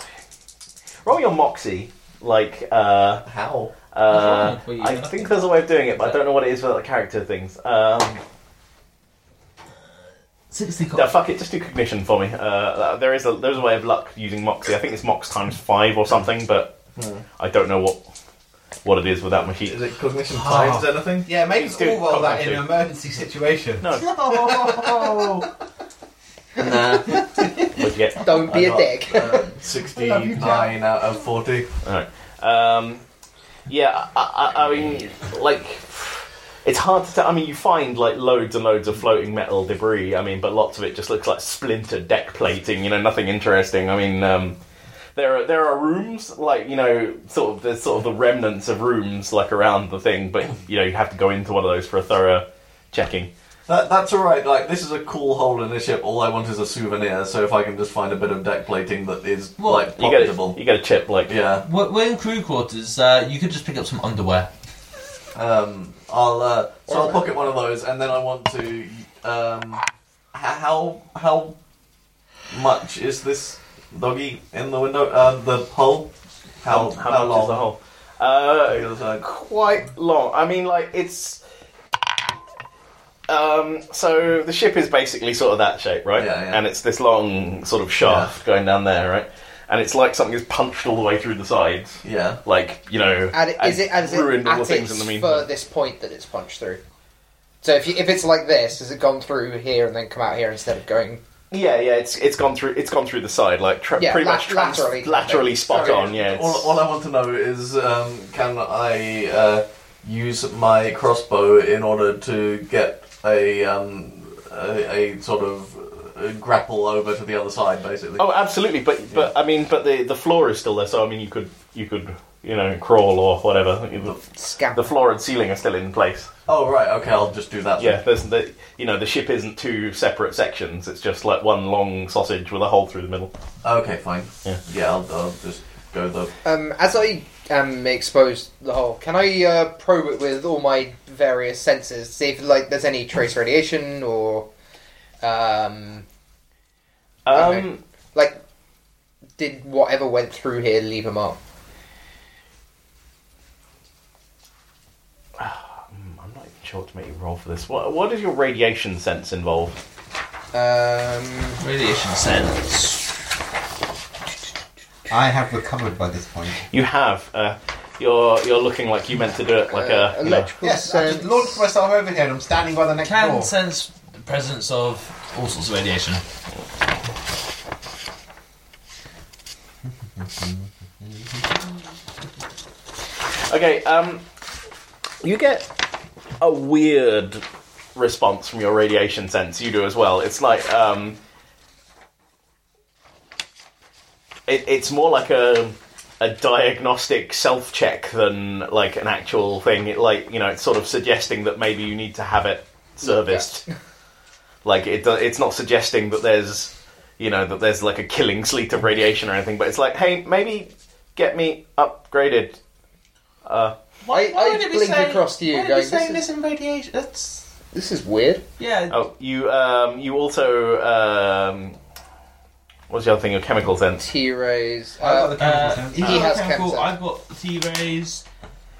Speaker 1: roll your moxie. Like, uh,
Speaker 5: How?
Speaker 1: uh,
Speaker 7: Well, you-
Speaker 1: I think there's a way of doing it, but I don't know what it is for the character things. Um,
Speaker 7: Sixty.
Speaker 1: no, fuck it, just do cognition for me. Uh, there is a there's a way of luck using moxie. I think it's mox times five or something, but I don't know what what it is without my sheet.
Speaker 5: Is it cognition
Speaker 6: Ah.
Speaker 5: times anything?
Speaker 6: Yeah, maybe
Speaker 1: He's doing
Speaker 6: all roll that in
Speaker 1: cognitive.
Speaker 6: an emergency situation.
Speaker 1: No.
Speaker 5: Nah.
Speaker 1: What'd you get?
Speaker 2: Don't be
Speaker 1: I
Speaker 2: a
Speaker 1: got-
Speaker 2: dick.
Speaker 5: Uh, 69 out of 40.
Speaker 1: Um, yeah, I, I, I mean, like, it's hard to tell. I mean, you find like loads and loads of floating metal debris. I mean, but lots of it just looks like splintered deck plating. You know, nothing interesting. I mean, um, there are there are rooms like you know, sort of there's sort of the remnants of rooms like around the thing, but you know, you have to go into one of those for a thorough checking.
Speaker 5: That, that's alright, like, this is a cool hole in a ship. All I want is a souvenir, so if I can just find a bit of deck plating that is,
Speaker 7: Well,
Speaker 5: like,
Speaker 1: You get a,
Speaker 5: pocketable.
Speaker 1: you get a chip like
Speaker 5: Yeah.
Speaker 7: We're, we're in crew quarters. Uh, you could just pick up some underwear.
Speaker 5: Um, I'll, uh, so I'll pocket one of those, and then I want to, um, h- how, how much is this doggy in the window, uh, the hole? How,
Speaker 1: how,
Speaker 5: how,
Speaker 1: much
Speaker 5: long?
Speaker 1: is the hole? Uh,
Speaker 5: The other side.
Speaker 1: quite long. I mean, like it's. Um, so the ship is basically sort of that shape, right?
Speaker 5: Yeah, yeah.
Speaker 1: And it's this long sort of shaft going down there, right? And it's like something is punched all the way through the sides,
Speaker 5: Yeah.
Speaker 1: like you know,
Speaker 2: And it- is it as it
Speaker 1: ruined all
Speaker 2: at
Speaker 1: the things in
Speaker 2: its
Speaker 1: the meantime.
Speaker 2: furthest point that it's punched through? So if you, if it's like this, has it gone through here and then come out here instead of going?
Speaker 1: Yeah, yeah, it's it's gone through it's gone through the side, like tra-
Speaker 2: Yeah,
Speaker 1: pretty
Speaker 2: la-
Speaker 1: much trans-
Speaker 2: laterally.
Speaker 1: laterally spot
Speaker 2: Sorry.
Speaker 1: on. Yeah, it's-
Speaker 5: All, all I want to know is um, can I uh, use my crossbow in order to get a um, a, a sort of uh, grapple over to the other side, basically?
Speaker 1: oh, absolutely. But but I mean, but the the floor is still there, so I mean, you could you could you know crawl or whatever. The,
Speaker 2: Scamp.
Speaker 1: the floor and ceiling are still in place.
Speaker 5: Oh, right, okay, I'll just do that.
Speaker 1: Yeah, there's the you know the ship isn't two separate sections. It's just like one long sausage with a hole through the middle.
Speaker 5: Okay, fine.
Speaker 1: Yeah.
Speaker 5: Yeah, I'll, I'll just go the.
Speaker 2: Um, as I um, exposed the hole, can I uh, probe it with all my various senses, see if like there's any trace radiation or um,
Speaker 1: Um,
Speaker 2: Okay. like did whatever went through here leave a mark?
Speaker 1: mm, I'm not even sure what to make you roll for this. What what does your radiation sense involve?
Speaker 2: Um,
Speaker 7: Radiation sense.
Speaker 6: I have recovered by this point.
Speaker 1: You have uh, you're you're looking like you meant to do it like
Speaker 2: uh,
Speaker 1: a you know,
Speaker 2: electrical
Speaker 6: Yes, I just
Speaker 2: sense.
Speaker 6: launched myself over here and I'm standing by the next
Speaker 7: Can
Speaker 6: door.
Speaker 7: sense the presence of all sorts of radiation.
Speaker 1: Okay, um, you get a weird response from your radiation sense. You do as well. It's like um, it, it's more like a a diagnostic self check than like an actual thing. It, like you know, it's sort of suggesting that maybe you need to have it serviced. like it, do- it's not suggesting that there's you know that there's like a killing sleet of radiation or anything, but it's like, hey, maybe get me upgraded. Uh,
Speaker 2: I, I blinked across to you,
Speaker 7: why would it be
Speaker 2: going,
Speaker 7: saying
Speaker 2: this,
Speaker 7: this
Speaker 2: is,
Speaker 7: in radiation? That's
Speaker 2: "This is weird."
Speaker 7: yeah.
Speaker 1: Oh, you um, you also um, what's the other thing? Your chemical sense.
Speaker 2: T rays.
Speaker 6: I've got the
Speaker 2: Uh,
Speaker 6: chemical
Speaker 7: Uh,
Speaker 6: sense.
Speaker 2: he has
Speaker 7: chemical,
Speaker 2: cancer.
Speaker 7: I've got T rays.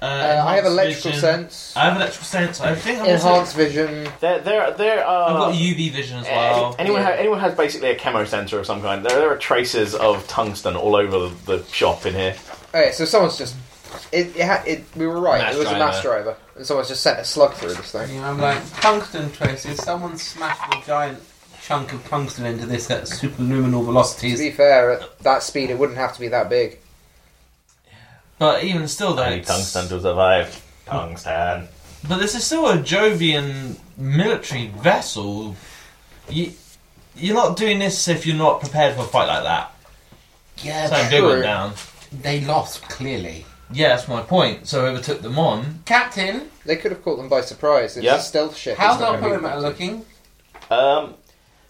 Speaker 2: Uh, I have
Speaker 7: enhanced
Speaker 2: electrical
Speaker 7: vision.
Speaker 2: sense,
Speaker 7: I have electrical sense. I think I've also-
Speaker 2: enhanced vision.
Speaker 1: There, there, there
Speaker 7: I've
Speaker 1: are.
Speaker 7: got UV vision as
Speaker 1: a-
Speaker 7: well.
Speaker 1: anyone,
Speaker 2: Yeah.
Speaker 1: ha- anyone has basically a chemo sensor of some kind. There, there are traces of tungsten all over the shop in here.
Speaker 2: Okay, so someone's just. It, it, ha- it, we were right.
Speaker 7: Mass
Speaker 2: it was a mass driver, and someone's just sent a slug through this thing.
Speaker 6: Yeah, I'm like tungsten traces. Someone smashed a giant chunk of tungsten into this at superluminal
Speaker 2: To
Speaker 6: velocities.
Speaker 2: be fair, at that speed, it wouldn't have to be that big.
Speaker 7: But even still, though,
Speaker 1: Only
Speaker 7: it's-
Speaker 1: tungsten to survive. Tungsten.
Speaker 7: But this is still a Jovian military vessel. You, you're not doing this if you're not prepared for a fight like that.
Speaker 6: Yeah,
Speaker 7: So I'm doing
Speaker 2: true.
Speaker 7: down.
Speaker 6: they lost clearly.
Speaker 7: Yeah, that's my point. So whoever took them on,
Speaker 6: Captain,
Speaker 2: They could have caught them by surprise. It's
Speaker 1: Yeah.
Speaker 2: a stealth ship.
Speaker 6: how's
Speaker 2: It's not
Speaker 6: our
Speaker 2: gonna be-
Speaker 6: perimeter looking?
Speaker 1: Um,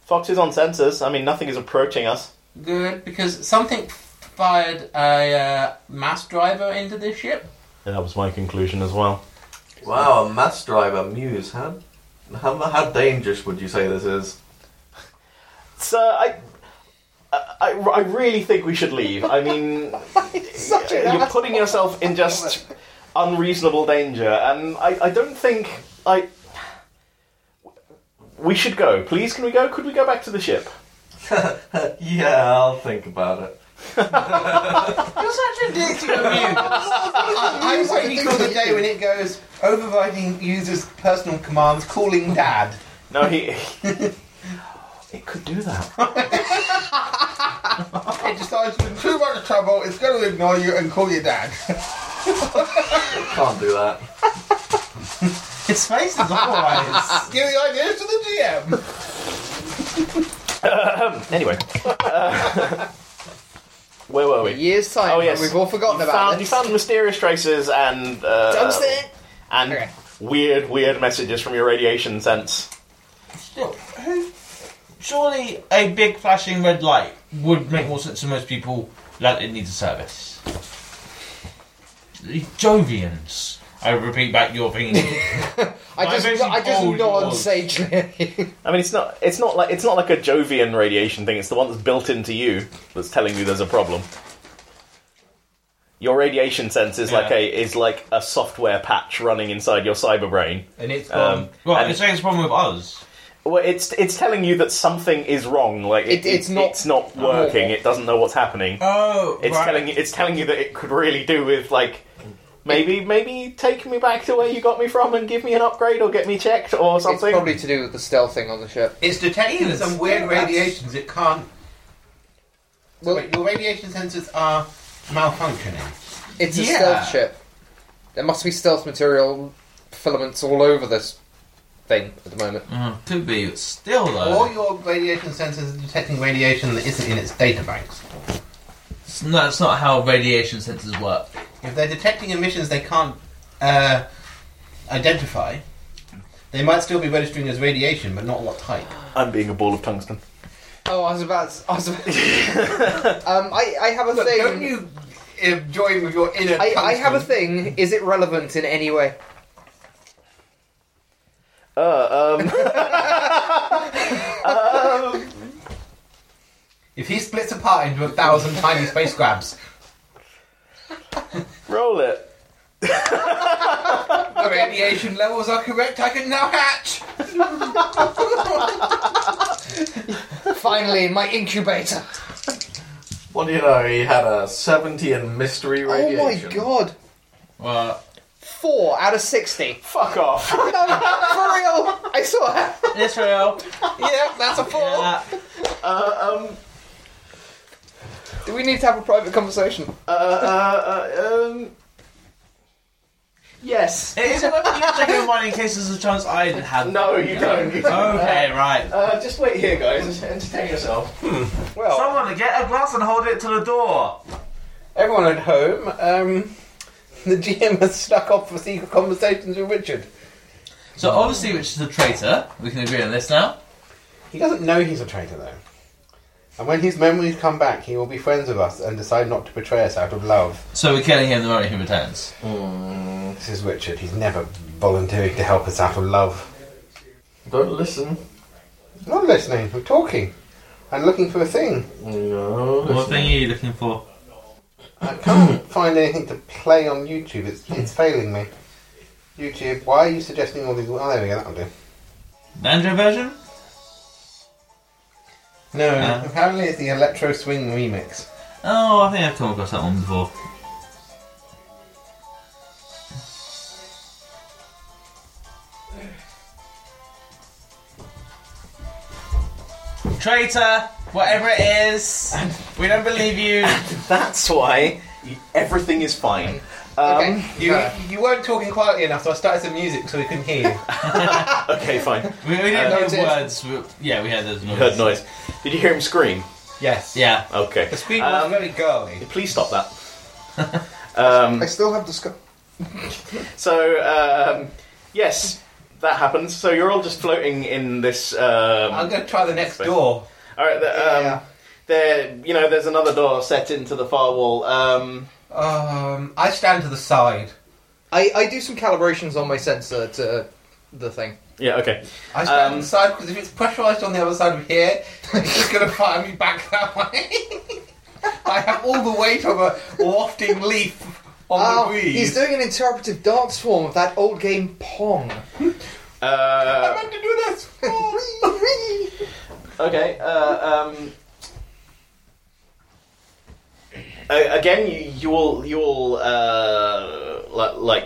Speaker 1: Fox is on sensors. I mean, nothing is approaching us.
Speaker 6: Good, because something fired a uh, mass driver into this ship.
Speaker 1: And that was my conclusion as well.
Speaker 5: Wow, a mass driver muse. How, how how dangerous would you say this is?
Speaker 1: So uh, I, I, I- I really think we should leave. I mean,
Speaker 2: such an
Speaker 1: you're
Speaker 2: asshole.
Speaker 1: putting yourself in just unreasonable danger, and I, I don't think I. We should go. Please, can we go? Could we go back to the ship?
Speaker 5: yeah, I'll think about it.
Speaker 6: You're such a dick to a muse. I, I'm waiting for the day when it goes overriding users' personal commands, calling dad.
Speaker 1: No, he. it could do that.
Speaker 6: It decides you're in too much trouble, it's going to ignore you and call your dad.
Speaker 5: Can't do that.
Speaker 6: Its face is otherwise. Give the ideas to the GM.
Speaker 1: Anyway. Uh, Where were we?
Speaker 2: years time.
Speaker 1: Oh, yes.
Speaker 2: and we've all forgotten
Speaker 1: you
Speaker 2: about
Speaker 1: found, you
Speaker 2: this.
Speaker 1: found mysterious traces and uh,
Speaker 2: Tungsten.
Speaker 1: and
Speaker 2: Okay.
Speaker 1: weird, weird messages from your radiation sense.
Speaker 7: Look, who? Surely a big flashing red light would make more sense to most people that it needs a service. The Jovians. I repeat back your thing.
Speaker 2: I
Speaker 7: I
Speaker 2: just,
Speaker 7: basically
Speaker 2: I just
Speaker 7: told you all.
Speaker 2: nod sagely.
Speaker 1: I mean, it's not, it's not like it's not like a Jovian radiation thing. It's the one that's built into you that's telling you there's a problem. Your radiation sense is like
Speaker 7: Yeah.
Speaker 1: a is like a software patch running inside your cyber brain.
Speaker 6: And it's gone.
Speaker 1: Um,
Speaker 7: well,
Speaker 1: and-
Speaker 7: you're saying it's a problem with us.
Speaker 1: well, it's it's telling you that something is wrong. Like it,
Speaker 2: It- it's not
Speaker 1: it's not working. It doesn't know what's happening.
Speaker 7: Oh,
Speaker 1: It's telling you. It's telling you that it could really do with like maybe maybe take me back to where you got me from and give me an upgrade or get me checked or
Speaker 2: it's
Speaker 1: something.
Speaker 2: probably to do with the stealth thing on the ship.
Speaker 6: it's detecting some weird radiations it can't.
Speaker 2: Well,
Speaker 6: Wait, your radiation sensors are malfunctioning.
Speaker 2: it's a
Speaker 7: yeah.
Speaker 2: stealth ship. There must be stealth material filaments all over this thing at the moment.
Speaker 7: Mm, could be, but still
Speaker 6: All
Speaker 7: though.
Speaker 6: your radiation sensors are detecting radiation that isn't in its databanks.
Speaker 7: It's not- that's not how radiation sensors work.
Speaker 6: If they're detecting emissions they can't uh, identify, they might still be registering as radiation, but not what type.
Speaker 1: I'm being a ball of tungsten.
Speaker 2: Oh, I was about. To, I was about um, I, I have a
Speaker 6: Look,
Speaker 2: thing.
Speaker 6: don't you uh, join with your inner.
Speaker 2: I, I have a
Speaker 6: tungsten.
Speaker 2: thing. Is it relevant in any way?
Speaker 1: Uh, um,
Speaker 6: If he splits apart into a thousand tiny space grabs,
Speaker 1: roll it.
Speaker 6: the radiation levels are correct. I can now hatch.
Speaker 2: Finally, my incubator.
Speaker 5: What do you know? He had a seventy in mystery radiation.
Speaker 2: Oh my god.
Speaker 7: Well,
Speaker 2: Four out of sixty.
Speaker 1: Fuck off.
Speaker 2: No, for real. I saw that.
Speaker 7: Israel.
Speaker 2: Yeah, that's a four.
Speaker 7: Yeah.
Speaker 1: Uh, um,
Speaker 2: Do we need to have a private conversation?
Speaker 1: uh, uh, uh, um. Yes.
Speaker 7: It is a you check in mind in case there's a chance I didn't have.
Speaker 1: No, you don't. You don't.
Speaker 7: Okay, right.
Speaker 1: Uh, just wait here, guys. Entertain yourself.
Speaker 2: Well,
Speaker 7: Someone get a glass and hold it to the door.
Speaker 6: Everyone at home, um, the GM has stuck off for secret conversations with Richard.
Speaker 7: So obviously, which is a traitor. We can agree on this now.
Speaker 6: He doesn't know he's a traitor though. And when his memories come back, he will be friends with us and decide not to betray us out of love.
Speaker 7: So we're killing him the moment he returns.
Speaker 6: This is Richard. He's never volunteering to help us out of love.
Speaker 5: Don't listen.
Speaker 6: I'm not listening. I'm talking. I'm looking for a thing.
Speaker 5: No.
Speaker 7: What thing are you looking for?
Speaker 6: I can't find anything to play on YouTube. It's, it's failing me. YouTube, why are you suggesting all these? Oh, there we go. That'll do.
Speaker 4: Banjo version?
Speaker 6: No,
Speaker 4: Uh.
Speaker 6: apparently it's the Electro Swing remix.
Speaker 4: Oh, I think I've come across that one before.
Speaker 7: Traitor! Whatever it is, we don't believe you.
Speaker 1: That's why everything is fine. Um,
Speaker 2: Okay.
Speaker 6: You
Speaker 2: No.
Speaker 6: you weren't talking quietly enough, so I started some music so we couldn't hear you.
Speaker 1: Okay, fine.
Speaker 4: We, we didn't
Speaker 6: Uh,
Speaker 4: hear
Speaker 6: it's-
Speaker 4: words. But yeah, we heard those
Speaker 1: You
Speaker 4: noises.
Speaker 1: heard noise. Did you hear him scream?
Speaker 6: yes.
Speaker 4: Yeah.
Speaker 1: Okay.
Speaker 6: The scream
Speaker 1: Um,
Speaker 6: was very girly.
Speaker 1: Please stop that. Um,
Speaker 2: I still have the scar.
Speaker 1: so, um, yes, that happens. So you're all just floating in this.
Speaker 6: I'm
Speaker 1: Um,
Speaker 6: going to try the next
Speaker 1: Space.
Speaker 6: door.
Speaker 1: all right. The, um,
Speaker 2: Yeah.
Speaker 1: There, you know, there's another door set into the far wall. Um,
Speaker 6: Um, I stand to the side.
Speaker 2: I, I do some calibrations on my sensor to the thing.
Speaker 1: yeah. Okay.
Speaker 6: I stand
Speaker 1: Um,
Speaker 6: to the side because if it's pressurised on the other side of here, it's just going to fire me back that way. I have all the weight of a wafting leaf on the
Speaker 2: Oh,
Speaker 6: breeze.
Speaker 2: he's doing an interpretive dance form of that old game Pong.
Speaker 1: Uh,
Speaker 6: I meant to do this.
Speaker 1: Okay. Uh, um, a- again, you, you all you all uh, like, like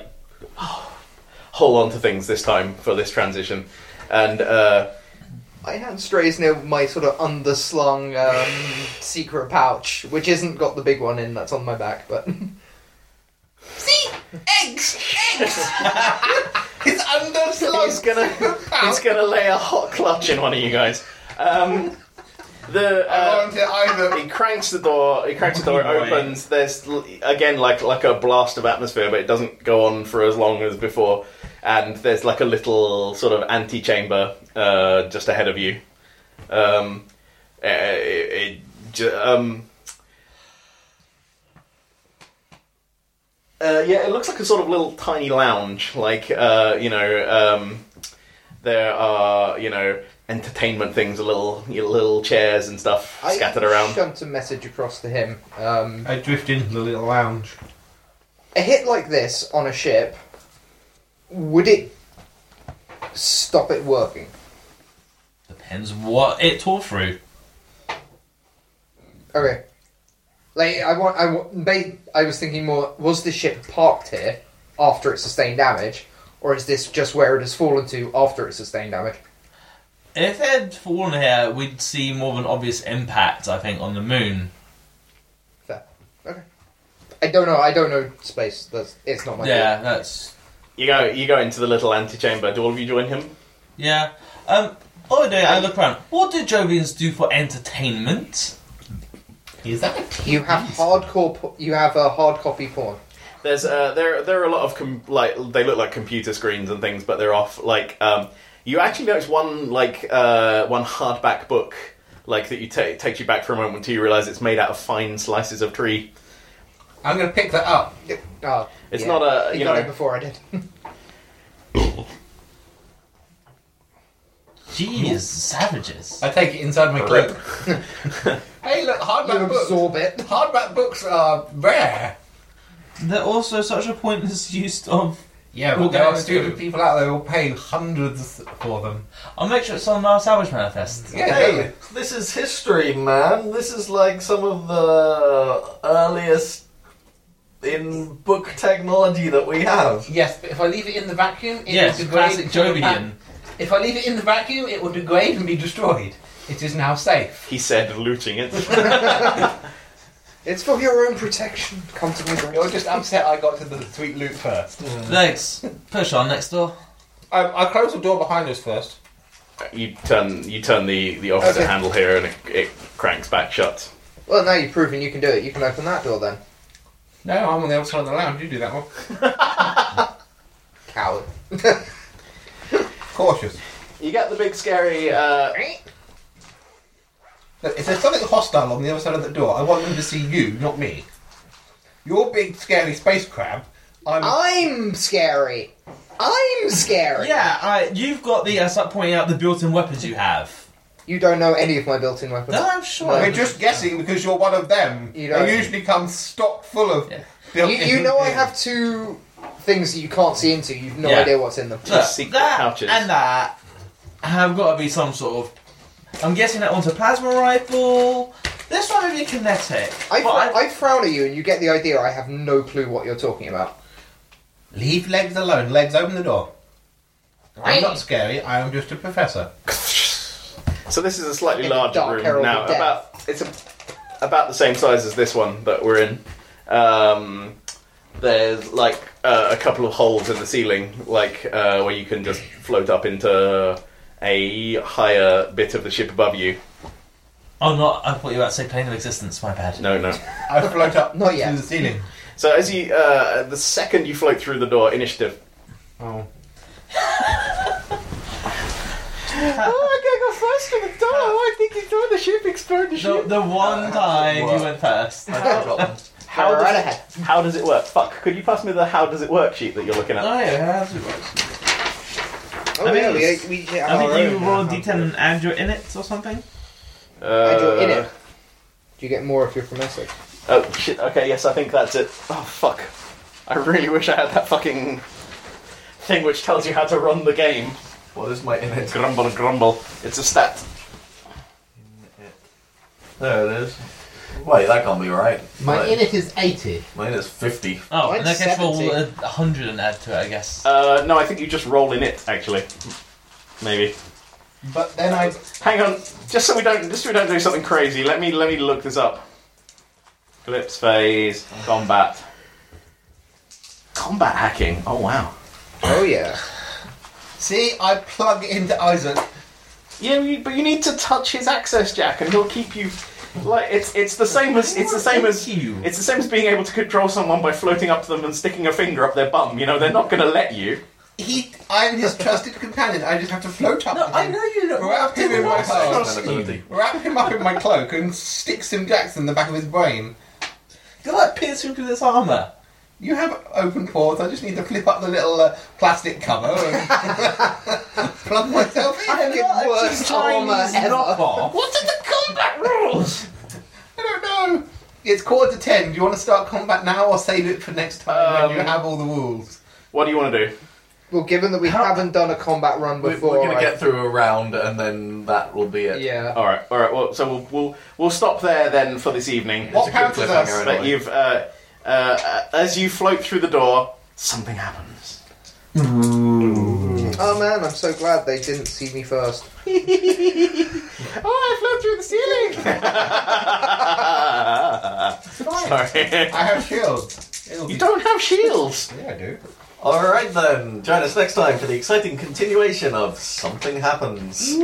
Speaker 1: hold on to things this time for this transition, and uh,
Speaker 2: My hand strays near my sort of underslung um, secret pouch, which isn't got the big one in that's on my back, but.
Speaker 6: See, eggs, eggs. It's
Speaker 1: he's
Speaker 6: underslung.
Speaker 1: gonna he's gonna lay a hot clutch in one of you guys. Um, the
Speaker 6: I
Speaker 1: uh,
Speaker 6: want to either.
Speaker 1: he cranks the door. He cranks the door. It opens. There's l- again like like a blast of atmosphere, but it doesn't go on for as long as before. And there's like a little sort of antechamber uh, just ahead of you. Um, eh, it, it, j- um, uh, yeah, it looks like a sort of little tiny lounge. Like uh, you know. Um, there are you know entertainment things, a little your little chairs and stuff scattered
Speaker 2: I
Speaker 1: around.
Speaker 2: shunt a message across to him. Um,
Speaker 8: I drift into the little lounge.
Speaker 2: a hit like this on a ship, would it stop it working?
Speaker 4: Depends what it tore through.
Speaker 2: Okay. Like I want, I want. ma- I was thinking more. Was the ship parked here after it sustained damage, or is this just where it has fallen to after it sustained damage?
Speaker 4: If it had fallen here, we'd see more of an obvious impact, I think, on the moon.
Speaker 2: Fair. Okay. I don't know. I don't know space. That's it's not my.
Speaker 4: yeah, that's.
Speaker 1: You go you go into the little antechamber. Do all of you join him?
Speaker 4: Yeah. Um, oh, no, I look around. What do Jovians do for entertainment?
Speaker 8: Is that a
Speaker 2: field. You have hardcore. po- You have a hard copy porn.
Speaker 1: There's uh, there there are a lot of com- like they look like computer screens and things, but they're off. Like um, you actually notice one like uh, one hardback book like that you ta takes you back for a moment until you realize it's made out of fine slices of tree.
Speaker 6: I'm going to pick that up.
Speaker 2: Oh,
Speaker 1: It's
Speaker 2: yeah.
Speaker 1: not a
Speaker 2: You
Speaker 1: you
Speaker 2: got
Speaker 1: know
Speaker 2: it before I did.
Speaker 4: Jeez, savages.
Speaker 6: I take it inside my cloak. hey, look,
Speaker 2: you
Speaker 6: hardback books.
Speaker 2: absorb it.
Speaker 6: Hardback books are rare.
Speaker 4: They're also such a pointless use of.
Speaker 6: Yeah,
Speaker 4: Well,
Speaker 6: but there are
Speaker 4: guys
Speaker 6: stupid
Speaker 4: do.
Speaker 6: people out there who will pay hundreds for them.
Speaker 4: I'll make sure it's on our salvage manifest.
Speaker 6: Yeah,
Speaker 5: Hey, this is history, man. This is like some of the earliest in book technology that we have.
Speaker 8: Yes, but if I leave it in the vacuum, it
Speaker 4: Yes,
Speaker 8: will degrade.
Speaker 4: classic Jovian.
Speaker 8: If I leave it in the vacuum, it will degrade and be destroyed. It is now safe.
Speaker 1: he said looting it.
Speaker 2: It's for your own protection. Come to me.
Speaker 6: You're just upset I got to the sweet loot first.
Speaker 4: Thanks. Push on next door.
Speaker 6: Um, I close the door behind us first.
Speaker 1: you turn you turn the the officer
Speaker 2: Okay.
Speaker 1: handle here and it, it cranks back shut.
Speaker 2: Well, now you've proven you can do it. You can open that door then.
Speaker 6: No, I'm on the other side of the lounge. You do that one.
Speaker 2: Coward.
Speaker 6: Cautious.
Speaker 1: You get the big scary. Uh,
Speaker 6: Look, if there's something hostile on the other side of the door, I want them to see you, not me. You're big, scary space crab. I'm.
Speaker 2: Oh. I'm scary. I'm scary.
Speaker 4: Yeah, I, you've got the. I start pointing out the built in weapons you have. Oh,
Speaker 2: You don't know any of my built-in weapons.
Speaker 7: No, I'm sure.
Speaker 2: No.
Speaker 3: We're just guessing because you're one of them.
Speaker 2: You don't-
Speaker 3: they usually come stock full of.
Speaker 7: Yeah.
Speaker 2: You,
Speaker 3: built-in
Speaker 2: you know I
Speaker 3: things.
Speaker 2: have two things that you can't see into. You've no
Speaker 7: Yeah.
Speaker 2: idea what's in them.
Speaker 7: Look,
Speaker 1: secret
Speaker 7: that
Speaker 1: pouches.
Speaker 7: and that have got to be some sort of. I'm guessing that one's a plasma rifle. This one would be kinetic.
Speaker 2: I, fr-
Speaker 7: But
Speaker 2: I frown at you and you get the idea. I have no clue what you're talking about.
Speaker 6: Leave legs alone. Legs, open the door. I'm not scary. I am just a professor.
Speaker 1: So this is a slightly
Speaker 2: In the
Speaker 1: larger
Speaker 2: dark
Speaker 1: room
Speaker 2: herald
Speaker 1: now.
Speaker 2: of death.
Speaker 1: About it's a, about the same size as this one that we're in. Um, there's like uh, a couple of holes in the ceiling, like uh, where you can just float up into a higher bit of the ship above you.
Speaker 7: Oh, not. I thought you were about to say plane of existence. My bad.
Speaker 1: No, no.
Speaker 6: I float up
Speaker 2: Not
Speaker 6: to
Speaker 2: yet.
Speaker 6: the ceiling.
Speaker 1: So as you, uh, the second you float through the door, initiative.
Speaker 6: Oh.
Speaker 1: Oh, I gotta go first for the door. I think you throw the ship, explode the
Speaker 7: The, the one time you
Speaker 5: work?
Speaker 7: went first.
Speaker 1: How
Speaker 2: Go
Speaker 1: does,
Speaker 2: right
Speaker 1: it,
Speaker 2: ahead.
Speaker 1: how does it work? Fuck. Could you pass me the how does it work sheet that you're looking at?
Speaker 7: Oh yeah, how's it work?
Speaker 2: Oh,
Speaker 7: I mean,
Speaker 2: yeah, we,
Speaker 7: it's-
Speaker 2: we have
Speaker 7: I
Speaker 2: our
Speaker 7: think you
Speaker 2: own.
Speaker 7: roll d10 and add your init or something.
Speaker 1: Uh,
Speaker 2: And you're in it. Do you get more if you're from Essex?
Speaker 1: Oh shit. Okay. Yes, I think that's it. Oh fuck. I really wish I had that fucking thing which tells you how to run the game.
Speaker 5: What is my init?
Speaker 1: Grumble, grumble. It's a stat.
Speaker 5: There it is. Wait, that can't be right.
Speaker 6: My
Speaker 5: Mine-
Speaker 6: init is 80.
Speaker 5: Mine is 50.
Speaker 7: Oh, in that
Speaker 2: Mine's
Speaker 7: case, roll
Speaker 2: 70.
Speaker 7: a 100 and add to it. I guess.
Speaker 1: Uh, no, I think you just roll in it actually. Maybe.
Speaker 3: But then I
Speaker 1: Hang on. Just so we don't, just so we don't do something crazy. Let me, let me look this up. Eclipse phase combat. Combat hacking. Oh wow.
Speaker 2: Oh yeah.
Speaker 3: see I plug into Isaac.
Speaker 1: Yeah, you- but you need to touch his access jack, and he'll keep you. Like it's it's the same as it's the same as
Speaker 7: you.
Speaker 1: It's the same as being able to control someone by floating up to them and sticking a finger up their bum. You know, they're not going to let you.
Speaker 3: He, I am his trusted companion. I just have to float up.
Speaker 7: No,
Speaker 3: to
Speaker 7: I
Speaker 3: him,
Speaker 7: know you don't.
Speaker 3: Wrap him in my
Speaker 5: That's
Speaker 3: cloak.
Speaker 5: an ability.
Speaker 3: Wrap him up in my cloak and stick some jacks in the back of his brain.
Speaker 7: You're like piercing through this armor.
Speaker 3: You have open pores. I just need to flip up the little uh, plastic cover and plug myself in.
Speaker 2: I'm not worst armor ever.
Speaker 7: knockoff.
Speaker 3: What are the combat rules? I don't know. It's quarter to ten. Do you want to start combat now or save it for next time when you
Speaker 1: Um,
Speaker 3: have all the rules?
Speaker 1: What do you want to do?
Speaker 2: Well, given that we haven't done a combat run
Speaker 5: We're,
Speaker 2: before,
Speaker 5: we're going
Speaker 2: I-
Speaker 5: to get through a round and then that will be it.
Speaker 2: yeah.
Speaker 1: All right, all right. Well, so we'll we'll, we'll stop there then for this evening.
Speaker 3: What
Speaker 5: a good
Speaker 3: counts as
Speaker 5: cliffhanger,
Speaker 3: us?
Speaker 5: isn't it?
Speaker 1: But you've uh, uh, uh, as you float through the door, something happens.
Speaker 2: Oh man, I'm so glad they didn't see me first.
Speaker 1: Oh, I float through the ceiling. Sorry.
Speaker 3: I have shields. It'll
Speaker 1: You
Speaker 3: be-
Speaker 1: don't have shields.
Speaker 3: Yeah, I do.
Speaker 5: Alright then, join us next time for the exciting continuation of Something Happens.